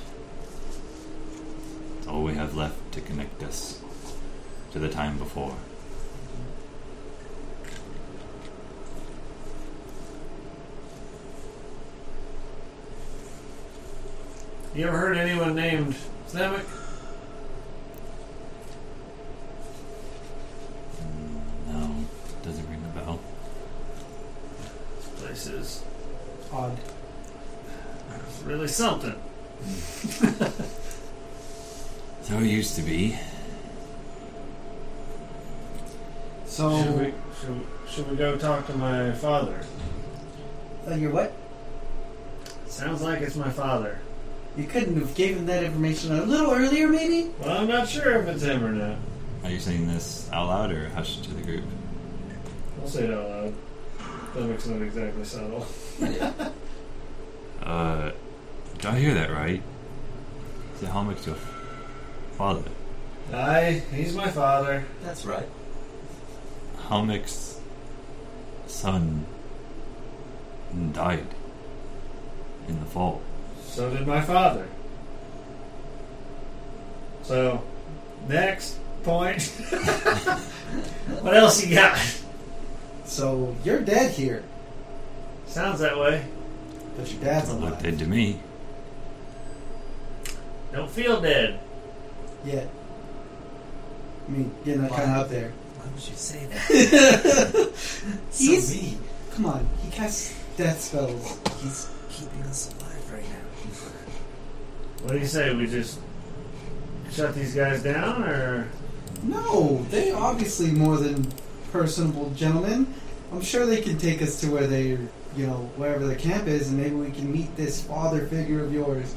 Speaker 1: It's all we have left to connect us to the time before.
Speaker 6: You ever heard anyone named Themic?
Speaker 1: No, doesn't ring a bell.
Speaker 6: This is
Speaker 4: Odd.
Speaker 6: really something.
Speaker 1: So it used to be.
Speaker 4: Oh.
Speaker 6: Should
Speaker 10: So,
Speaker 6: we, should, we- should we go talk to my father?
Speaker 10: uh, you're what?
Speaker 6: Sounds like it's my father.
Speaker 10: You couldn't have gave him that information a little earlier, maybe?
Speaker 6: Well, I'm not sure if it's him or not.
Speaker 1: Are you saying this out loud or hushed to the group?
Speaker 6: I'll say it out loud. Themic's not exactly subtle.
Speaker 1: Uh, did I hear that right? Is it Helmic's your father?
Speaker 6: Aye, he's my father.
Speaker 11: That's right.
Speaker 1: Helmic's son died in the fall.
Speaker 6: So did my father. So, next point. (laughs) what else you got?
Speaker 4: So you're dead here,
Speaker 6: Sounds that way.
Speaker 4: but your dad's
Speaker 1: That's what
Speaker 4: alive.
Speaker 1: they did to me.
Speaker 6: Don't feel dead.
Speaker 4: Yeah. I mean, getting that kind of up there.
Speaker 3: Why would you say that? (laughs) so
Speaker 4: He's-
Speaker 3: mean.
Speaker 4: Come on, he casts death spells.
Speaker 3: He's keeping us alive right now.
Speaker 6: What do you say? We just shut these guys down, or
Speaker 4: No, they obviously more than personable gentlemen. I'm sure they can take us to where they, you know, wherever the camp is, and maybe we can meet this father figure of yours,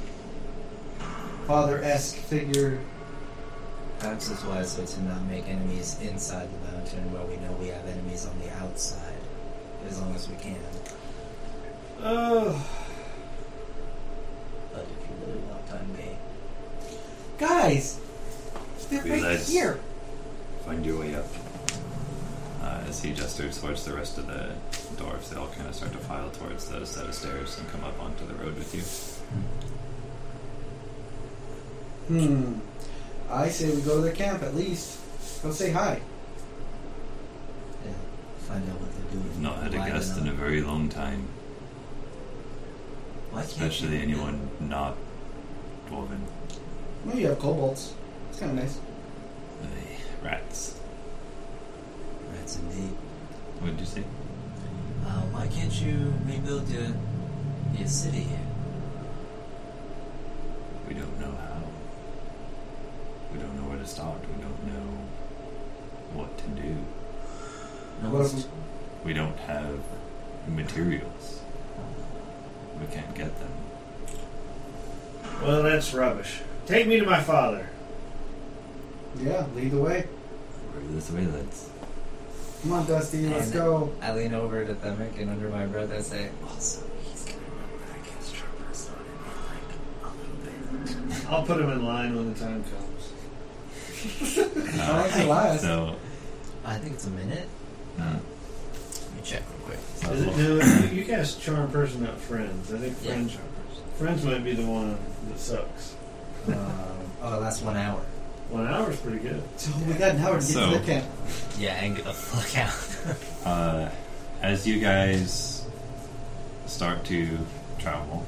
Speaker 4: father-esque figure.
Speaker 3: Perhaps it's wiser to not make enemies inside the mountain where we know we have enemies on the outside, as long as we can.
Speaker 4: Oh,
Speaker 3: But if you really want time, me,
Speaker 4: guys, they're
Speaker 1: We
Speaker 4: right
Speaker 1: lads.
Speaker 4: here.
Speaker 1: Find your way up. Uh, as he gestures towards the rest of the dwarfs, they all kind of start to file towards the set of stairs and come up onto the road with you.
Speaker 4: Hmm. I say we go to their camp at least. Go say hi.
Speaker 3: yeah, find out what they're
Speaker 1: I've
Speaker 3: doing.
Speaker 1: not had a
Speaker 3: Why they're
Speaker 1: guest in a
Speaker 3: not-
Speaker 1: very long time,
Speaker 3: Why can't
Speaker 1: especially
Speaker 3: you-
Speaker 1: anyone not dwarven.
Speaker 4: Well, you have kobolds. It's kind of nice.
Speaker 1: Ay, rats.
Speaker 3: Rats indeed.
Speaker 1: What did you say?
Speaker 3: Uh, why can't you rebuild your your city here?
Speaker 1: We don't know how. We don't know where to start. We don't know what to do.
Speaker 3: No
Speaker 4: What
Speaker 3: one's
Speaker 4: if
Speaker 1: We don't have materials. We can't get them.
Speaker 6: well, that's rubbish. Take me to my father.
Speaker 4: Yeah, lead the way.
Speaker 1: We're this way, let's.
Speaker 4: Come on, Dusty, let's
Speaker 3: And-
Speaker 4: go. Oh,
Speaker 3: I lean over to Themic and under my breath I say, also, he's gonna know that I cast Sharp Eyes on him in like a little bit.
Speaker 6: I'll put him in line when the time comes.
Speaker 4: How long's it last?
Speaker 1: So,
Speaker 3: I think it's a minute.
Speaker 1: uh,
Speaker 7: me check real quick.
Speaker 1: It's not
Speaker 6: Is it,
Speaker 1: long.
Speaker 6: no, you, you cast charm person, not friends. I think
Speaker 7: Yeah.
Speaker 6: friends, friends might be the one that sucks.
Speaker 7: Um, oh, it lasts one hour.
Speaker 6: One hour's pretty good.
Speaker 8: So
Speaker 4: Oh
Speaker 8: we got an hour to get
Speaker 1: So-
Speaker 8: to the camp.
Speaker 7: Yeah, and get the fuck out.
Speaker 1: Uh, as you guys start to travel,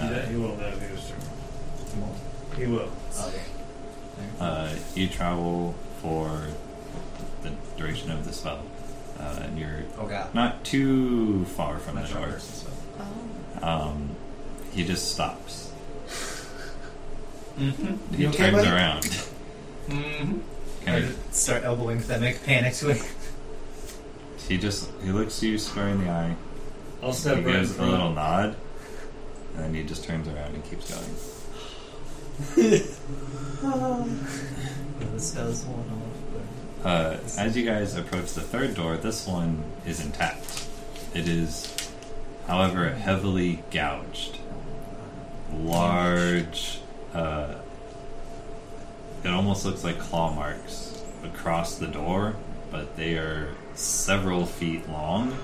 Speaker 6: He
Speaker 1: uh,
Speaker 6: don't- he will know if he was charmed. He will.
Speaker 3: Oh,
Speaker 7: Okay.
Speaker 1: uh, you travel for the duration of the spell, uh, and you're
Speaker 7: Oh god.
Speaker 1: not too far from
Speaker 7: Not
Speaker 1: the
Speaker 7: sure.
Speaker 1: door.
Speaker 2: Oh.
Speaker 1: Um, he just stops.
Speaker 7: Mm-hmm.
Speaker 1: He
Speaker 8: You okay,
Speaker 1: turns
Speaker 8: buddy?
Speaker 1: around.
Speaker 7: Mm-hmm.
Speaker 1: And
Speaker 7: start elbowing with that make panicked
Speaker 3: (laughs)
Speaker 7: way.
Speaker 1: he just he looks you square in the eye.
Speaker 6: I'll
Speaker 1: he
Speaker 6: step right in
Speaker 1: gives a little
Speaker 6: front.
Speaker 1: nod, and then he just turns around and keeps going.
Speaker 7: the spell's worn off.
Speaker 1: Uh, as you guys approach the third door, this one is intact. It is, however, heavily gouged. Large. Uh, it almost looks like claw marks across the door, but they are several feet long,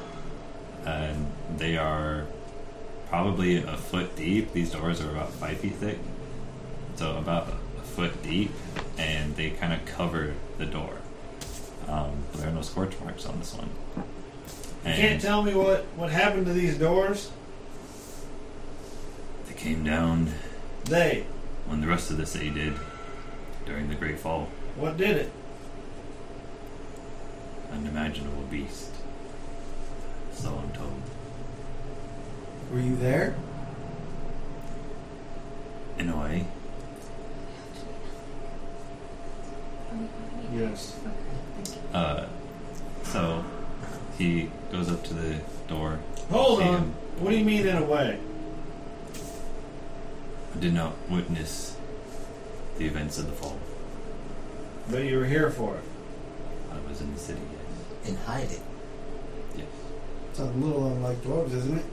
Speaker 1: and they are probably a foot deep. These doors are about five feet thick, so about a foot deep, and they kind of cover the door. Um, but there are no scorch marks on this one.
Speaker 6: You can't
Speaker 1: And
Speaker 6: tell me what, what happened to these doors?
Speaker 1: they came down
Speaker 6: They.
Speaker 1: when the rest of the city did during the Great Fall.
Speaker 6: What did it?
Speaker 1: Unimaginable beast. So I'm told.
Speaker 8: Were you there?
Speaker 1: In a way,
Speaker 6: Yes.
Speaker 1: uh, so he goes up to the door.
Speaker 6: Hold
Speaker 1: See
Speaker 6: on.
Speaker 1: him.
Speaker 6: What do you mean in a way?
Speaker 1: I did not witness the events of the fall.
Speaker 6: But you were here for it.
Speaker 1: I was in the city. Yes.
Speaker 7: And hide it.
Speaker 1: Yes.
Speaker 8: It's a little unlike dwarves, isn't it?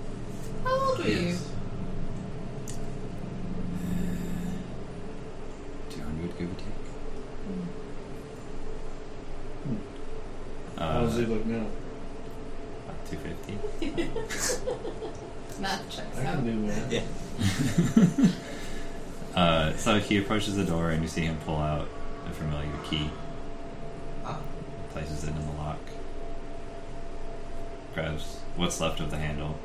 Speaker 2: How old were you?
Speaker 1: Two hundred, give or take.
Speaker 2: Hmm.
Speaker 6: How does
Speaker 1: Uh,
Speaker 6: he look now?
Speaker 1: two fifty.
Speaker 2: Math checks
Speaker 6: I
Speaker 2: out.
Speaker 6: can do that.
Speaker 7: Yeah.
Speaker 1: Uh, so he approaches the door, and you see him pull out a familiar key.
Speaker 7: Ah.
Speaker 1: Places it in the lock. Grabs what's left of the handle.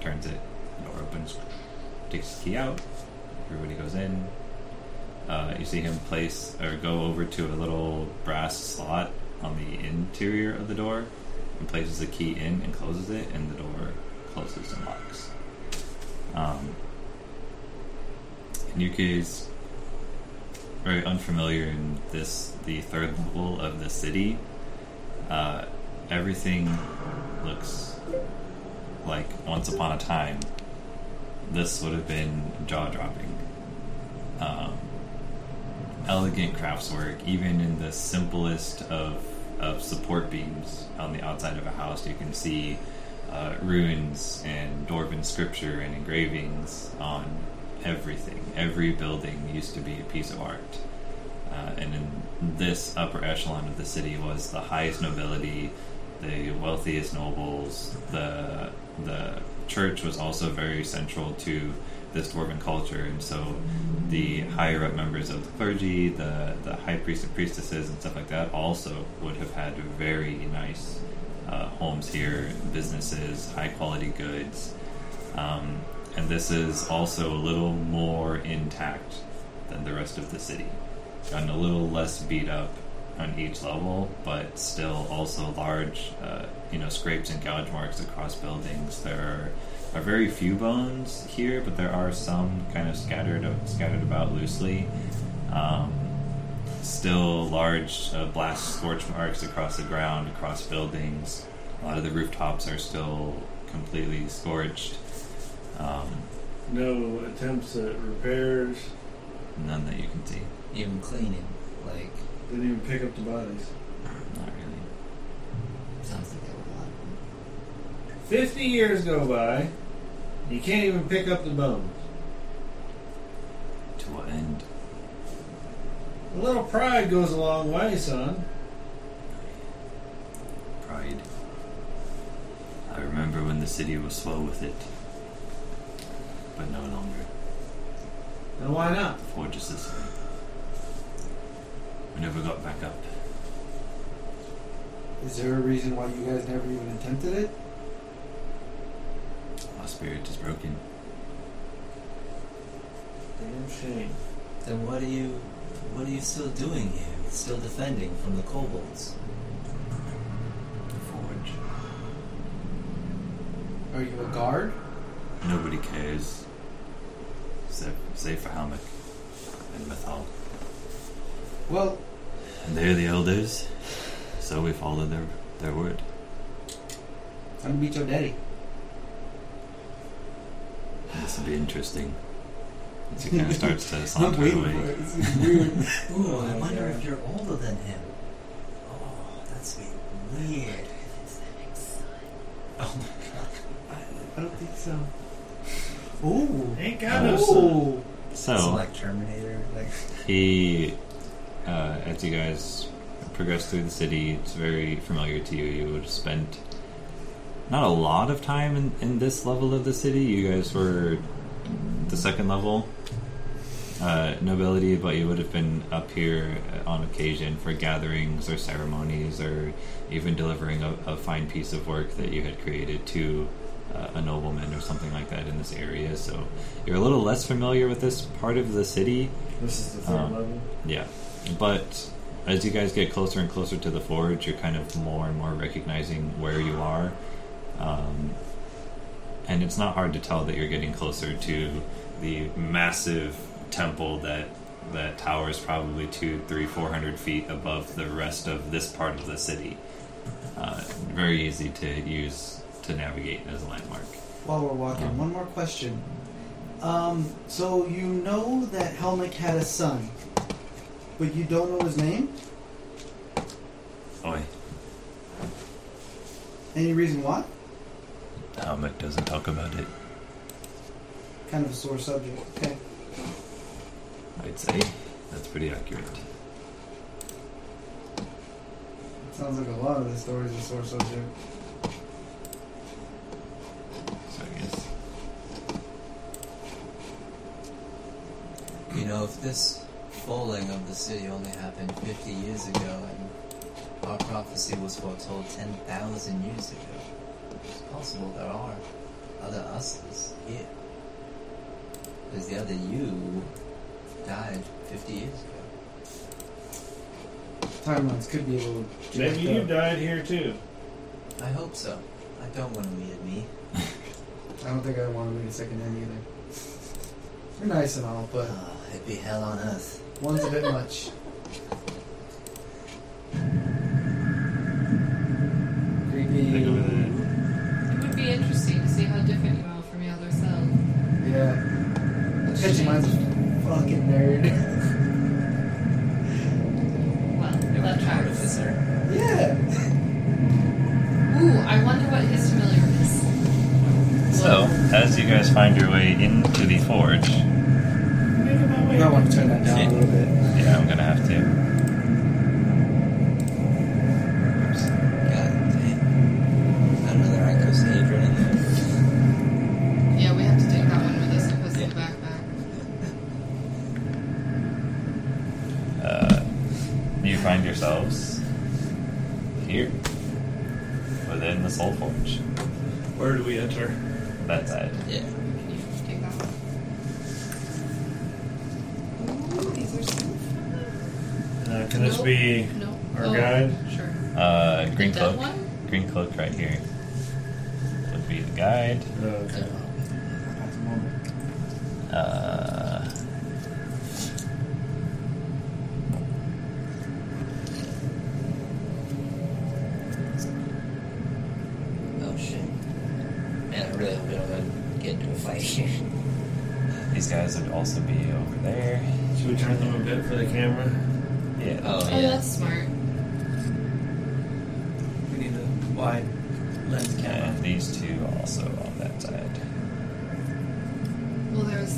Speaker 1: Turns it. Door opens. Takes the key out. Everybody goes in. Uh, you see him place or go over to a little brass slot on the interior of the door, and places the key in and closes it, and the door closes and locks. Um, and Yuki's very unfamiliar in this, the third level of the city. Uh, everything looks like once upon a time. This would have been jaw dropping. Um, elegant craftswork, even in the simplest of, of support beams on the outside of a house, you can see uh, runes and Dwarven scripture and engravings on everything. Every building used to be a piece of art. Uh, and in this upper echelon of the city was the highest nobility, the wealthiest nobles. The the church was also very central to this dwarven culture, and so the higher up members of the clergy, the the high priests and priestesses, and stuff like that, also would have had very nice uh, homes here, businesses, high quality goods. Um, and this is also a little more intact than the rest of the city. Gotten a little less beat up on each level, but still also large, uh, you know, scrapes and gouge marks across buildings. There are, are very few bones here, but there are some kind of scattered scattered about loosely. Um, still large uh, blast scorch marks across the ground, across buildings. A lot of the rooftops are still completely scorched. Um,
Speaker 6: No attempts at repairs.
Speaker 1: none that you can see.
Speaker 7: Even cleaning. Like,
Speaker 6: Didn't even pick up the bodies.
Speaker 1: Not really.
Speaker 2: Sounds like there were a lot of them.
Speaker 6: 50 years go by, you can't even pick up the bones.
Speaker 1: To what end?
Speaker 6: A little pride goes a long way, son.
Speaker 1: Pride. I remember when the city was slow with it, but no longer.
Speaker 6: And why not?
Speaker 1: The forge is this way. We never got back up.
Speaker 4: Is there a reason why you guys never even attempted it?
Speaker 1: Our spirit is broken.
Speaker 6: Damn shame.
Speaker 3: Then what are you, what are you still doing here? Still defending from the kobolds?
Speaker 1: The forge.
Speaker 4: Are you a guard?
Speaker 1: Nobody cares. Except, save for Halmec and Mathal.
Speaker 4: Well,
Speaker 1: And they're the elders, so we follow their, their word.
Speaker 4: I'm gonna beat your daddy.
Speaker 1: And this will be interesting. As it kind of starts
Speaker 4: (laughs)
Speaker 1: to
Speaker 4: I'm
Speaker 1: saunter
Speaker 4: waiting for
Speaker 1: away.
Speaker 4: it. This is weird.
Speaker 3: Ooh, I
Speaker 4: Oh,
Speaker 3: wonder
Speaker 4: yeah.
Speaker 3: if you're older than him. Oh, that's be weird. Oh
Speaker 4: (laughs) I don't think so. Ooh.
Speaker 6: Ain't got no son.
Speaker 4: Ooh.
Speaker 1: So.
Speaker 3: It's like Terminator. Like
Speaker 1: He, uh, as you guys progress through the city, it's very familiar to you. You would have spent not a lot of time in, in this level of the city. You guys were the second level uh, nobility, but you would have been up here on occasion for gatherings or ceremonies or even delivering a, a fine piece of work that you had created to uh, a nobleman or something like that in this area. So you're a little less familiar with this part of the city.
Speaker 6: This is the third
Speaker 1: Um,
Speaker 6: level.
Speaker 1: Yeah, but as you guys get closer and closer to the forge, you're kind of more and more recognizing where you are, um, and it's not hard to tell that you're getting closer to the massive temple that that towers probably two, three, four hundred feet above the rest of this part of the city. Uh, very easy to use to navigate as a landmark.
Speaker 4: While we're walking,
Speaker 1: Um.
Speaker 4: one more question. Um, so you know that Helmick had a son, but you don't know his name?
Speaker 1: Oi,
Speaker 4: Any reason why?
Speaker 1: Helmut doesn't talk about it.
Speaker 4: Kind of a sore subject. Okay.
Speaker 1: I'd say that's pretty accurate.
Speaker 4: Sounds like a lot of the stories are sore subject.
Speaker 1: So I guess.
Speaker 3: you know, if this falling of the city only happened 50 years ago, and our prophecy was foretold 10,000 years ago, it's possible there are other us's here. Because the other you died 50 years ago.
Speaker 4: Timelines could be a little.
Speaker 6: Maybe
Speaker 4: jacked
Speaker 6: you
Speaker 4: up.
Speaker 6: died here too.
Speaker 3: I hope so. I don't want to meet at me.
Speaker 4: I don't think I want to read a second end either. You're nice and all, but
Speaker 3: Ah, it'd be hell on earth.
Speaker 4: one's a bit much.
Speaker 1: Think
Speaker 4: Creepy.
Speaker 1: over there.
Speaker 6: Mm-hmm.
Speaker 2: It would be interesting to see how different you are from your other self.
Speaker 4: Yeah. Bet you mine's a fucking nerd. (laughs)
Speaker 2: Well, that tracks.
Speaker 3: Artificer.
Speaker 4: yeah.
Speaker 2: Ooh, I wonder what his familiar is.
Speaker 1: So, as you guys find your way into the forge,
Speaker 4: You might want to turn that down a little bit.
Speaker 1: yeah, I'm gonna have to. Oops.
Speaker 3: God damn. Got another icosahedron in there.
Speaker 2: Yeah, we have to take that one with us and put it in the backpack.
Speaker 1: Uh, you find yourselves here within the soul forge.
Speaker 6: Where do we enter?
Speaker 1: That side.
Speaker 3: Yeah.
Speaker 2: Can you take that one? Ooh, these are so fun.
Speaker 6: Uh, can this
Speaker 2: Nope.
Speaker 6: be
Speaker 2: No.
Speaker 6: our
Speaker 2: oh,
Speaker 6: guide?
Speaker 2: Sure.
Speaker 1: Uh, green
Speaker 2: The dead
Speaker 1: cloak.
Speaker 2: one?
Speaker 1: Green cloak right here would be the guide.
Speaker 6: Okay.
Speaker 1: Uh,
Speaker 3: Oh shit. Man, I really hope we don't gonna get into a fight (laughs) here.
Speaker 1: these guys would also be over there.
Speaker 6: Should we turn them a bit for the camera?
Speaker 1: Yeah.
Speaker 3: Oh
Speaker 2: Oh,
Speaker 3: yeah.
Speaker 2: that's smart.
Speaker 7: We need a wide lens camera.
Speaker 1: And these two also on that side.
Speaker 2: Well, there was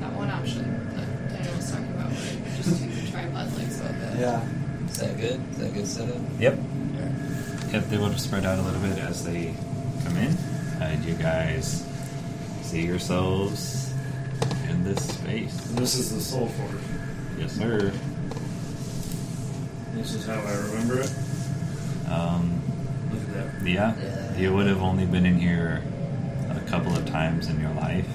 Speaker 2: that one option that Daniel was talking about where you just take the tripod like so.
Speaker 4: Yeah.
Speaker 3: Is that good? Is that good setup?
Speaker 1: Yep. Yep, they would have spread out a little bit as they come in. Uh, do you guys see yourselves in this space?
Speaker 6: And this is the soul forge.
Speaker 1: Yes, sir.
Speaker 6: This is how I remember it.
Speaker 1: Um,
Speaker 6: Look at that.
Speaker 1: yeah, you would have only been in here a couple of times in your life,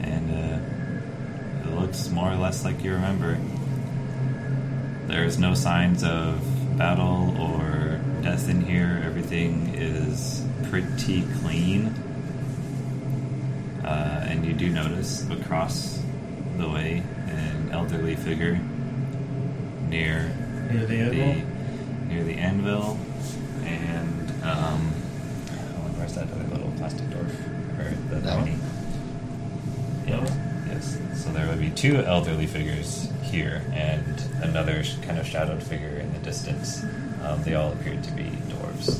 Speaker 1: and uh, it looks more or less like you remember. There's no signs of battle or death in here. Everything is pretty clean. Uh, and you do notice across the way an elderly figure near
Speaker 6: Near the anvil?
Speaker 1: near the anvil, and um, oh, and where's that other little plastic door? Or the
Speaker 3: That one?
Speaker 1: tiny-
Speaker 6: That one?
Speaker 1: Yes. So there would be two elderly figures here and another sh- kind of shadowed figure in the distance. Um, they all appeared to be dwarves.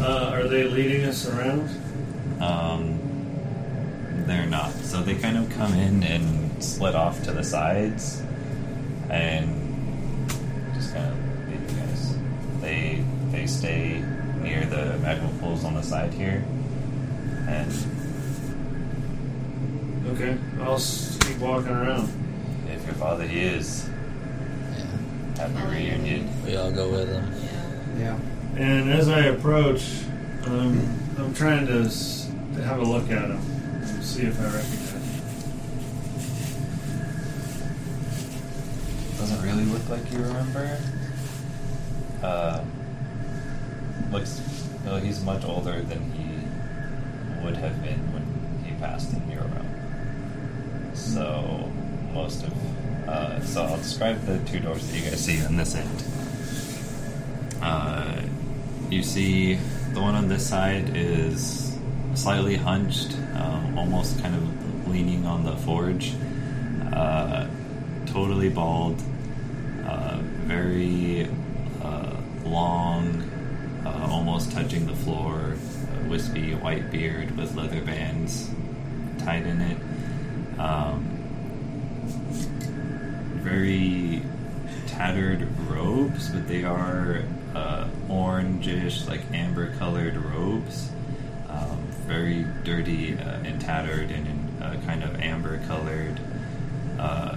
Speaker 6: Uh, are they leading us around?
Speaker 1: Um, they're not. So they kind of come in and split off to the sides and just kind of leave you guys. They they stay near the magical pools on the side here and
Speaker 6: Okay, I'll s- keep walking around.
Speaker 1: If your father hears,
Speaker 3: Yeah.
Speaker 1: have a reunion.
Speaker 3: We all go with them.
Speaker 2: Yeah.
Speaker 4: Yeah.
Speaker 6: And as I approach, um, I'm trying to s- to have a look at him and see if I recognize him.
Speaker 1: Doesn't really look like you remember. Uh, looks, no, he's much older than he would have been when he passed in your realm. So, most of, uh, so I'll describe the two doors that you guys see on this end. Uh, you see the one on this side is slightly hunched, um, almost kind of leaning on the forge. Uh, totally bald, uh, very uh, long, uh, almost touching the floor, uh, wispy white beard with leather bands tied in it. Um, very tattered robes, but they are uh, orangish, like amber colored robes. Um, very dirty uh, and tattered, and in uh, kind of amber colored uh,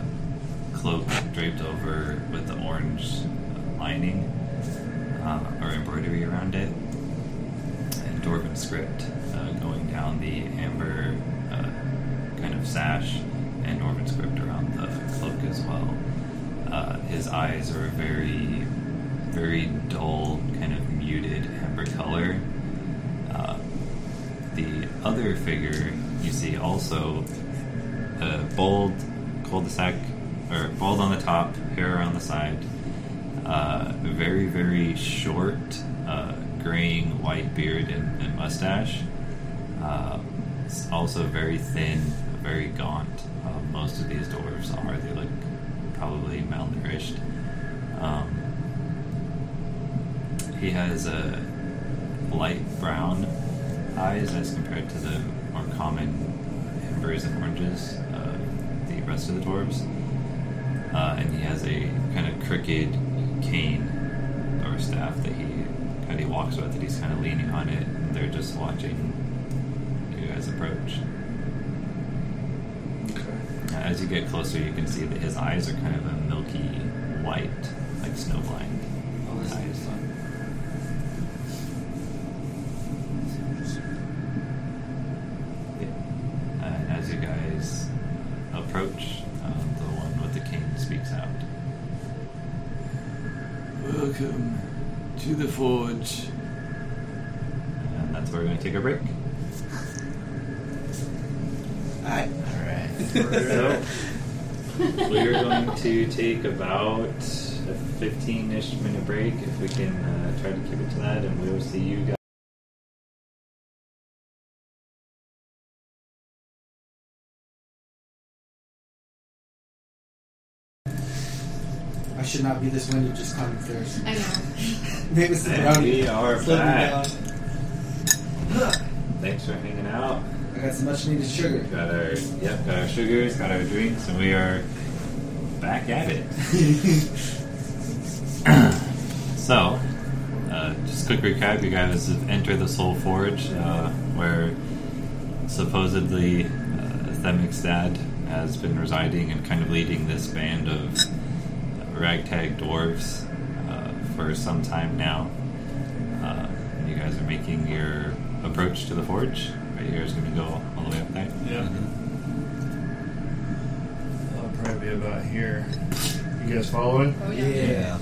Speaker 1: cloak draped over with the orange uh, lining uh, or embroidery around it, and dwarven script uh, going down the amber uh, kind of sash, and dwarven script around the cloak as well. Uh, his eyes are a very, very dull, kind of muted amber color. Uh, the other figure you see also uh, bald cul-de-sac or bald on the top, hair on the side. Uh, very very short, uh, graying white beard and, and mustache. Uh, s- also very thin, very gaunt. Uh, most of these dwarves are. They look probably malnourished. Um, he has a light brown eyes as compared to the more common embers and oranges, uh, the rest of the dwarves. Uh, and he has a kind of crooked cane or staff that he kind of walks with, that he's kind of leaning on it. And they're just watching you guys approach. Uh, As you get closer, you can see that his eyes are kind of a milky white, like snowblind.
Speaker 3: Oh, this
Speaker 1: eyes.
Speaker 3: is fun.
Speaker 1: Yeah. Uh, and as you guys approach, um, the one with the cane speaks out.
Speaker 12: Welcome to the forge.
Speaker 1: And that's where we're going to take a break.
Speaker 4: Alright.
Speaker 3: Alright.
Speaker 1: So, (laughs) we're going to take about a 15 ish minute break if we can uh, try to keep it to that, and we will see you guys.
Speaker 4: I should not be this windy just coming first.
Speaker 2: I know.
Speaker 4: Maybe it's the
Speaker 1: And (laughs)
Speaker 4: brownie.
Speaker 1: we are
Speaker 4: Slow me
Speaker 1: back.
Speaker 4: down.
Speaker 1: Thanks for hanging out.
Speaker 4: I got some much needed sugar.
Speaker 1: (laughs) Got our yep, got our sugars, got our drinks, and we are back at it. so, uh, just quick recap, you guys have entered the Soul Forge, uh, where supposedly uh, Themic's dad has been residing and kind of leading this band of uh, ragtag dwarves uh, for some time now. Uh, and you guys are making your approach to the forge. Right here is going to go all the way up there.
Speaker 6: Yeah. I'll probably be about here. You guys following?
Speaker 2: Oh yeah.
Speaker 4: Yeah.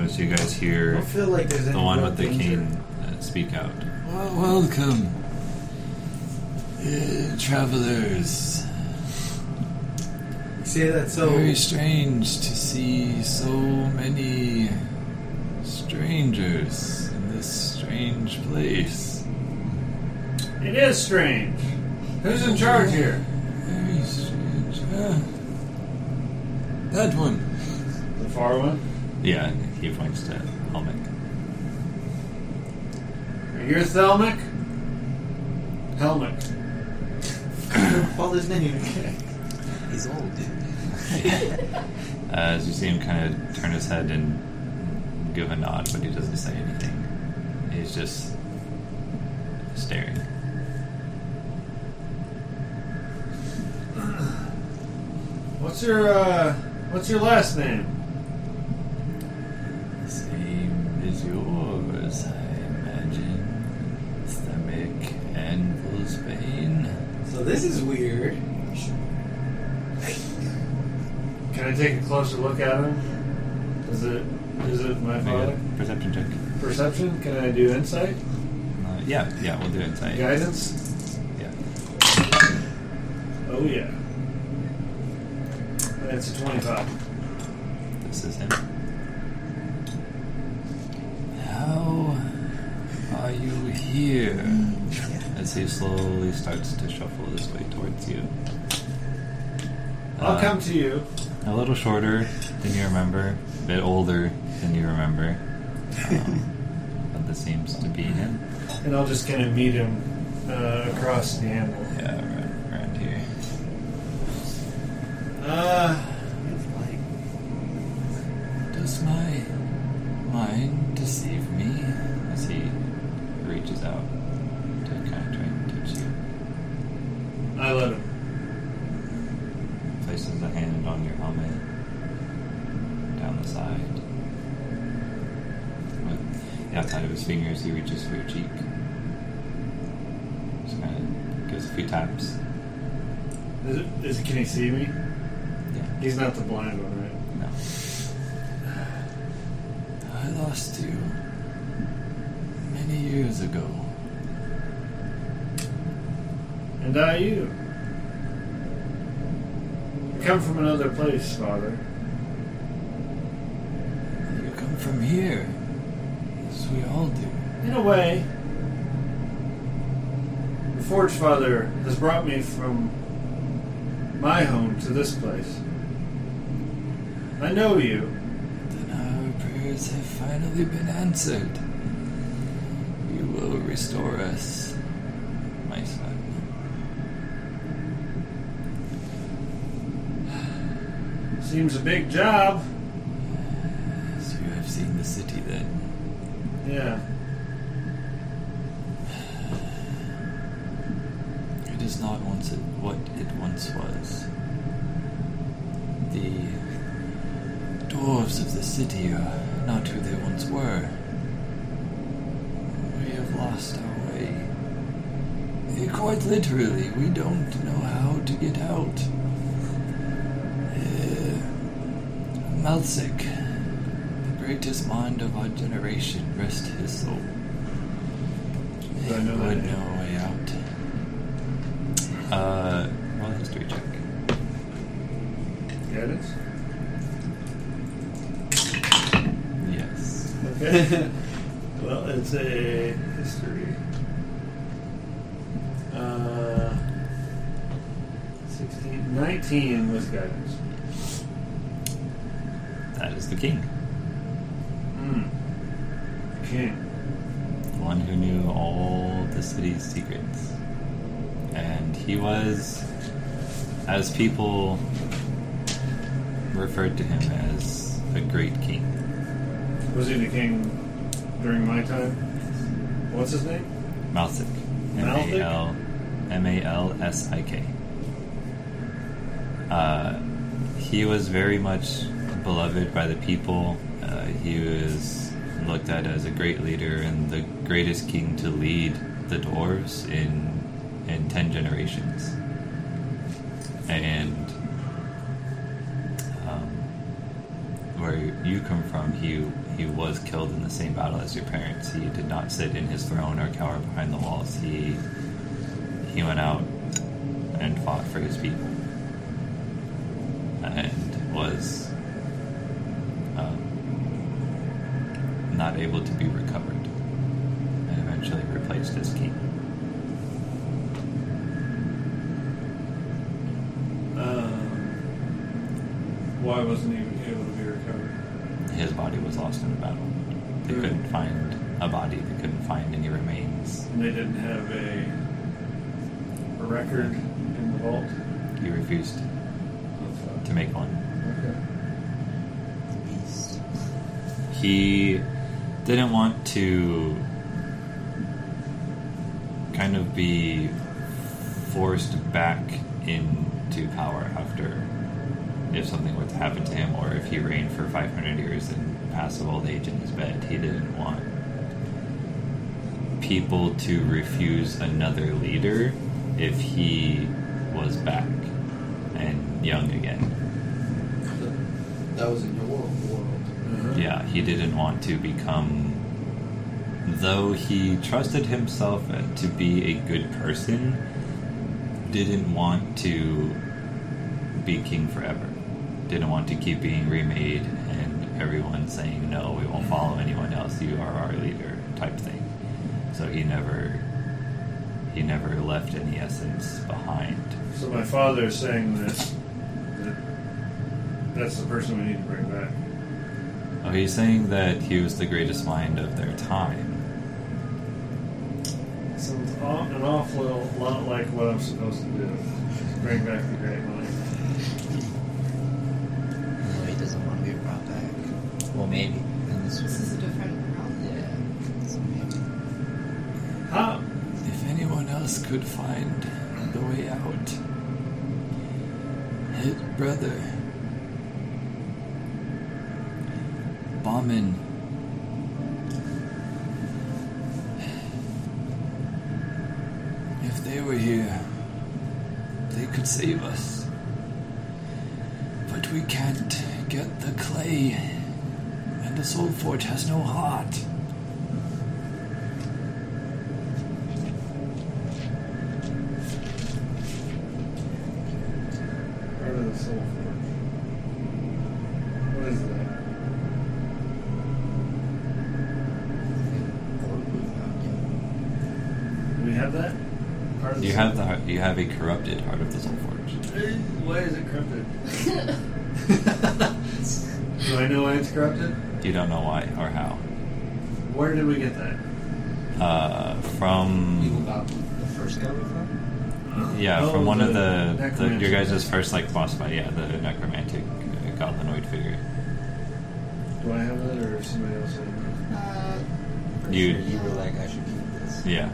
Speaker 1: Right, so you guys
Speaker 4: I
Speaker 1: hear
Speaker 4: don't feel like there's
Speaker 1: the
Speaker 4: any
Speaker 1: one
Speaker 4: real
Speaker 1: with the
Speaker 4: danger.
Speaker 1: cane uh, speak out.
Speaker 12: Well, welcome, uh, travelers.
Speaker 4: Say that
Speaker 3: uh,
Speaker 4: so.
Speaker 12: Very strange to see so many strangers in this strange place.
Speaker 6: It is strange. Who's in charge here?
Speaker 12: Very strange. Ah, that one.
Speaker 6: The far one.
Speaker 1: Yeah, he points to Helmick.
Speaker 6: You're Thelmic. Helmic.
Speaker 4: Paul is name.
Speaker 7: He's old, dude.
Speaker 1: Uh, as you see him kind of turn his head and give a nod, but he doesn't say anything. He's just staring.
Speaker 6: What's your uh, What's your last name?
Speaker 12: Same as yours, I imagine. Stomach and Wolfsbane.
Speaker 4: So this is weird.
Speaker 6: Can I take a closer look at him? Is it Is it my
Speaker 1: Make a
Speaker 6: father?
Speaker 1: perception check.
Speaker 6: Perception? Can I do insight?
Speaker 1: Uh, yeah, yeah, we'll do insight.
Speaker 6: Guidance?
Speaker 1: Yeah.
Speaker 6: Oh yeah. That's a twenty-five.
Speaker 1: This is him.
Speaker 12: How are you here?
Speaker 1: As he slowly starts to shuffle his way towards you.
Speaker 6: I'll
Speaker 1: Uh,
Speaker 6: come to you.
Speaker 1: A little shorter than you remember, a bit older than you
Speaker 6: (laughs)
Speaker 1: remember. Um, but this seems to be him.
Speaker 6: And I'll just kind of meet him uh, across the animal.
Speaker 1: Yeah, around, around here.
Speaker 6: Uh,
Speaker 12: Does my mind deceive me?
Speaker 1: As he reaches out to kind of try and touch you,
Speaker 6: I let him.
Speaker 1: places a hand on your helmet, down the side. With the outside of his fingers, he reaches for your cheek. Just kind of gives a few taps.
Speaker 6: Is it, is it, can he see me?
Speaker 1: Yeah.
Speaker 6: He's not the blind one, right?
Speaker 1: No. (sighs)
Speaker 12: I lost you many years ago.
Speaker 6: And I you. I come from another place, Father.
Speaker 12: You come from here, as we all do.
Speaker 6: In a way, the Forge Father has brought me from my home to this place. I know you.
Speaker 12: Then our prayers have finally been answered. You will restore us, my son.
Speaker 6: Seems a big job.
Speaker 12: So you have seen the city then.
Speaker 6: Yeah.
Speaker 12: It is not once it, what it once was. The dwarves of the city are not who they once were. We have lost our way. Eh, Quite literally, we don't know how to get out. Uh, Malsik, the greatest mind of our generation, rest his soul. He
Speaker 6: I know that
Speaker 12: would
Speaker 6: name.
Speaker 12: know a way out.
Speaker 1: Uh, roll a history check.
Speaker 6: Guidance?
Speaker 1: Yes.
Speaker 6: Okay. well, it's a history. Uh, 16, 19 was guidance.
Speaker 1: That is the king.
Speaker 6: Mm. King.
Speaker 1: the one who knew all the city's secrets. And he was, as people referred to him as, a great king.
Speaker 6: Was he the king during my time? What's his name?
Speaker 1: Malsic. M
Speaker 6: Malsic?
Speaker 1: A L M A L S I K. Uh, he was very much beloved by the people. Uh, he was looked at as a great leader and the greatest king to lead the dwarves in in ten generations. And um, where you come from, he he was killed in the same battle as your parents. He did not sit in his throne or cower behind the walls. He he went out and fought for his people, and was um, not able to be recovered, and eventually replaced as king.
Speaker 6: Um, Uh, why wasn't he able to be recovered?
Speaker 1: His body was lost in a battle. They
Speaker 6: Hmm.
Speaker 1: couldn't find a body. They couldn't find any remains.
Speaker 6: And they didn't have a, a record in the vault.
Speaker 1: He refused to make one.
Speaker 6: Okay.
Speaker 3: Beast.
Speaker 1: he didn't want to kind of be forced back into power after if something were to happen to him or if he reigned for 500 years and passed of old age in his bed he didn't want people to refuse another leader if he was back and young again
Speaker 8: That was in your world.
Speaker 6: Uh-huh.
Speaker 1: yeah, he didn't want to become. Though he trusted himself to be a good person, didn't want to be king forever. Didn't want to keep being remade and everyone saying, no, we won't follow anyone else, you are our leader type thing. So he never. He never left any essence behind.
Speaker 6: So my father is saying that, that that's the person we need to bring back.
Speaker 1: Oh, he's saying that he was the greatest mind of their time.
Speaker 6: Sounds aw- an awful lot like what I'm supposed to do. Bring back the great money.
Speaker 3: No, he doesn't want to be brought back. Well, maybe. And this
Speaker 2: This
Speaker 3: was
Speaker 2: is a different route.
Speaker 3: yeah. So maybe.
Speaker 6: Huh?
Speaker 12: If anyone else could find the way out, his brother, Bauman, if they were here, they could save us. But we can't get the clay, and the soul forge has no heart.
Speaker 6: Part of the soul forge. What is that?
Speaker 3: Or we found him.
Speaker 6: Do we have that? Part of the
Speaker 1: You
Speaker 6: soul-
Speaker 1: have the heart- you have a corrupted heart of the soul forge.
Speaker 6: Eh, Why is it corrupted? Do I know why it's corrupted?
Speaker 1: You don't know why or how.
Speaker 6: Where did we get that?
Speaker 1: Uh, from
Speaker 3: The first guy we found?
Speaker 1: yeah,
Speaker 6: Oh,
Speaker 1: from one of the, the
Speaker 6: necromancer.
Speaker 1: your guys' first like boss fight. Yeah, the necromantic uh, goblinoid figure.
Speaker 6: Do I have that or somebody else? Have that?
Speaker 2: Uh,
Speaker 3: Pretty
Speaker 1: You-
Speaker 3: sure you were like, I should keep this.
Speaker 1: Yeah,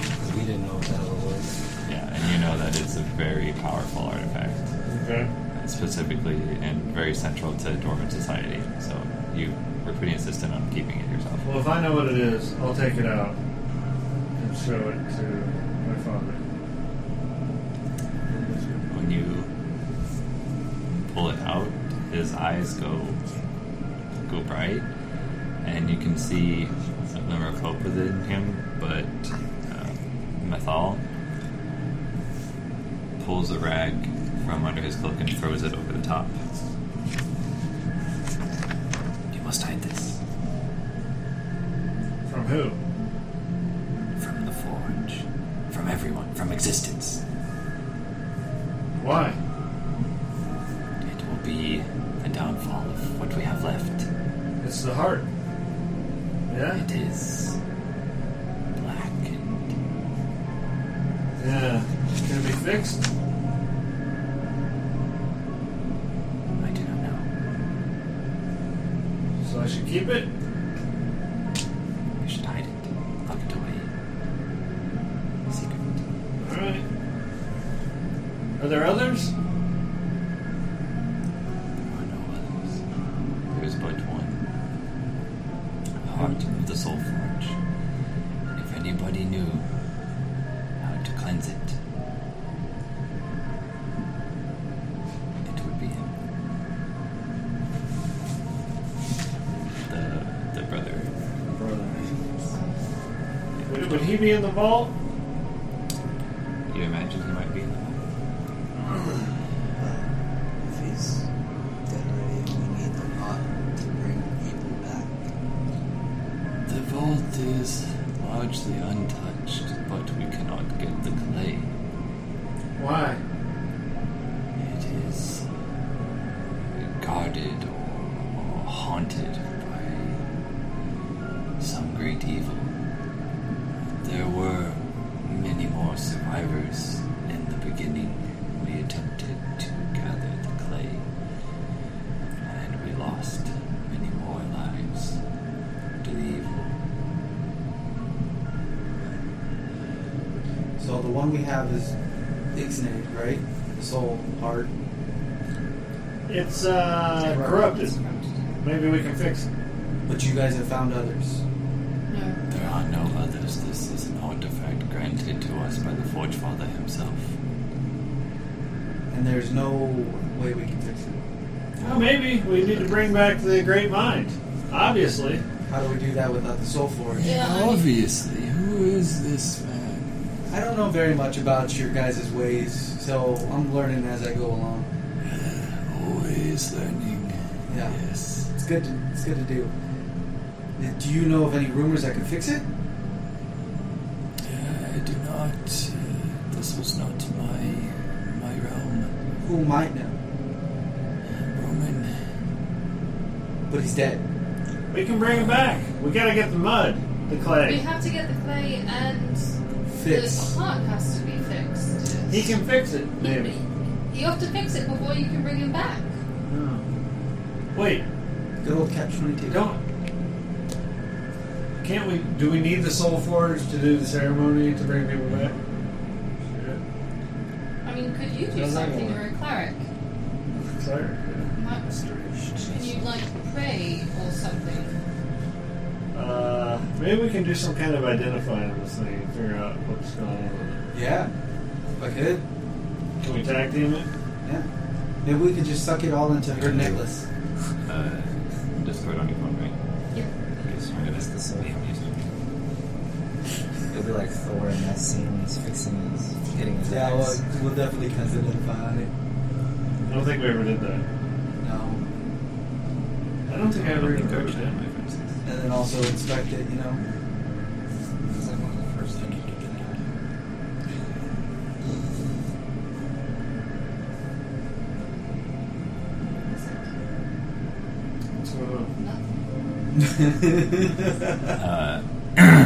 Speaker 3: 'Cause we didn't know what the hell it was.
Speaker 1: yeah, and you know that it's a very powerful artifact,
Speaker 6: Okay.
Speaker 1: specifically and very central to Dwarven society. So you were pretty insistent on keeping it yourself.
Speaker 6: Well, if I know what it is, I'll take it out and show it to my father.
Speaker 1: When you pull it out, his eyes go go bright, and you can see a glimmer of hope within him. But uh, Methal pulls a rag from under his cloak and throws it over the top. You must hide this
Speaker 6: From who?
Speaker 1: from the forge, from everyone, from existence.
Speaker 6: Why?
Speaker 1: It will be the downfall of what we have left.
Speaker 6: It's the heart. Yeah?
Speaker 1: It is black and
Speaker 6: Yeah. Can it be fixed?
Speaker 1: I do not know.
Speaker 6: So I should keep it?
Speaker 1: We should hide it. Lock
Speaker 6: there others?
Speaker 1: There are no others. There is but one. Heart of the Soul Forge. If anybody knew how to cleanse it, it would be him. The the brother.
Speaker 6: Would, would he be in the vault?
Speaker 13: You imagine he might be in the vault.
Speaker 3: If he's dead already, we need the pot to bring people back.
Speaker 1: The vault is largely untouched, but we cannot get the clay.
Speaker 6: Why?
Speaker 1: It is guarded or, or haunted by some great evil. There were many more survivors in the beginning. We attempted to gather the clay, and we lost many more lives to the evil.
Speaker 4: So the one we have is Ixnay, right? The soul, heart.
Speaker 6: It's uh, corrupted. Maybe we can fix it.
Speaker 4: But you guys have found others.
Speaker 2: Uh, No.
Speaker 1: There are no others. This is an artifact granted to us by the Forge Father himself.
Speaker 4: And there's no way we can fix it.
Speaker 6: Well, maybe we need to bring back the great mind. Obviously.
Speaker 4: How do we do that without the soul forge?
Speaker 2: Yeah, I mean-
Speaker 1: Obviously, who is this man?
Speaker 4: I don't know very much about your guys' ways, so I'm learning as I go along.
Speaker 1: Always learning.
Speaker 4: Yeah.
Speaker 1: Yes.
Speaker 4: It's good to, it's good to do. Do you know of any rumors that could fix it?
Speaker 1: I do not. Uh, this was not my my realm.
Speaker 4: Who might know?
Speaker 1: Roman.
Speaker 4: But he's dead.
Speaker 6: We can bring it back. We gotta get the mud, the
Speaker 2: We
Speaker 6: clay.
Speaker 2: have to get the clay and
Speaker 4: Fix.
Speaker 2: the clock has to be fixed.
Speaker 6: He can fix it, maybe.
Speaker 2: You have to fix it before you can bring him back.
Speaker 6: Hmm. Wait,
Speaker 4: Good old catch 22.
Speaker 6: don't. Can't we? Do we need the Soul Forge to do the ceremony to bring people back?
Speaker 2: I mean, could you do
Speaker 6: Doesn't
Speaker 2: something?
Speaker 6: work.
Speaker 2: You're a cleric.
Speaker 6: Sorry?
Speaker 2: Might- Can you like pray or something?
Speaker 6: Uh, maybe we can do some kind of identifying on this thing and figure out what's going on with
Speaker 4: Yeah. If I could.
Speaker 6: it. Can we tag team it?
Speaker 4: Yeah. Maybe we could just suck it all into her necklace.
Speaker 13: Uh, Discord on your phone, right?
Speaker 2: Yeah.
Speaker 13: Yes, I'm gonna
Speaker 7: Just the soul.
Speaker 13: I'm using it.
Speaker 7: It'll be like Thor in that scene when he's fixing his, getting his
Speaker 4: Yeah,
Speaker 7: axe.
Speaker 4: well, we'll definitely cast identify on it.
Speaker 6: I don't think we ever did that.
Speaker 4: No.
Speaker 6: I don't think I
Speaker 13: I
Speaker 6: ever
Speaker 13: don't
Speaker 6: did
Speaker 13: think I would
Speaker 6: that.
Speaker 13: my friends.
Speaker 4: And then also inspect it, you know?
Speaker 7: It's like one of the first things you do.
Speaker 6: What's going on?
Speaker 2: Nothing.
Speaker 6: (laughs)
Speaker 13: Uh,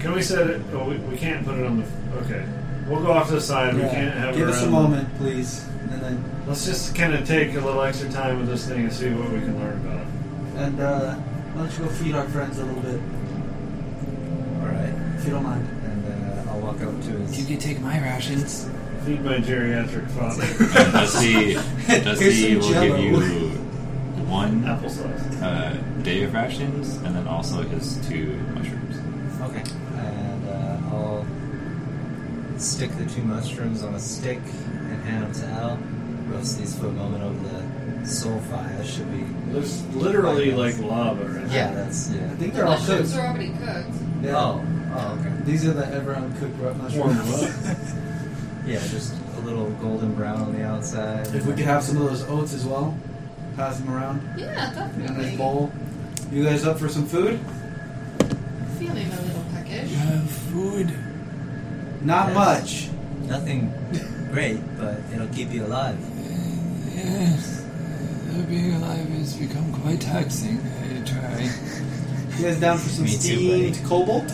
Speaker 6: Can we set it? Oh, we, we can't put it on the. Okay. We'll go off to the side. We
Speaker 4: Yeah.
Speaker 6: can't have
Speaker 4: Give
Speaker 6: it
Speaker 4: us a
Speaker 6: around.
Speaker 4: moment, please. And then,
Speaker 6: Let's just kind of take a little extra time with this thing and see what we can learn about it.
Speaker 4: and uh, why don't you go feed our friends a little bit,
Speaker 7: Alright.
Speaker 4: if you don't mind.
Speaker 7: And uh, I'll walk up to
Speaker 1: You
Speaker 7: his.
Speaker 1: can take my rations.
Speaker 6: Feed my geriatric father
Speaker 1: (laughs)
Speaker 4: (laughs)
Speaker 13: Dusty, Dusty
Speaker 4: Here's
Speaker 13: will
Speaker 4: some
Speaker 13: give you
Speaker 4: Jell-O.
Speaker 13: one
Speaker 6: applesauce.
Speaker 13: uh, day of rations, and then also his two mushrooms.
Speaker 7: Okay. And uh, I'll stick the two mushrooms on a stick and hand them to Al. Roast these for a moment over the soul fire. Should we?
Speaker 6: Looks literally like lava right now.
Speaker 7: Yeah, that's yeah.
Speaker 4: I think
Speaker 2: The
Speaker 4: they're all
Speaker 2: mushrooms
Speaker 4: cooked.
Speaker 2: are already cooked.
Speaker 4: Yeah.
Speaker 7: Oh, oh, okay.
Speaker 4: These are the ever uncooked rough
Speaker 6: Warm
Speaker 4: mushrooms.
Speaker 6: them up.
Speaker 7: Yeah, just a little golden brown on the outside.
Speaker 4: (laughs) If we could have some of those oats as well, pass them around
Speaker 2: Yeah,
Speaker 4: in a nice
Speaker 2: definitely.
Speaker 4: bowl. You guys up for some food?
Speaker 2: Feeling a little peckish.
Speaker 1: You have food.
Speaker 4: Not
Speaker 7: Yes.
Speaker 4: much.
Speaker 7: Nothing great, but it'll keep you alive.
Speaker 1: Yes. Uh, being alive has become quite taxing. I try.
Speaker 4: You guys down for some
Speaker 7: Me too,
Speaker 4: steamed cobalt?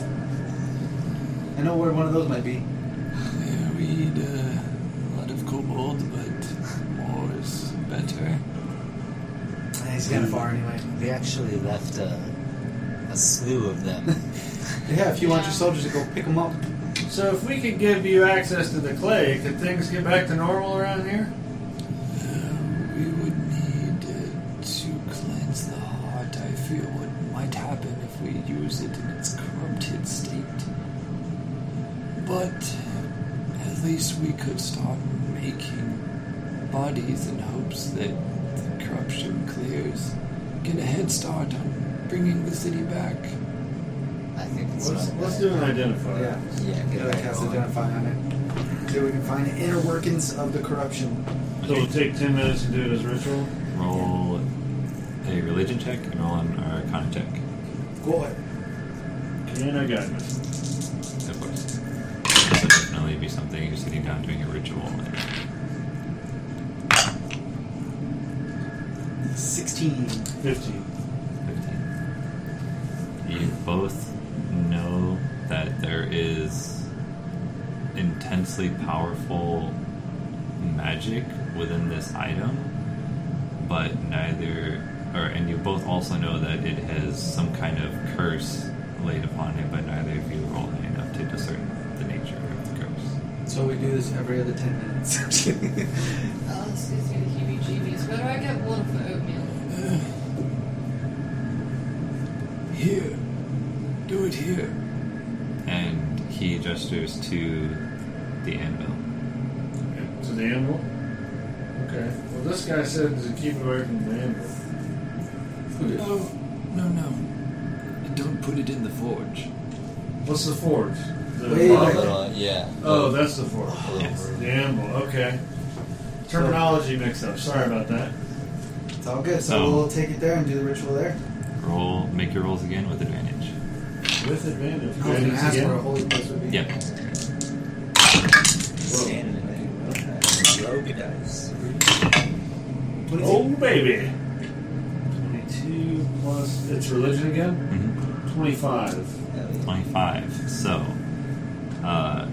Speaker 4: I know where one of those might be.
Speaker 1: Yeah, we eat uh, a lot of kobold, but more is better.
Speaker 4: He's
Speaker 7: kinda
Speaker 4: far anyway.
Speaker 7: We actually left a, a slew of them.
Speaker 3: (laughs)
Speaker 4: Yeah, if you want
Speaker 2: Yeah.
Speaker 4: your soldiers to go pick them up.
Speaker 6: So if we could give you access to the clay, could things get back to normal around here?
Speaker 1: Um,
Speaker 12: We would need uh, to cleanse the heart. I fear what might happen if we use it in its corrupted state. But at least we could start making bodies in hopes that the corruption clears. Get a head start on bringing the city back.
Speaker 3: I think it's
Speaker 6: Let's,
Speaker 3: not
Speaker 6: let's
Speaker 3: bad.
Speaker 6: do an identifier.
Speaker 8: Yeah.
Speaker 3: Yeah,
Speaker 8: Get
Speaker 3: good
Speaker 8: a cast
Speaker 3: idea.
Speaker 8: identify on it. So we can find the inner workings of the corruption.
Speaker 6: So it'll take 10 minutes to do it as ritual?
Speaker 1: Roll a religion check and roll an arcana check.
Speaker 8: Go ahead.
Speaker 6: And I got it.
Speaker 1: Of course. This will definitely be something you're sitting down doing a ritual.
Speaker 8: 16.
Speaker 6: 15.
Speaker 1: 15. You both know that there is intensely powerful magic within this item, but neither, or and you both also know that it has some kind of curse laid upon it, but neither of you rolled high enough to discern the nature of the curse.
Speaker 4: So we do this every other 10 minutes.
Speaker 2: Oh, this gives me the heebie-jeebies. Where do I get water for oatmeal?
Speaker 12: Here, do it here.
Speaker 1: And he gestures to the anvil.
Speaker 6: Okay. To the animal? Okay. Well, this guy said to keep away from the animal.
Speaker 12: No, no, no. Don't put it in the forge.
Speaker 6: What's the forge? The
Speaker 8: Wait,
Speaker 6: lava?
Speaker 8: wait,
Speaker 3: Uh, yeah.
Speaker 6: Oh, that's the forge.
Speaker 3: Little bird.
Speaker 6: The animal, okay. Terminology mix up. Sorry about that.
Speaker 8: It's all good. So
Speaker 1: So-
Speaker 7: Oh.
Speaker 8: we'll take it there and do the ritual there.
Speaker 1: Roll, make your rolls again with advantage.
Speaker 6: With advantage.
Speaker 8: I was going to
Speaker 6: Advantage
Speaker 8: ask
Speaker 6: again.
Speaker 8: where a holy place would be.
Speaker 1: Yep.
Speaker 3: Standing in there. Rogue dice.
Speaker 8: 22.
Speaker 6: Oh baby. Twenty-two plus it's religion again.
Speaker 1: hmm
Speaker 6: Twenty-five.
Speaker 3: Hell yeah.
Speaker 1: 25. So, uh,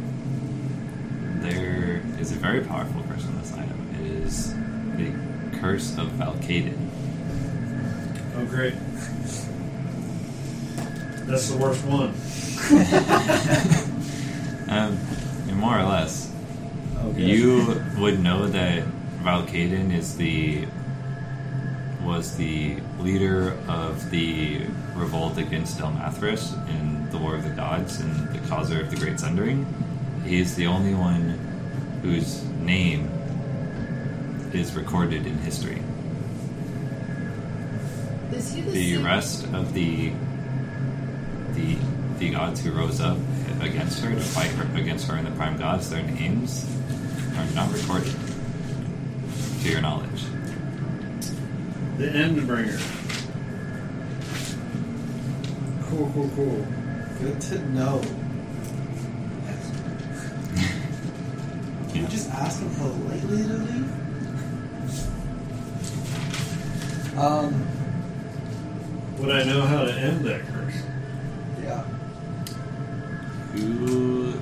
Speaker 1: there is a very powerful curse on this item. It is the curse of Valkaden.
Speaker 6: Oh great. That's the worst one.
Speaker 1: Um, and more or less,
Speaker 3: Oh,
Speaker 1: you would know that Valkaden is the was the leader of the revolt against Delmathris in the War of the Gods and the causer of the Great Sundering. He is the only one whose name is recorded in history.
Speaker 2: Is he the,
Speaker 1: the
Speaker 2: same-
Speaker 1: rest of the the the gods who rose up against her to fight her, against her and the prime gods, their names are not recorded, to your knowledge.
Speaker 6: The end bringer. Cool, cool, cool.
Speaker 8: Good to know.
Speaker 1: Yeah.
Speaker 8: Just ask him politely to leave. Um,
Speaker 6: Would I know how to end that curse?
Speaker 8: yeah.
Speaker 1: Who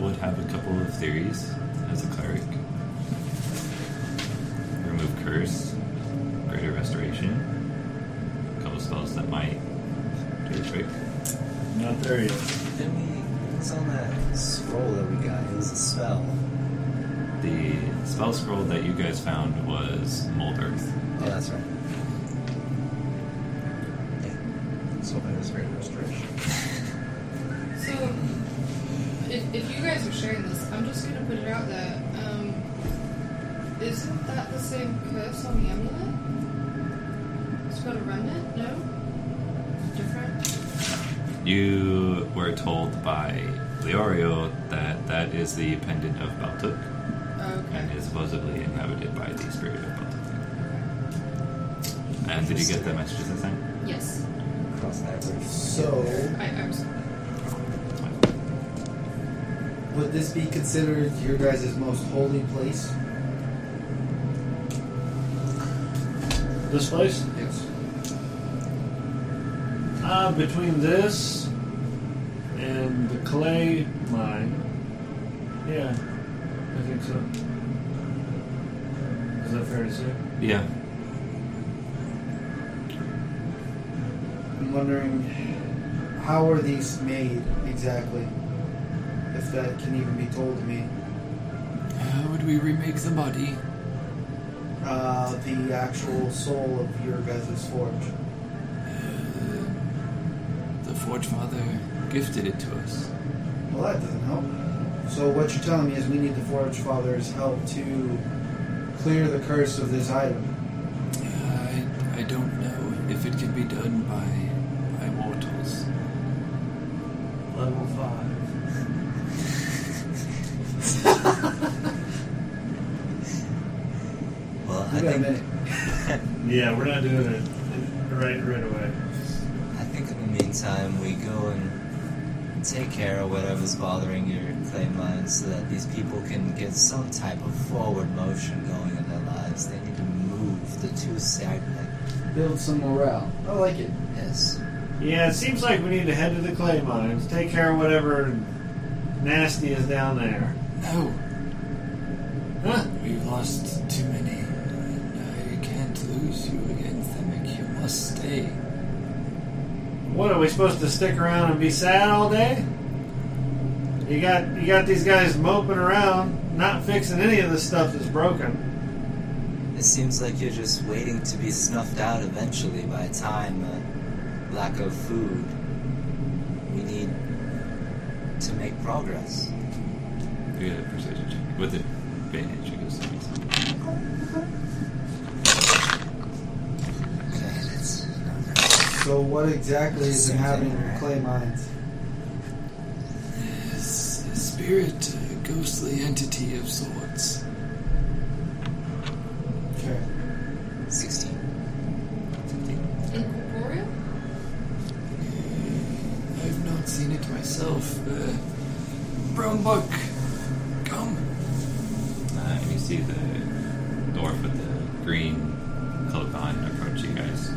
Speaker 1: would have a couple of theories as a cleric? Remove curse, greater restoration, a couple spells that might do the trick.
Speaker 6: Not there yet.
Speaker 3: Didn't we? It's on that scroll that we got. It was a spell.
Speaker 1: The spell scroll that you guys found was Mold Earth.
Speaker 3: Oh, that's right. Yeah. So that is great restoration.
Speaker 2: So, if, if you guys are sharing this, I'm just going to put it out there. Um, isn't that the same curse on the amulet? It's got a remnant, no? Different?
Speaker 1: You were told by Leorio that that is the pendant of Baltuk
Speaker 2: Okay.
Speaker 1: and is supposedly inhabited by the spirit of Baltuk. And did you get the messages I sent?
Speaker 2: Yes,
Speaker 3: Cross that bridge.
Speaker 8: So,
Speaker 2: I, I was.
Speaker 8: would this be considered your guys' most holy place?
Speaker 6: This place?
Speaker 8: Yes.
Speaker 6: Uh, between this and the clay mine. Yeah, I think so. Is that fair to say?
Speaker 1: Yeah.
Speaker 8: I'm wondering how are these made exactly?
Speaker 4: if that can even be told to me.
Speaker 12: How would we remake the body?
Speaker 4: Uh, the actual soul of your guys' forge.
Speaker 12: The Forge Mother gifted it to us.
Speaker 4: Well, that doesn't help. So what you're telling me is we need the Forge Father's help to clear the curse of this item.
Speaker 12: I, I don't know if it can be done by, by mortals.
Speaker 7: Level five. well, I
Speaker 4: You got a
Speaker 7: think
Speaker 4: minute.
Speaker 6: Yeah, we're not doing it right right away.
Speaker 7: I think in the meantime we go and take care of whatever's bothering your clay mine so that these people can get some type of forward motion going in their lives. They need to move the two side like
Speaker 4: Build some morale. I like it.
Speaker 7: this.
Speaker 6: Yeah, it seems like we need to head to the clay mines, take care of whatever nasty is down there.
Speaker 12: No,
Speaker 6: Huh?
Speaker 12: we've lost too many. And I can't lose you again, Themic. You must stay.
Speaker 6: What are we supposed to stick around and be sad all day? You got you got these guys moping around, not fixing any of the stuff that's broken.
Speaker 7: It seems like you're just waiting to be snuffed out eventually by time, uh, lack of food. We need to make progress.
Speaker 1: We got a precision check with advantage against the
Speaker 7: Okay, that's
Speaker 4: So what exactly is
Speaker 7: Same
Speaker 4: happening
Speaker 7: thing,
Speaker 4: with
Speaker 7: right?
Speaker 4: clay mines?
Speaker 12: S- A spirit, a ghostly entity of sorts.
Speaker 4: Okay.
Speaker 7: 16.
Speaker 8: Incorporeal?
Speaker 12: I've not seen it myself. Uh, brown buck, come.
Speaker 1: Uh, and you see the dwarf with the green cloak on approach you guys.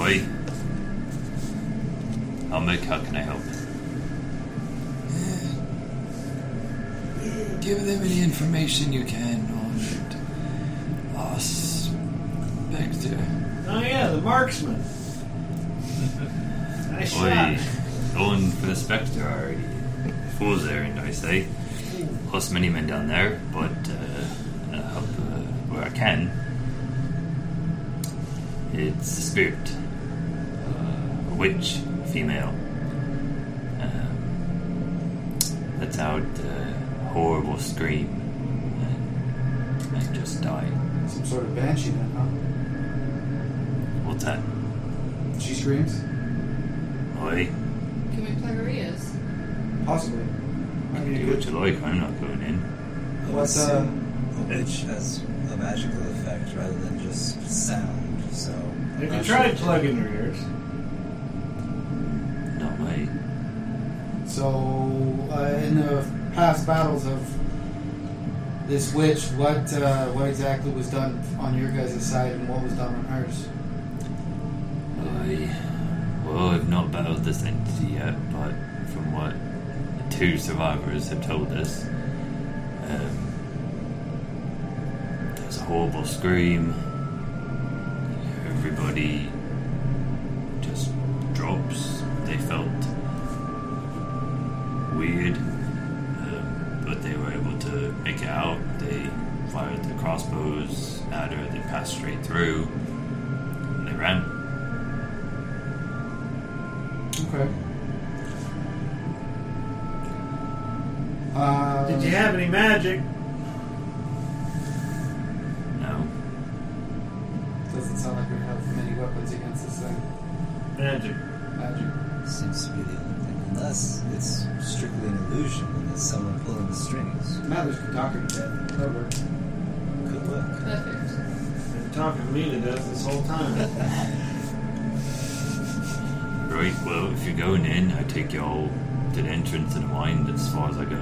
Speaker 1: Oi. Helmut, how can I help?
Speaker 12: Give them any information you can on us, Vector.
Speaker 6: Oh yeah, the marksman. nice
Speaker 1: Oi.
Speaker 6: shot.
Speaker 1: Going for the Spectre already. Fool's errand, I say. Lost many men down there, but uh, I help uh, where I can. It's a spirit. Uh, a witch, female. Um, lets out a horrible scream and, and just die.
Speaker 4: Some sort of banshee then, huh?
Speaker 1: What's that?
Speaker 4: She screams?
Speaker 1: Oi.
Speaker 8: Can we plug her ears?
Speaker 4: Possibly. I mean,
Speaker 1: Do what you like, I'm not going in.
Speaker 4: What's, uh,
Speaker 3: which has a magical effect rather than just sound. So
Speaker 6: Have you tried plugging her ears?
Speaker 1: Not my
Speaker 4: So, uh, in the past battles of this witch, what uh, what exactly was done on your guys' side and what was done on hers?
Speaker 1: I well, I've not battled this entity yet, but from what the two survivors have told us, um, there's a horrible scream. Everybody just drops. They felt weird, um, but they were able to make it out. They fired their crossbows at her. They passed straight through. And they ran.
Speaker 4: Okay. Uh,
Speaker 6: Did you have any magic?
Speaker 1: No.
Speaker 4: Doesn't sound like we have many weapons against this thing.
Speaker 6: Magic.
Speaker 4: Magic.
Speaker 3: seems to be the only thing, unless it's strictly an illusion and it's someone pulling the strings.
Speaker 4: Mathers could talk her to death. That works.
Speaker 3: Could work.
Speaker 8: Perfect.
Speaker 6: Been talking me to death this whole time.
Speaker 1: Right, well, if you're going in, I take you all to the entrance of the mine as far as I go.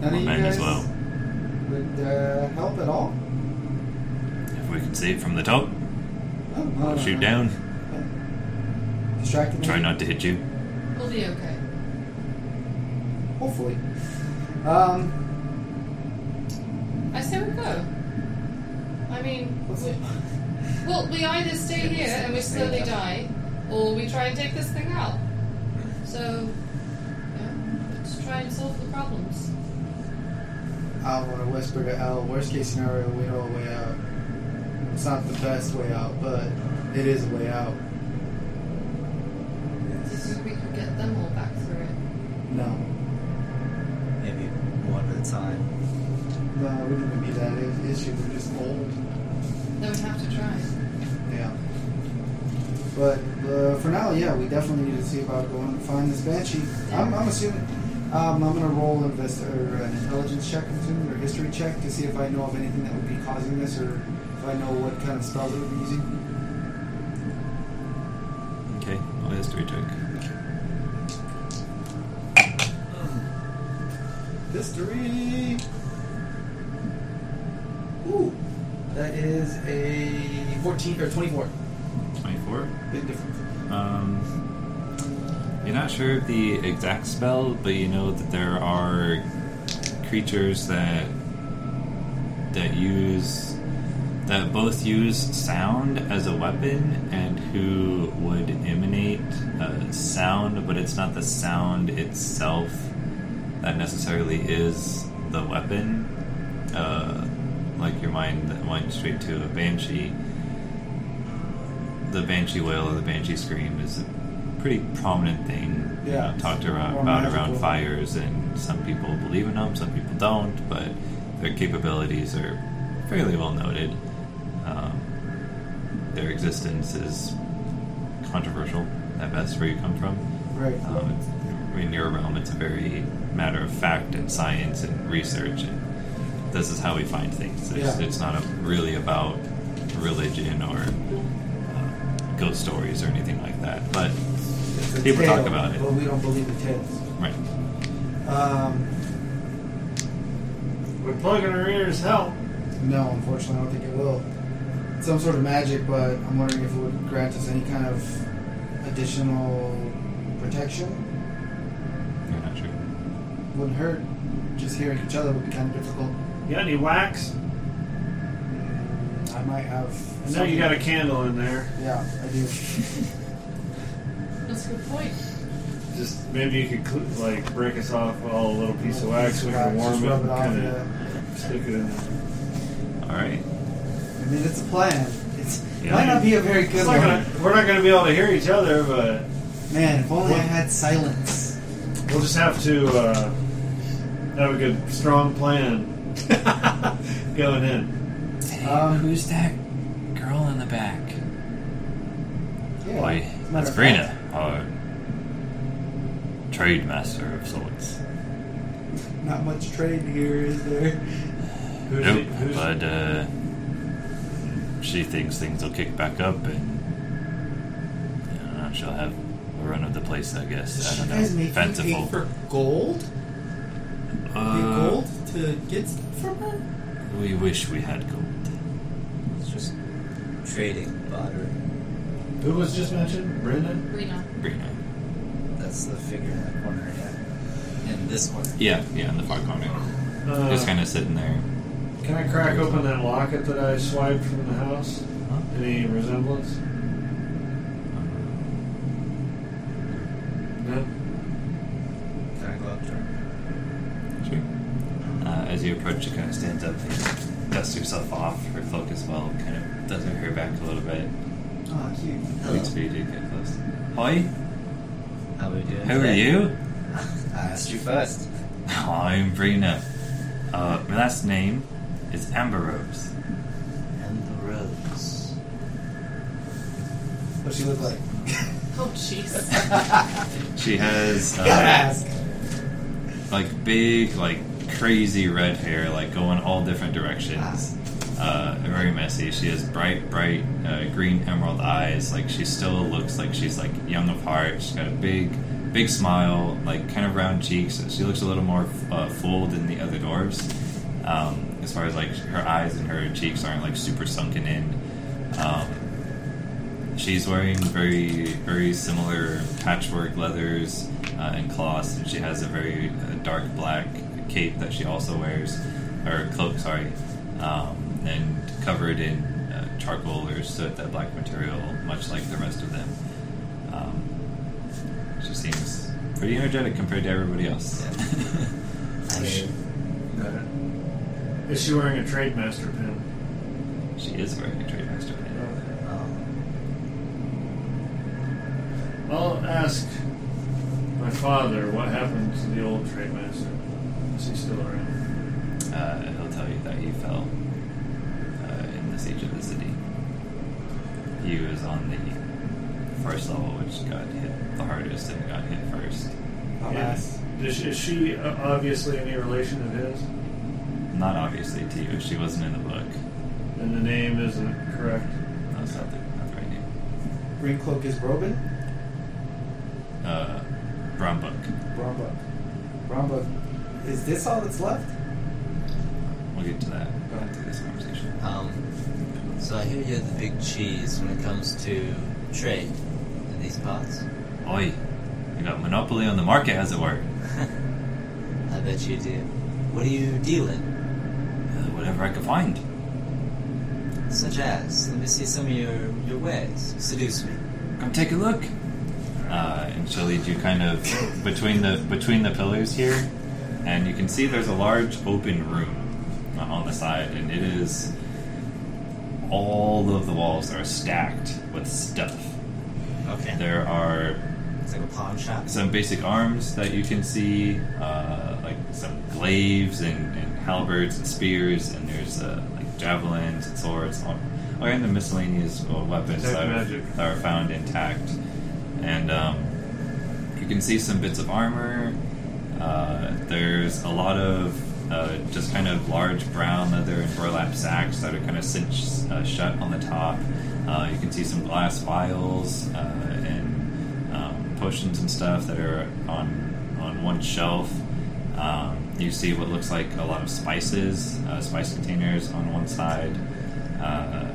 Speaker 4: None
Speaker 1: My
Speaker 4: of you
Speaker 1: men
Speaker 4: guys
Speaker 1: as well.
Speaker 4: would uh, help at all?
Speaker 1: If we can see it from the top,
Speaker 4: No, no,
Speaker 1: I'll
Speaker 4: no,
Speaker 1: shoot
Speaker 4: no.
Speaker 1: down.
Speaker 4: Oh, uh, Distracted me?
Speaker 1: Try not to hit you.
Speaker 8: We'll be okay.
Speaker 4: Hopefully. Um,
Speaker 8: I say we go. I mean,
Speaker 4: What's
Speaker 8: we-
Speaker 4: it?
Speaker 8: well, we either stay here and we slowly die, or we try and take this thing out. So, yeah, let's try and solve the problems.
Speaker 4: I'll want to whisper to Al. Worst case scenario, we know a way out. It's not the best way out, but it is a way out.
Speaker 8: Do you think we can get them all back through it?
Speaker 4: No,
Speaker 7: Maybe one at a time.
Speaker 4: no, it wouldn't even be that i- issue. We're just old.
Speaker 8: They would have to try.
Speaker 4: Yeah. But uh, for now, yeah, we definitely need to see about going and find this banshee. I'm, I'm assuming. Um, I'm gonna roll invest or an intelligence check or something, or history check to see if I know of anything that would be causing this, or if I know what kind of spells it would be using.
Speaker 1: Okay, well, history check.
Speaker 4: History. Ooh, that is a 14 or 24.
Speaker 1: 24.
Speaker 4: Big difference.
Speaker 1: Um, you're not sure of the exact spell, but you know that there are creatures that that use that both use sound as a weapon and who would emanate uh, sound, but it's not the sound itself that necessarily is the weapon. Uh, like your mind that went straight to a banshee the banshee wail or the banshee scream is a pretty prominent thing you
Speaker 4: Yeah,
Speaker 1: know, talked around,
Speaker 4: more
Speaker 1: about
Speaker 4: magical.
Speaker 1: around fires and some people believe in them some people don't but their capabilities are fairly well noted um, their existence is controversial at best where you come from
Speaker 4: Right.
Speaker 1: um, it's- in your realm it's a very matter of fact and science and research and this is how we find things it's,
Speaker 4: Yeah.
Speaker 1: it's not a, really about religion or uh, ghost stories or anything like that but
Speaker 4: It's a
Speaker 1: people talk
Speaker 4: tale,
Speaker 1: about
Speaker 4: But
Speaker 1: it
Speaker 4: we don't believe in tales.
Speaker 1: right
Speaker 4: Um,
Speaker 6: We're plugging our ears. Help!
Speaker 4: no, unfortunately, I don't think it will. Some sort of magic, but I'm wondering if it would grant us any kind of additional protection.
Speaker 1: you're not sure
Speaker 4: Wouldn't hurt. Just hearing each other would be kind of difficult.
Speaker 6: You got any wax?
Speaker 4: Mm, I might have.
Speaker 6: I know you got a candle in there.
Speaker 4: Yeah, I do.
Speaker 8: That's a good point.
Speaker 6: Just maybe you could cl- like break us off all a little piece of wax.
Speaker 4: Just
Speaker 6: We
Speaker 4: rub
Speaker 6: can warm it
Speaker 4: rub
Speaker 6: and
Speaker 4: off,
Speaker 6: kind
Speaker 4: yeah.
Speaker 6: of stick it in there.
Speaker 1: all right
Speaker 4: I mean, it's a plan. It's
Speaker 1: Yeah.
Speaker 4: might not be a very good
Speaker 6: It's
Speaker 4: one.
Speaker 6: not gonna, we're not going to be able to hear each other, but
Speaker 4: Man, if only I had silence.
Speaker 6: we'll just have to uh, have a good, strong (laughs) plan going in.
Speaker 14: Hey,
Speaker 4: Um,
Speaker 14: who's that girl in the back?
Speaker 4: Yeah.
Speaker 1: why
Speaker 4: as a
Speaker 1: that's
Speaker 4: matter of
Speaker 1: Brina our trade master of sorts
Speaker 4: fact, Not much trade here, is there?
Speaker 6: Who's
Speaker 1: nope
Speaker 6: the- who's-
Speaker 1: but uh, she thinks things will kick back up and I don't know, she'll have a run of the place I guess I
Speaker 4: you
Speaker 1: don't
Speaker 4: guys
Speaker 1: know
Speaker 4: make me pay
Speaker 1: fanciful
Speaker 4: for gold? Pay
Speaker 1: Uh,
Speaker 4: gold to get stuff from her?
Speaker 1: We wish we had gold.
Speaker 7: It's just trading barter.
Speaker 6: who was just mentioned? Brendan?
Speaker 8: Rena.
Speaker 1: Reno.
Speaker 7: That's the figure in that corner, yeah. In this corner.
Speaker 1: Yeah, yeah, in the far corner.
Speaker 6: Uh,
Speaker 1: Just kind of sitting there.
Speaker 6: Can I crack open that locket that I swiped from the house? Any resemblance? No.
Speaker 7: Can I go up to her?
Speaker 1: Sure. Uh, as you approach, she kind of stands up and dusts herself off. Her cloak as well kind of does her hair back a little bit.
Speaker 4: Oh, cute.
Speaker 7: Hello.
Speaker 1: Waits for you to get close. Hi,
Speaker 7: How are we doing?
Speaker 1: how are
Speaker 7: today?
Speaker 3: (laughs)
Speaker 1: you?
Speaker 7: I asked you first.
Speaker 1: I'm Brina. Uh, my last name is Amber Rose.
Speaker 7: And the rose.
Speaker 4: What she look like?
Speaker 8: Oh, jeez.
Speaker 1: She has uh,
Speaker 4: Gotta ask.
Speaker 1: like big, like crazy red hair, like going all different directions. Uh, very messy. She has bright, bright uh, green emerald eyes. Like she still looks like she's like young of heart. She's got a big, big smile, like kind of round cheeks. She looks a little more uh, full than the other dwarves. Um, as far as like her eyes and her cheeks aren't like super sunken in. Um, She's wearing very, very similar patchwork leathers uh, and cloths, and she has a very uh, dark black cape that she also wears, or cloak, sorry, um, and covered in uh, charcoal or soot, that black material, much like the rest of them. Um, she seems pretty energetic compared to everybody else.
Speaker 6: Is she wearing a trade master pin?
Speaker 1: (laughs) She is wearing a trade master pin.
Speaker 3: um,
Speaker 6: I'll ask my father what happened to the old trade master. Is he still around?
Speaker 1: Uh, he'll tell you that he fell uh, in the siege of the city. He was on the first level, which got hit the hardest and got hit first.
Speaker 4: Alas.
Speaker 6: Is she, is she uh, obviously any relation of his?
Speaker 1: Not obviously to you, she wasn't in the book.
Speaker 6: And the name isn't correct.
Speaker 1: That's not the, not the right name.
Speaker 4: Green Cloak is Robin?
Speaker 1: Uh, brown book.
Speaker 4: Romba. Romba. Is this all that's left?
Speaker 1: We'll get to that after this conversation.
Speaker 3: Um, so I hear you're the big cheese when it comes to trade in these parts.
Speaker 1: Oi, you got monopoly on the market, as it were.
Speaker 3: I bet you do. What are you dealing?
Speaker 1: Uh, whatever I could find.
Speaker 3: Such as, let me see some of your, your wares. Seduce me.
Speaker 1: Come take a look. Uh, and she'll lead you kind of between the between the pillars here, and you can see there's a large open room uh, on the side, and it is all of the walls are stacked with stuff.
Speaker 3: Okay.
Speaker 1: There are
Speaker 3: It's like a pawn shop.
Speaker 1: some basic arms that you can see, uh, like some glaives and, and halberds and spears, and there's uh, like javelins and swords, and all, oh, and the miscellaneous uh, weapons
Speaker 6: Detect
Speaker 1: that are,
Speaker 6: magic.
Speaker 1: that are found intact. And um, you can see some bits of armor. Uh, there's a lot of uh, just kind of large brown leather and burlap sacks that are kind of cinched uh, shut on the top. Uh, you can see some glass vials uh, and um, potions and stuff that are on on one shelf. Um, you see what looks like a lot of spices, uh, spice containers on one side. Uh,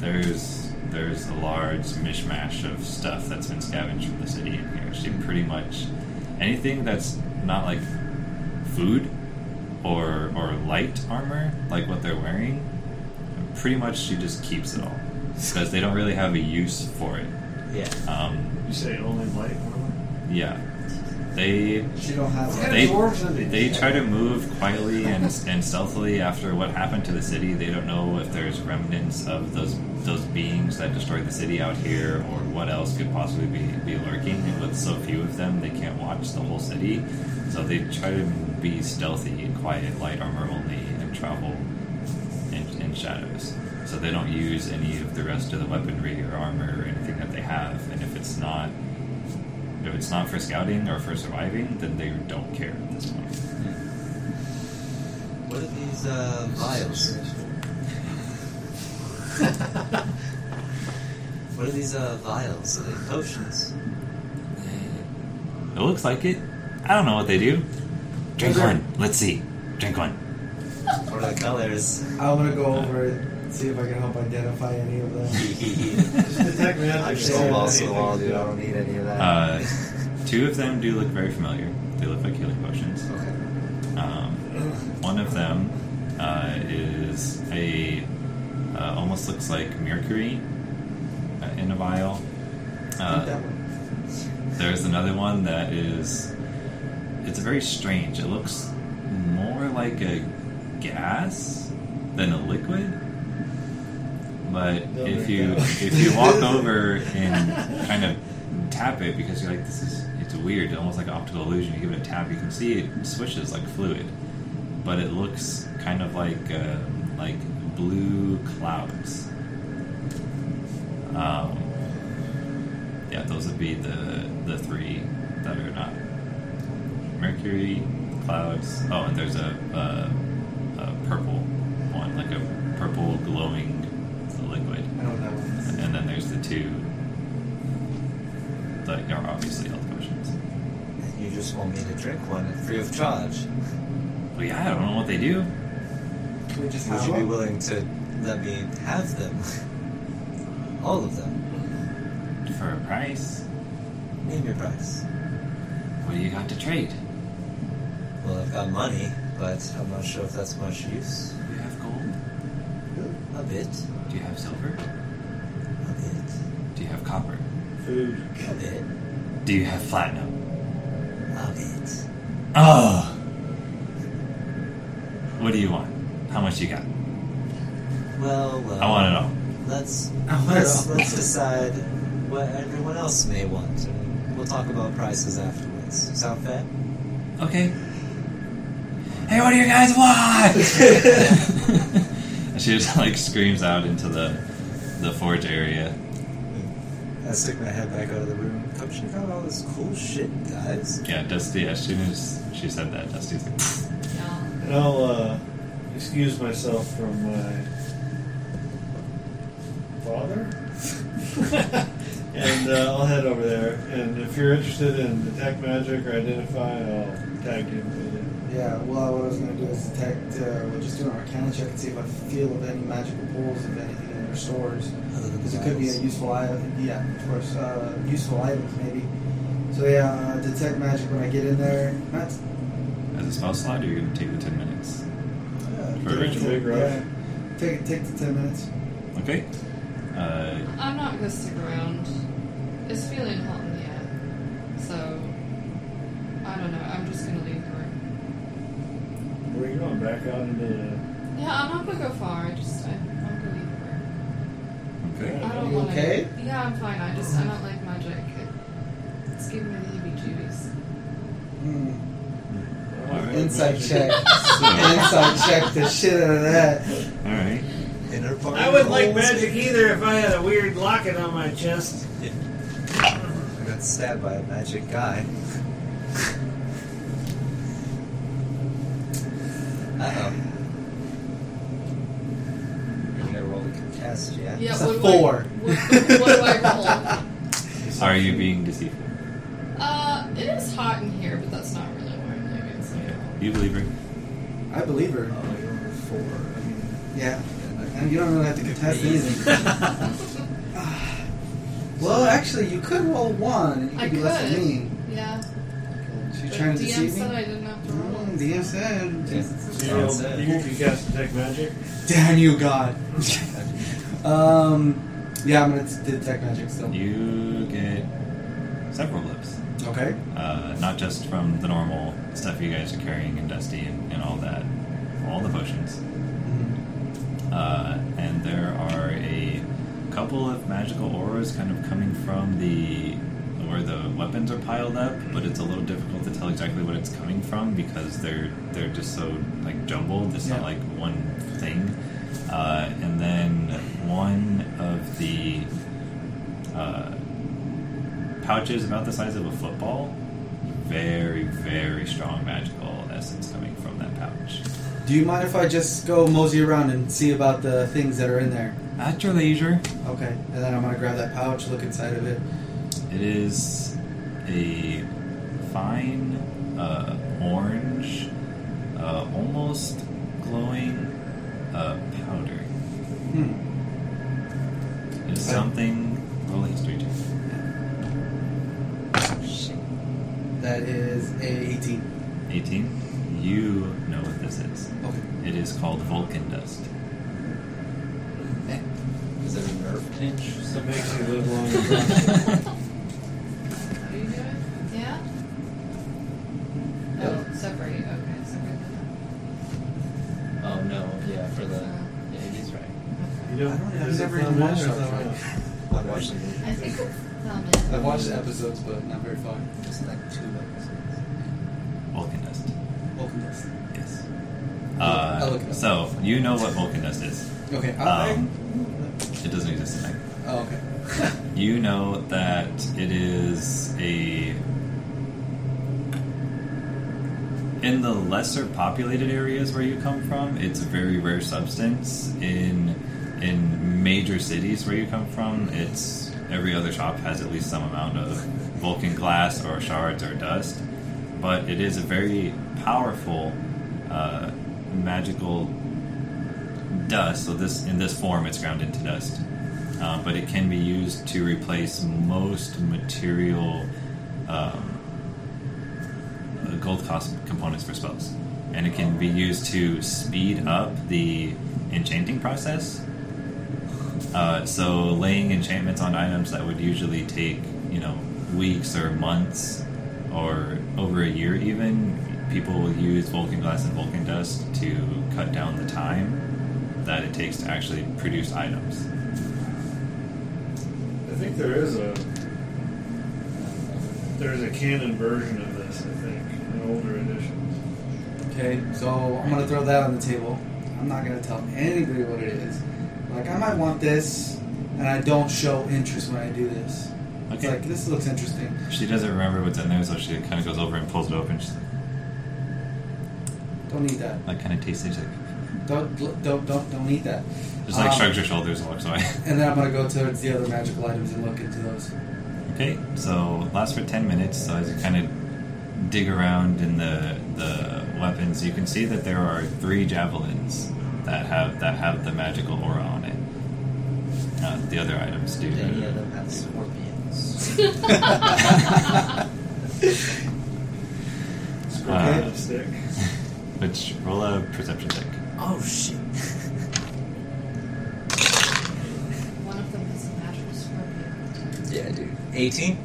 Speaker 1: there's there's a large mishmash of stuff that's been scavenged from the city in here. She pretty much anything that's not like food or or light armor, like what they're wearing, pretty much she just keeps it all because they don't really have a use for it.
Speaker 3: Yeah.
Speaker 1: Um,
Speaker 6: You say only light armor?
Speaker 1: yeah, they
Speaker 8: She don't have
Speaker 4: It's
Speaker 8: one.
Speaker 4: got
Speaker 1: They-
Speaker 4: dwarves in it.
Speaker 1: they try to move quietly and, and stealthily after what happened to the city. They don't know if there's remnants of those those beings that destroyed the city out here, or what else could possibly be, be lurking. And with so few of them, they can't watch the whole city. So they try to be stealthy and quiet, light armor only, and travel in, in shadows. So they don't use any of the rest of the weaponry or armor or anything that they have. And if it's not if it's not for scouting or for surviving, then they don't care at this point.
Speaker 3: What are these uh, vials? what are these uh, vials? Are they
Speaker 7: (laughs)
Speaker 3: potions? (laughs)
Speaker 1: It looks like it. I don't know what they do. Drink one. Let's see. Drink one.
Speaker 3: What are the colors?
Speaker 8: I want to go over and see if I can help identify any of them.
Speaker 6: Detect
Speaker 3: I'm
Speaker 6: magic.
Speaker 3: just
Speaker 8: Yeah.
Speaker 3: lost the wall, dude. I don't need any of that.
Speaker 1: Uh, two of them do look very familiar. They look like healing potions.
Speaker 3: okay.
Speaker 1: Um, one of them uh, is a uh, almost looks like mercury uh, in a vial. Uh,
Speaker 8: that one.
Speaker 1: There's another one that is. It's very strange. It looks more like a gas than a liquid. But
Speaker 4: They'll
Speaker 1: if
Speaker 4: drink
Speaker 1: you
Speaker 4: that one.
Speaker 1: if you walk over and kind of tap it because you're like this is it's weird, almost like an optical illusion. You give it a tap, you can see it swishes like fluid, but it looks kind of like uh, like blue clouds. Um, yeah, those would be the the three that are not Mercury, clouds. Oh, and there's a, a, a purple one, like a purple glowing liquid,
Speaker 8: I know what that one is.
Speaker 1: and then there's the two that are obviously health potions.
Speaker 3: You just want me to drink one free of charge.
Speaker 1: Well, yeah, I don't know what they do.
Speaker 8: Can we just
Speaker 3: Would
Speaker 8: have
Speaker 3: you be
Speaker 8: one?
Speaker 3: willing to let me have them? (laughs) All of them.
Speaker 1: For a price,
Speaker 3: Name your price.
Speaker 1: what do you got to trade?
Speaker 3: Well, I've got money, but I'm not sure if that's much use.
Speaker 1: Do you have gold?
Speaker 3: A bit.
Speaker 1: Do you have silver?
Speaker 3: A bit.
Speaker 1: Do you have copper?
Speaker 6: Food.
Speaker 3: A bit.
Speaker 1: Do you have platinum?
Speaker 7: of it.
Speaker 1: Oh. What do you want? How much you got?
Speaker 7: Well, well.
Speaker 1: I want it all.
Speaker 7: (laughs) Let's
Speaker 4: I want it
Speaker 7: let's,
Speaker 4: all.
Speaker 7: let's decide what everyone else may want. and We'll talk about prices afterwards. Sound fair?
Speaker 1: Okay. Hey, what do you guys want? And (laughs) she just like screams out into the the forge area.
Speaker 7: I stick my head back out of the room. Come check out all this cool shit, guys.
Speaker 1: Yeah, Dusty. As soon as she said that, Dusty's like,
Speaker 2: Yeah.
Speaker 6: And I'll uh, excuse myself from my father. and uh, I'll head over there. And if you're interested in detect magic or identify, I'll tag you with
Speaker 4: Yeah, well, what I was going to do is detect, uh, we'll just do an arcana check and see if I feel of any magical pools, if anything in their stores.
Speaker 7: Other than
Speaker 4: Because it could be a
Speaker 7: vials.
Speaker 4: useful item. Yeah, of course. Uh, useful items, maybe. So, yeah, uh, detect magic when I get in there. Not,
Speaker 1: "As a spell slot, you're gonna take the ten minutes."
Speaker 4: uh,
Speaker 1: For
Speaker 4: get in
Speaker 6: ritual.
Speaker 4: there,
Speaker 6: Big rush.
Speaker 4: Yeah. Take, take the 10 minutes.
Speaker 1: Okay. Uh,
Speaker 2: I'm not gonna stick around. It's feeling hot in the air, so I don't know. I'm just gonna leave the room.
Speaker 6: it. Where are you going? Back out into the.
Speaker 2: Yeah, I'm not gonna go far. I just I, I'm gonna leave the room.
Speaker 1: okay.
Speaker 2: I don't
Speaker 4: You
Speaker 2: wanna,
Speaker 4: okay?
Speaker 2: Yeah, I'm fine. I just I don't like magic. It- It's giving me the heebie-jeebies.
Speaker 4: Hmm.
Speaker 6: All
Speaker 4: (laughs)
Speaker 6: right.
Speaker 4: Insight
Speaker 6: (laughs)
Speaker 4: check.
Speaker 1: So,
Speaker 4: Insight check the shit out of that.
Speaker 1: all right.
Speaker 7: Inner party
Speaker 6: I wouldn't like
Speaker 7: holes.
Speaker 6: magic either if I had a weird locket on my chest.
Speaker 7: I got stabbed by a magic guy. Uh oh. You're gonna roll the test, yeah?
Speaker 2: Yeah,
Speaker 4: It's a
Speaker 2: what do
Speaker 4: four.
Speaker 2: I, what, what do
Speaker 4: (laughs)
Speaker 2: I
Speaker 1: Are you being deceived?
Speaker 2: roll? uh, it is hot in here, but that's not really why I'm leaving. So
Speaker 1: Yeah. You believe her?
Speaker 4: I believe her.
Speaker 7: Oh, you rolled a four. I mean,
Speaker 4: Yeah.
Speaker 7: yeah,
Speaker 4: And you don't really have to contest (laughs) anything.
Speaker 7: Oh,
Speaker 4: Well, actually, you could roll one and you could
Speaker 2: I
Speaker 4: be less
Speaker 2: could.
Speaker 4: than me.
Speaker 2: yeah.
Speaker 4: She
Speaker 2: But
Speaker 4: trying to
Speaker 2: DM
Speaker 4: deceive
Speaker 2: said
Speaker 4: me?
Speaker 2: I didn't have to roll.
Speaker 4: Mm, DM said.
Speaker 6: So you,
Speaker 7: That's
Speaker 6: know,
Speaker 7: it.
Speaker 6: you can cast detect magic.
Speaker 4: Damn you,
Speaker 7: (laughs)
Speaker 4: God. um, yeah, I'm gonna t- detect magic still.
Speaker 1: You get several blips.
Speaker 4: Okay.
Speaker 1: Uh, not just from the normal stuff you guys are carrying and Dusty and, and all that, all the potions.
Speaker 6: Mm-hmm.
Speaker 1: Uh, and there are a couple of magical auras kind of coming from the where the weapons are piled up, but it's a little difficult to tell exactly what it's coming from because they're they're just so like jumbled. It's not
Speaker 4: Yeah.
Speaker 1: like one thing. Uh, and then one of the uh, pouches about the size of a football. Very, very strong magical essence coming from that pouch.
Speaker 4: Do you mind if I just go mosey around and see about the things that are in there?
Speaker 1: At your leisure,
Speaker 4: Okay. And then I'm gonna grab that pouch, look inside of it.
Speaker 1: It is a fine uh, orange, uh, almost glowing uh, powder.
Speaker 4: Hmm.
Speaker 1: It is something. Roll a history check.
Speaker 4: Oh, That is a 18.
Speaker 1: 18. You know what this is.
Speaker 4: Okay.
Speaker 1: It is called Vulcan dust.
Speaker 7: Is there a nerve pinch?
Speaker 6: That makes you live longer.
Speaker 2: Are you doing? Yeah? Oh, separate. Okay, separate.
Speaker 7: Oh no, yeah, for the. Yeah, he's right.
Speaker 6: You
Speaker 2: Okay.
Speaker 6: don't,
Speaker 4: I don't- I've
Speaker 6: is it
Speaker 4: never
Speaker 6: thumb
Speaker 4: even
Speaker 6: in or
Speaker 4: watched that
Speaker 6: thumb
Speaker 4: one.
Speaker 6: out?
Speaker 7: I watched the
Speaker 2: (laughs)
Speaker 7: movie.
Speaker 2: I think it's thumb in.
Speaker 4: I've watched the episodes, but not very far.
Speaker 7: It's like two episodes.
Speaker 1: Vulcan dust.
Speaker 4: Welcome dust.
Speaker 1: Yes. Uh, so you know what Vulcan dust is.
Speaker 4: Okay. I'll-
Speaker 1: Um, it doesn't exist in Mexico.
Speaker 4: oh, okay.
Speaker 1: You know that it is a. In the lesser populated areas where you come from, it's a very rare substance. In in major cities where you come from, it's every other shop has at least some amount of Vulcan glass or shards or dust. But it is a very powerful uh, magical dust. So this in this form, it's ground into dust, um, but it can be used to replace most material um, uh, gold cost components for spells, and it can be used to speed up the enchanting process. Uh, so laying enchantments on items that would usually take you know weeks or months or over a year even, people will use Vulcan glass and Vulcan dust to cut down the time that it takes to actually produce items.
Speaker 6: I think there is a there's a canon version of this. I think an older edition.
Speaker 4: Okay, so I'm gonna throw that on the table. I'm not gonna tell anybody what it is. Like I might want this, and I don't show interest when I do this. It's
Speaker 1: Okay.
Speaker 4: like this looks interesting.
Speaker 1: She doesn't remember what's in there, so she kind of goes over and pulls it open. She's like,
Speaker 4: Don't need that.
Speaker 1: that kind of tastes like.
Speaker 4: Don't don't don't don't need that.
Speaker 1: Just like
Speaker 4: Um,
Speaker 1: shrugs her shoulders and walks away. (laughs)
Speaker 4: And then I'm gonna go towards the other magical items and look into those.
Speaker 1: Okay, so lasts for ten minutes. So as you kind of dig around in the the weapons, you can see that there are three javelins that have that have the magical aura on it. Uh, the other items do.
Speaker 3: Yeah, yeah, that had scorpions.
Speaker 6: Scorpion
Speaker 1: Uh,
Speaker 6: stick.
Speaker 1: Which roll a perception check.
Speaker 3: Oh shit.
Speaker 2: One of them has a magical scorpion.
Speaker 3: Yeah, dude. 18?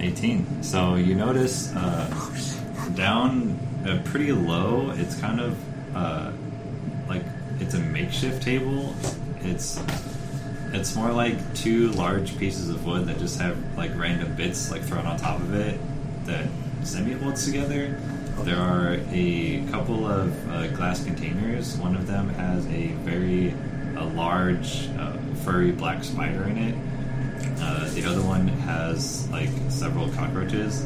Speaker 1: 18. So you notice uh, down uh, pretty low, it's kind of uh, like it's a makeshift table. It's it's more like two large pieces of wood that just have like random bits like thrown on top of it that semi bolts together. There are a couple of uh, glass containers. One of them has a very a large uh, furry black spider in it. Uh, the other one has like several cockroaches,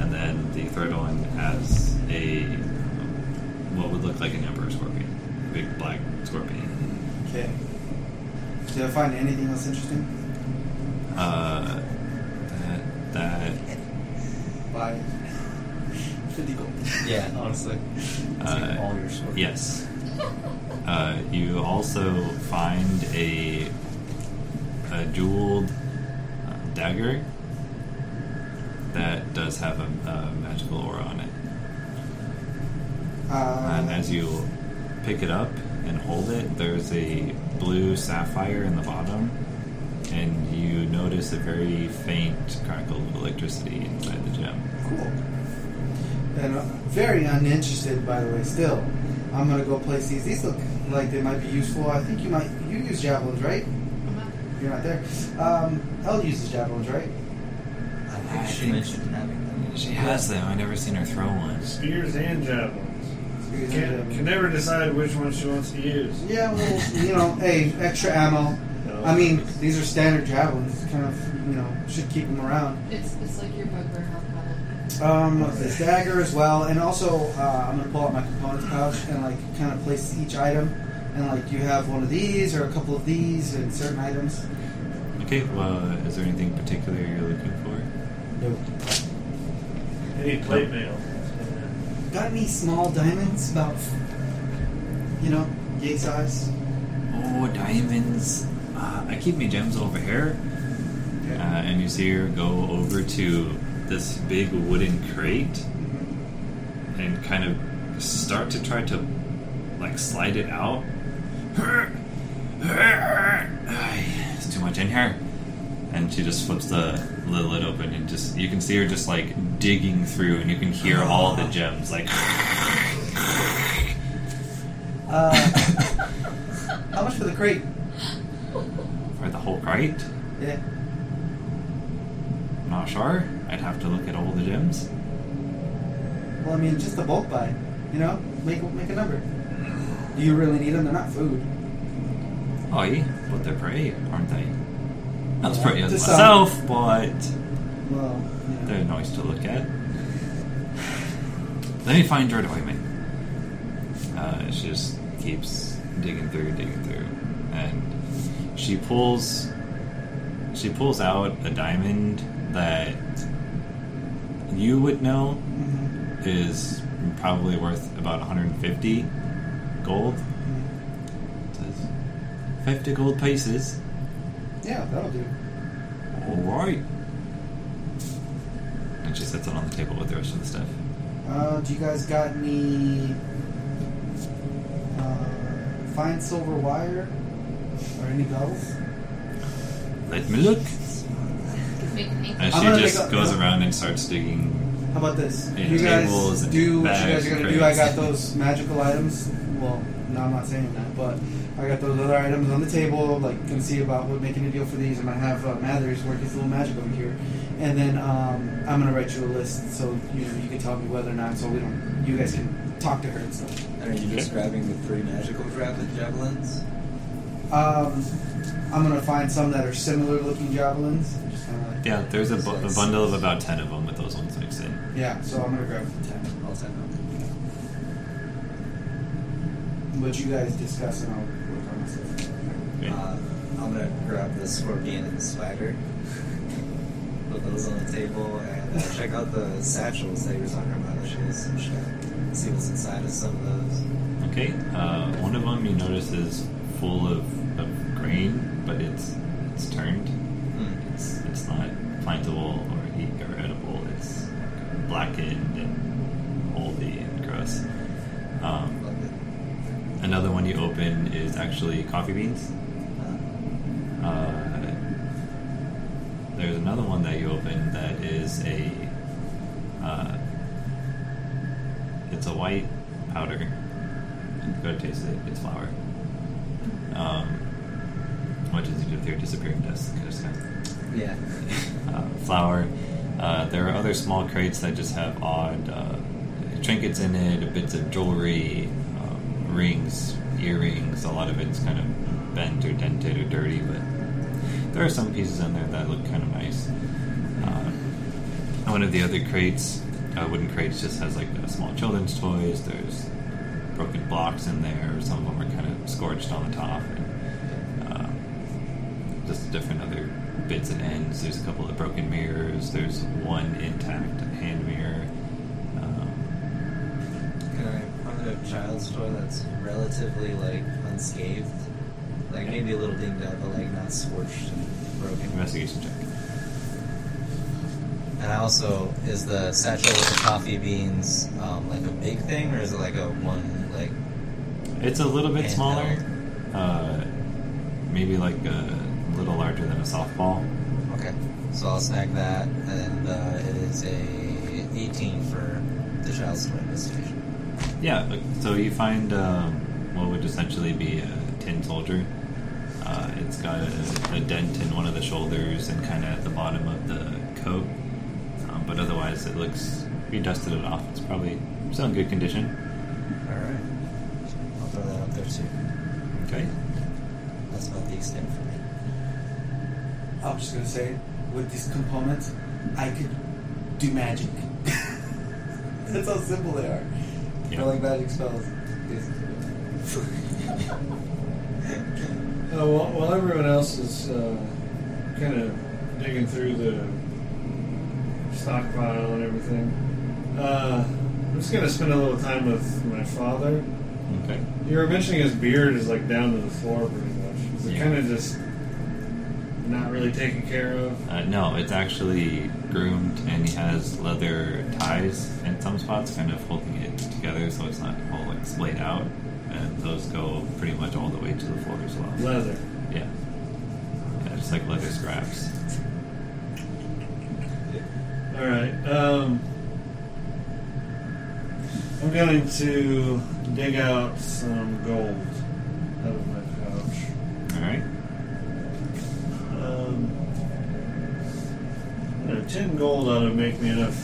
Speaker 1: and then the third one has a um, what would look like an emperor scorpion, a big black scorpion.
Speaker 4: Okay. Did I find anything else interesting?
Speaker 1: Uh, that, that
Speaker 4: Bye. (laughs) Fifty gold.
Speaker 3: Yeah, honestly.
Speaker 1: uh,
Speaker 7: all your swords.
Speaker 1: yes. Uh, you also find a a jeweled uh, dagger that does have a, a magical aura on it. And
Speaker 4: Uh,
Speaker 1: as you pick it up and hold it, there's a blue sapphire in the bottom, and you notice a very faint crackle of electricity inside the gem.
Speaker 4: cool. And uh, very uninterested, by the way. Still, I'm gonna go place these. These look like they might be useful. I think you might you use javelins, right?
Speaker 2: I'm not-
Speaker 4: You're not there. Um, Elle uses javelins, right?
Speaker 3: I think she mentioned having them.
Speaker 1: She has them. I've never seen her throw one.
Speaker 6: Spears and javelins.
Speaker 4: Spears and
Speaker 6: Can,
Speaker 4: javelins.
Speaker 6: can never decide which one she wants to use.
Speaker 4: Yeah, well, you know, hey, extra ammo.
Speaker 6: No.
Speaker 4: I mean, these are standard javelins. Kind of, you know, should keep them around.
Speaker 2: It's, it's like your bugbear health
Speaker 4: Um,
Speaker 2: problem.
Speaker 4: this dagger as well, and also uh, I'm gonna pull out my components pouch and like kind of place each item. And like you have one of these or a couple of these and certain items.
Speaker 1: Okay, well, is there anything particular you're looking for?
Speaker 4: Nope.
Speaker 6: Any plate mail.
Speaker 4: Got any small diamonds? About, you know, yay size.
Speaker 1: Oh, diamonds. Uh, I keep my gems over here. Uh, and you see her go over to this big wooden crate and kind of start to try to like slide it out. It's too much in here. And she just flips the, the lid open and just you can see her just like digging through and you can hear all the gems like
Speaker 4: Uh, (laughs) how much for the crate?
Speaker 1: for the whole crate.
Speaker 4: Yeah.
Speaker 1: I'm not sure. I'd have to look at all the gems.
Speaker 4: Well, I mean, just the bulk buy. You know, make make a number. Do you really need them? They're not food.
Speaker 1: Oh, yeah, but they're pretty, aren't they? That's pretty as
Speaker 4: To some.
Speaker 1: myself, but
Speaker 4: Well, you know.
Speaker 1: they're nice to look at. Let me find your diamond. Uh, she just keeps digging through, digging through, and she pulls. She pulls out a diamond that you would know
Speaker 4: Mhm.
Speaker 12: Mm-hmm.
Speaker 1: is probably worth about 150 gold. Says 50 gold pieces.
Speaker 4: Yeah, that'll do.
Speaker 1: All right. And she sets it on the table with the rest of the stuff.
Speaker 4: Uh, do you guys got any uh, fine silver wire or any bells?
Speaker 1: Let me look.
Speaker 2: Make me.
Speaker 1: And
Speaker 4: I'm
Speaker 1: she
Speaker 4: gonna
Speaker 1: just
Speaker 4: make a-
Speaker 1: goes around and starts digging
Speaker 4: How about this?
Speaker 1: Yeah,
Speaker 4: you guys
Speaker 1: tables and
Speaker 4: do what you
Speaker 1: bags
Speaker 4: guys are gonna
Speaker 1: and
Speaker 4: do. I
Speaker 1: crates.
Speaker 4: got those magical items. Well, no, I'm not saying that, but I got those other items on the table. Like, gonna see about what making a deal for these. I'm gonna have uh, Mathers work his little magic over here, and then um, I'm gonna write you a list so you know you can tell me whether or not. So we don't. You guys can talk to her and stuff.
Speaker 3: And are you describing the three magical javel- javelins?
Speaker 4: Um, I'm gonna find some that are similar looking javelins. Just kinda like-
Speaker 1: Yeah, there's a, bu- a bundle of about ten of them with those ones mixed in.
Speaker 4: yeah. So I'm gonna grab ten.
Speaker 3: All ten of them.
Speaker 4: What you guys discuss, and I'll work on myself.
Speaker 1: Yeah.
Speaker 3: Uh, I'm gonna grab the scorpion and the spider, put those on the table, and uh, check out the satchels that you were talking about. The shields and shit. See what's inside of some of those.
Speaker 1: Okay, uh, one of them you notice is full of, of grain, but it's it's turned.
Speaker 3: Hmm.
Speaker 1: It's it's not plantable or eat or edible. It's blackened and moldy and gross. Um,
Speaker 3: Love
Speaker 4: Uh,
Speaker 3: it.
Speaker 1: another one you open is actually coffee beans.
Speaker 3: Uh,
Speaker 1: Uh, there's another one that you open that is a uh, it's a white powder. Go taste it. It's flour. Um, what does it do with your disappearing dust? Just kind of-
Speaker 3: yeah.
Speaker 1: uh, flour. Uh, there are other small crates that just have odd uh, trinkets in it, bits of jewelry, um, rings, earrings. A lot of it's kind of bent or dented or dirty, but there are some pieces in there that look kind of nice. Uh, one of the other crates, uh, wooden crates, just has like uh, small children's toys. There's broken blocks in there. Some of them are kind of scorched on the top. And, uh, just different other bits and ends. There's a couple of broken mirrors. There's one intact hand mirror. Um,
Speaker 3: Can I find a child's toy that's relatively like unscathed? Like maybe a little dinged up, but like not scorched and broken.
Speaker 1: investigation check.
Speaker 3: And I also, is the satchel with the coffee beans um, like a big thing, or is it like a one like?
Speaker 1: It's a little bit
Speaker 3: Handheld.
Speaker 1: smaller, uh, maybe like a little larger than a softball.
Speaker 3: Okay, so I'll snag that, and uh, it is a 18 for the child's toy investigation.
Speaker 1: Yeah, but- so you find um, what would essentially be a tin soldier. Uh, it's got a, a dent in one of the shoulders and kind of at the bottom of the coat, um, but otherwise it looks. You dusted it off. It's probably still in good condition.
Speaker 3: All right, I'll throw that up there too.
Speaker 1: Okay.
Speaker 3: That's about the extent for me.
Speaker 4: I'm just gonna say, with these components, I could do magic. (laughs) That's how simple they are.
Speaker 1: Yeah.
Speaker 4: They're like magic spells. (laughs) basically.
Speaker 6: Uh, while, while everyone else is uh, kind of digging through the stockpile and everything, uh, I'm just going to spend a little time with my father.
Speaker 1: Okay.
Speaker 6: You were mentioning his beard is like down to the floor pretty much. Is it
Speaker 1: Yeah.
Speaker 6: kind of just not really taken care of?
Speaker 1: Uh, no, it's actually groomed and he has leather ties in some spots, kind of holding it together so it's not all like splayed out. And those go pretty much all the way to the floor as well.
Speaker 6: Leather.
Speaker 1: Yeah. Yeah, just like leather scraps.
Speaker 6: All right. Um, I'm going to dig out some gold out of my pouch.
Speaker 1: Alright.
Speaker 6: Um, you know, ten gold ought to make me enough.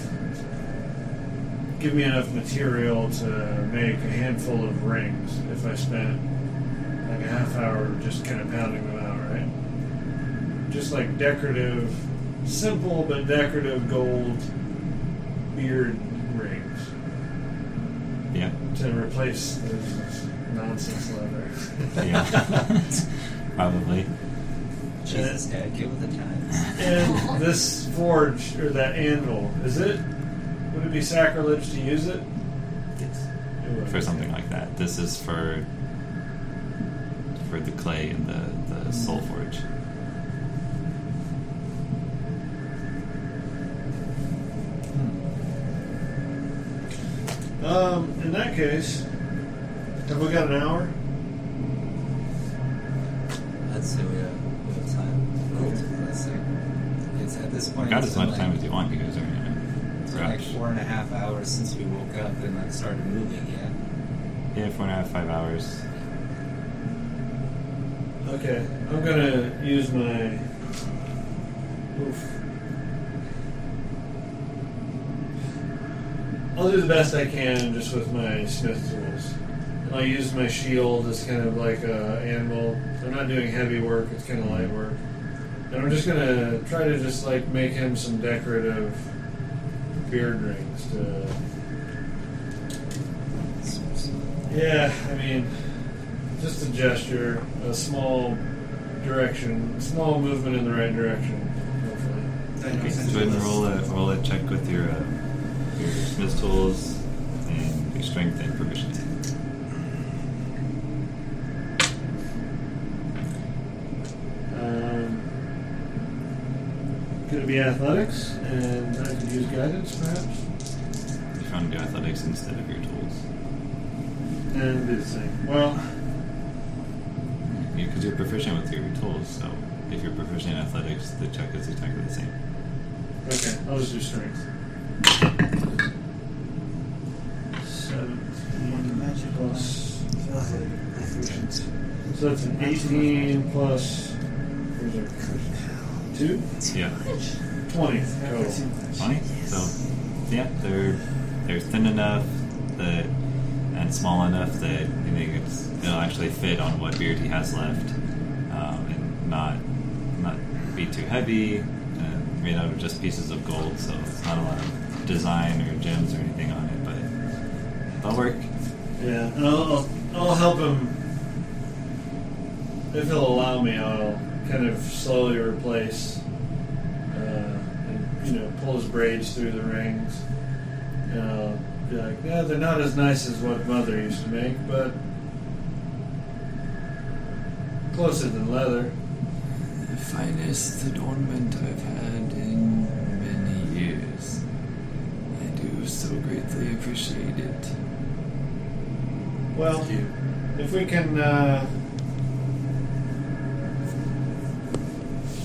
Speaker 6: Give me enough material to make a handful of rings if I spent like a half hour just kind of pounding them out, right? Just like decorative, simple but decorative gold beard rings
Speaker 7: (laughs)
Speaker 1: Yeah.
Speaker 6: to replace the nonsense leather. (laughs)
Speaker 1: Yeah. (laughs) Probably.
Speaker 3: Jesus, Dad, get with the times.
Speaker 6: And this forge or that anvil, is it? Would it be sacrilege to use it? It would.
Speaker 1: For something like that. This is for for the clay and the, the soul forge.
Speaker 6: Um, in that case, have we got an hour?
Speaker 3: I'd say we have, we have time. Let's see. It's at this point.
Speaker 1: Got
Speaker 3: it's
Speaker 1: as
Speaker 3: been
Speaker 1: much
Speaker 3: like-
Speaker 1: time as you want, you guys are in
Speaker 7: It's been like four and a half hours since we woke up and like started moving yet.
Speaker 1: Yeah, four and a half, five hours.
Speaker 6: Okay, I'm gonna use my. Oof. I'll do the best I can just with my smith tools. And I'll use my shield as kind of like a animal. I'm not doing heavy work, it's kind of light work. And I'm just gonna try to just like make him some decorative beard rings to. Yeah, I mean, just a gesture, a small direction, small movement in the right direction, hopefully.
Speaker 1: Okay, so go ahead and roll a, roll a check with your, uh, your smith tools and your strength and proficiency.
Speaker 6: Um, could it be athletics? And I could use guidance, perhaps?
Speaker 1: You found your athletics instead of your tools.
Speaker 6: And do the same. Well,
Speaker 1: Because you're proficient with your tools, so if you're proficient in athletics, the check is exactly the same.
Speaker 6: okay, I'll just do strength. 17 plus. So that's an 18 plus. Where's our. 2?
Speaker 1: Yeah.
Speaker 6: 20 total.
Speaker 1: Funny. So, yeah, they're they're thin enough that and small enough that you think it's, it'll actually fit on what beard he has left, um, and not not be too heavy. And made out of just pieces of gold, so it's not a lot of design or gems or anything on it, but that'll work.
Speaker 6: Yeah, and I'll, I'll, I'll help him. If he'll allow me, I'll kind of slowly replace, uh, and, you know, pull his braids through the rings. And I'll be like, yeah, they're not as nice as what Mother used to make, but closer than leather.
Speaker 12: The finest adornment I've had in many years. I do so greatly appreciate it.
Speaker 6: Well, if we can, uh,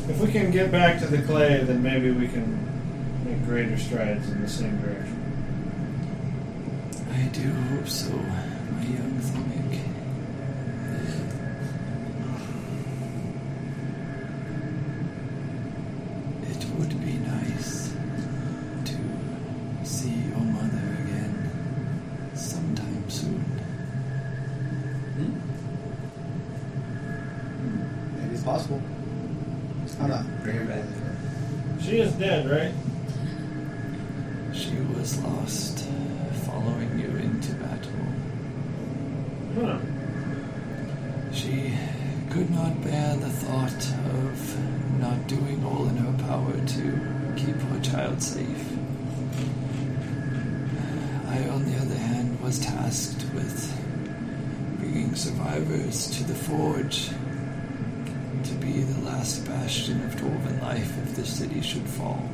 Speaker 6: if we can get back to the clay, then maybe we can make greater strides in the same direction.
Speaker 12: I do hope so, my young Thonic. It would be nice to see your mother again sometime soon.
Speaker 8: Maybe it's possible. I'm not.
Speaker 7: Bring her back.
Speaker 6: She is dead, right?
Speaker 12: She was lost following you into battle.
Speaker 6: Huh.
Speaker 12: She could not bear the thought of not doing all in her power to keep her child safe. I, on the other hand, was tasked with bringing survivors to the forge to be the last bastion of dwarven life if the city should fall.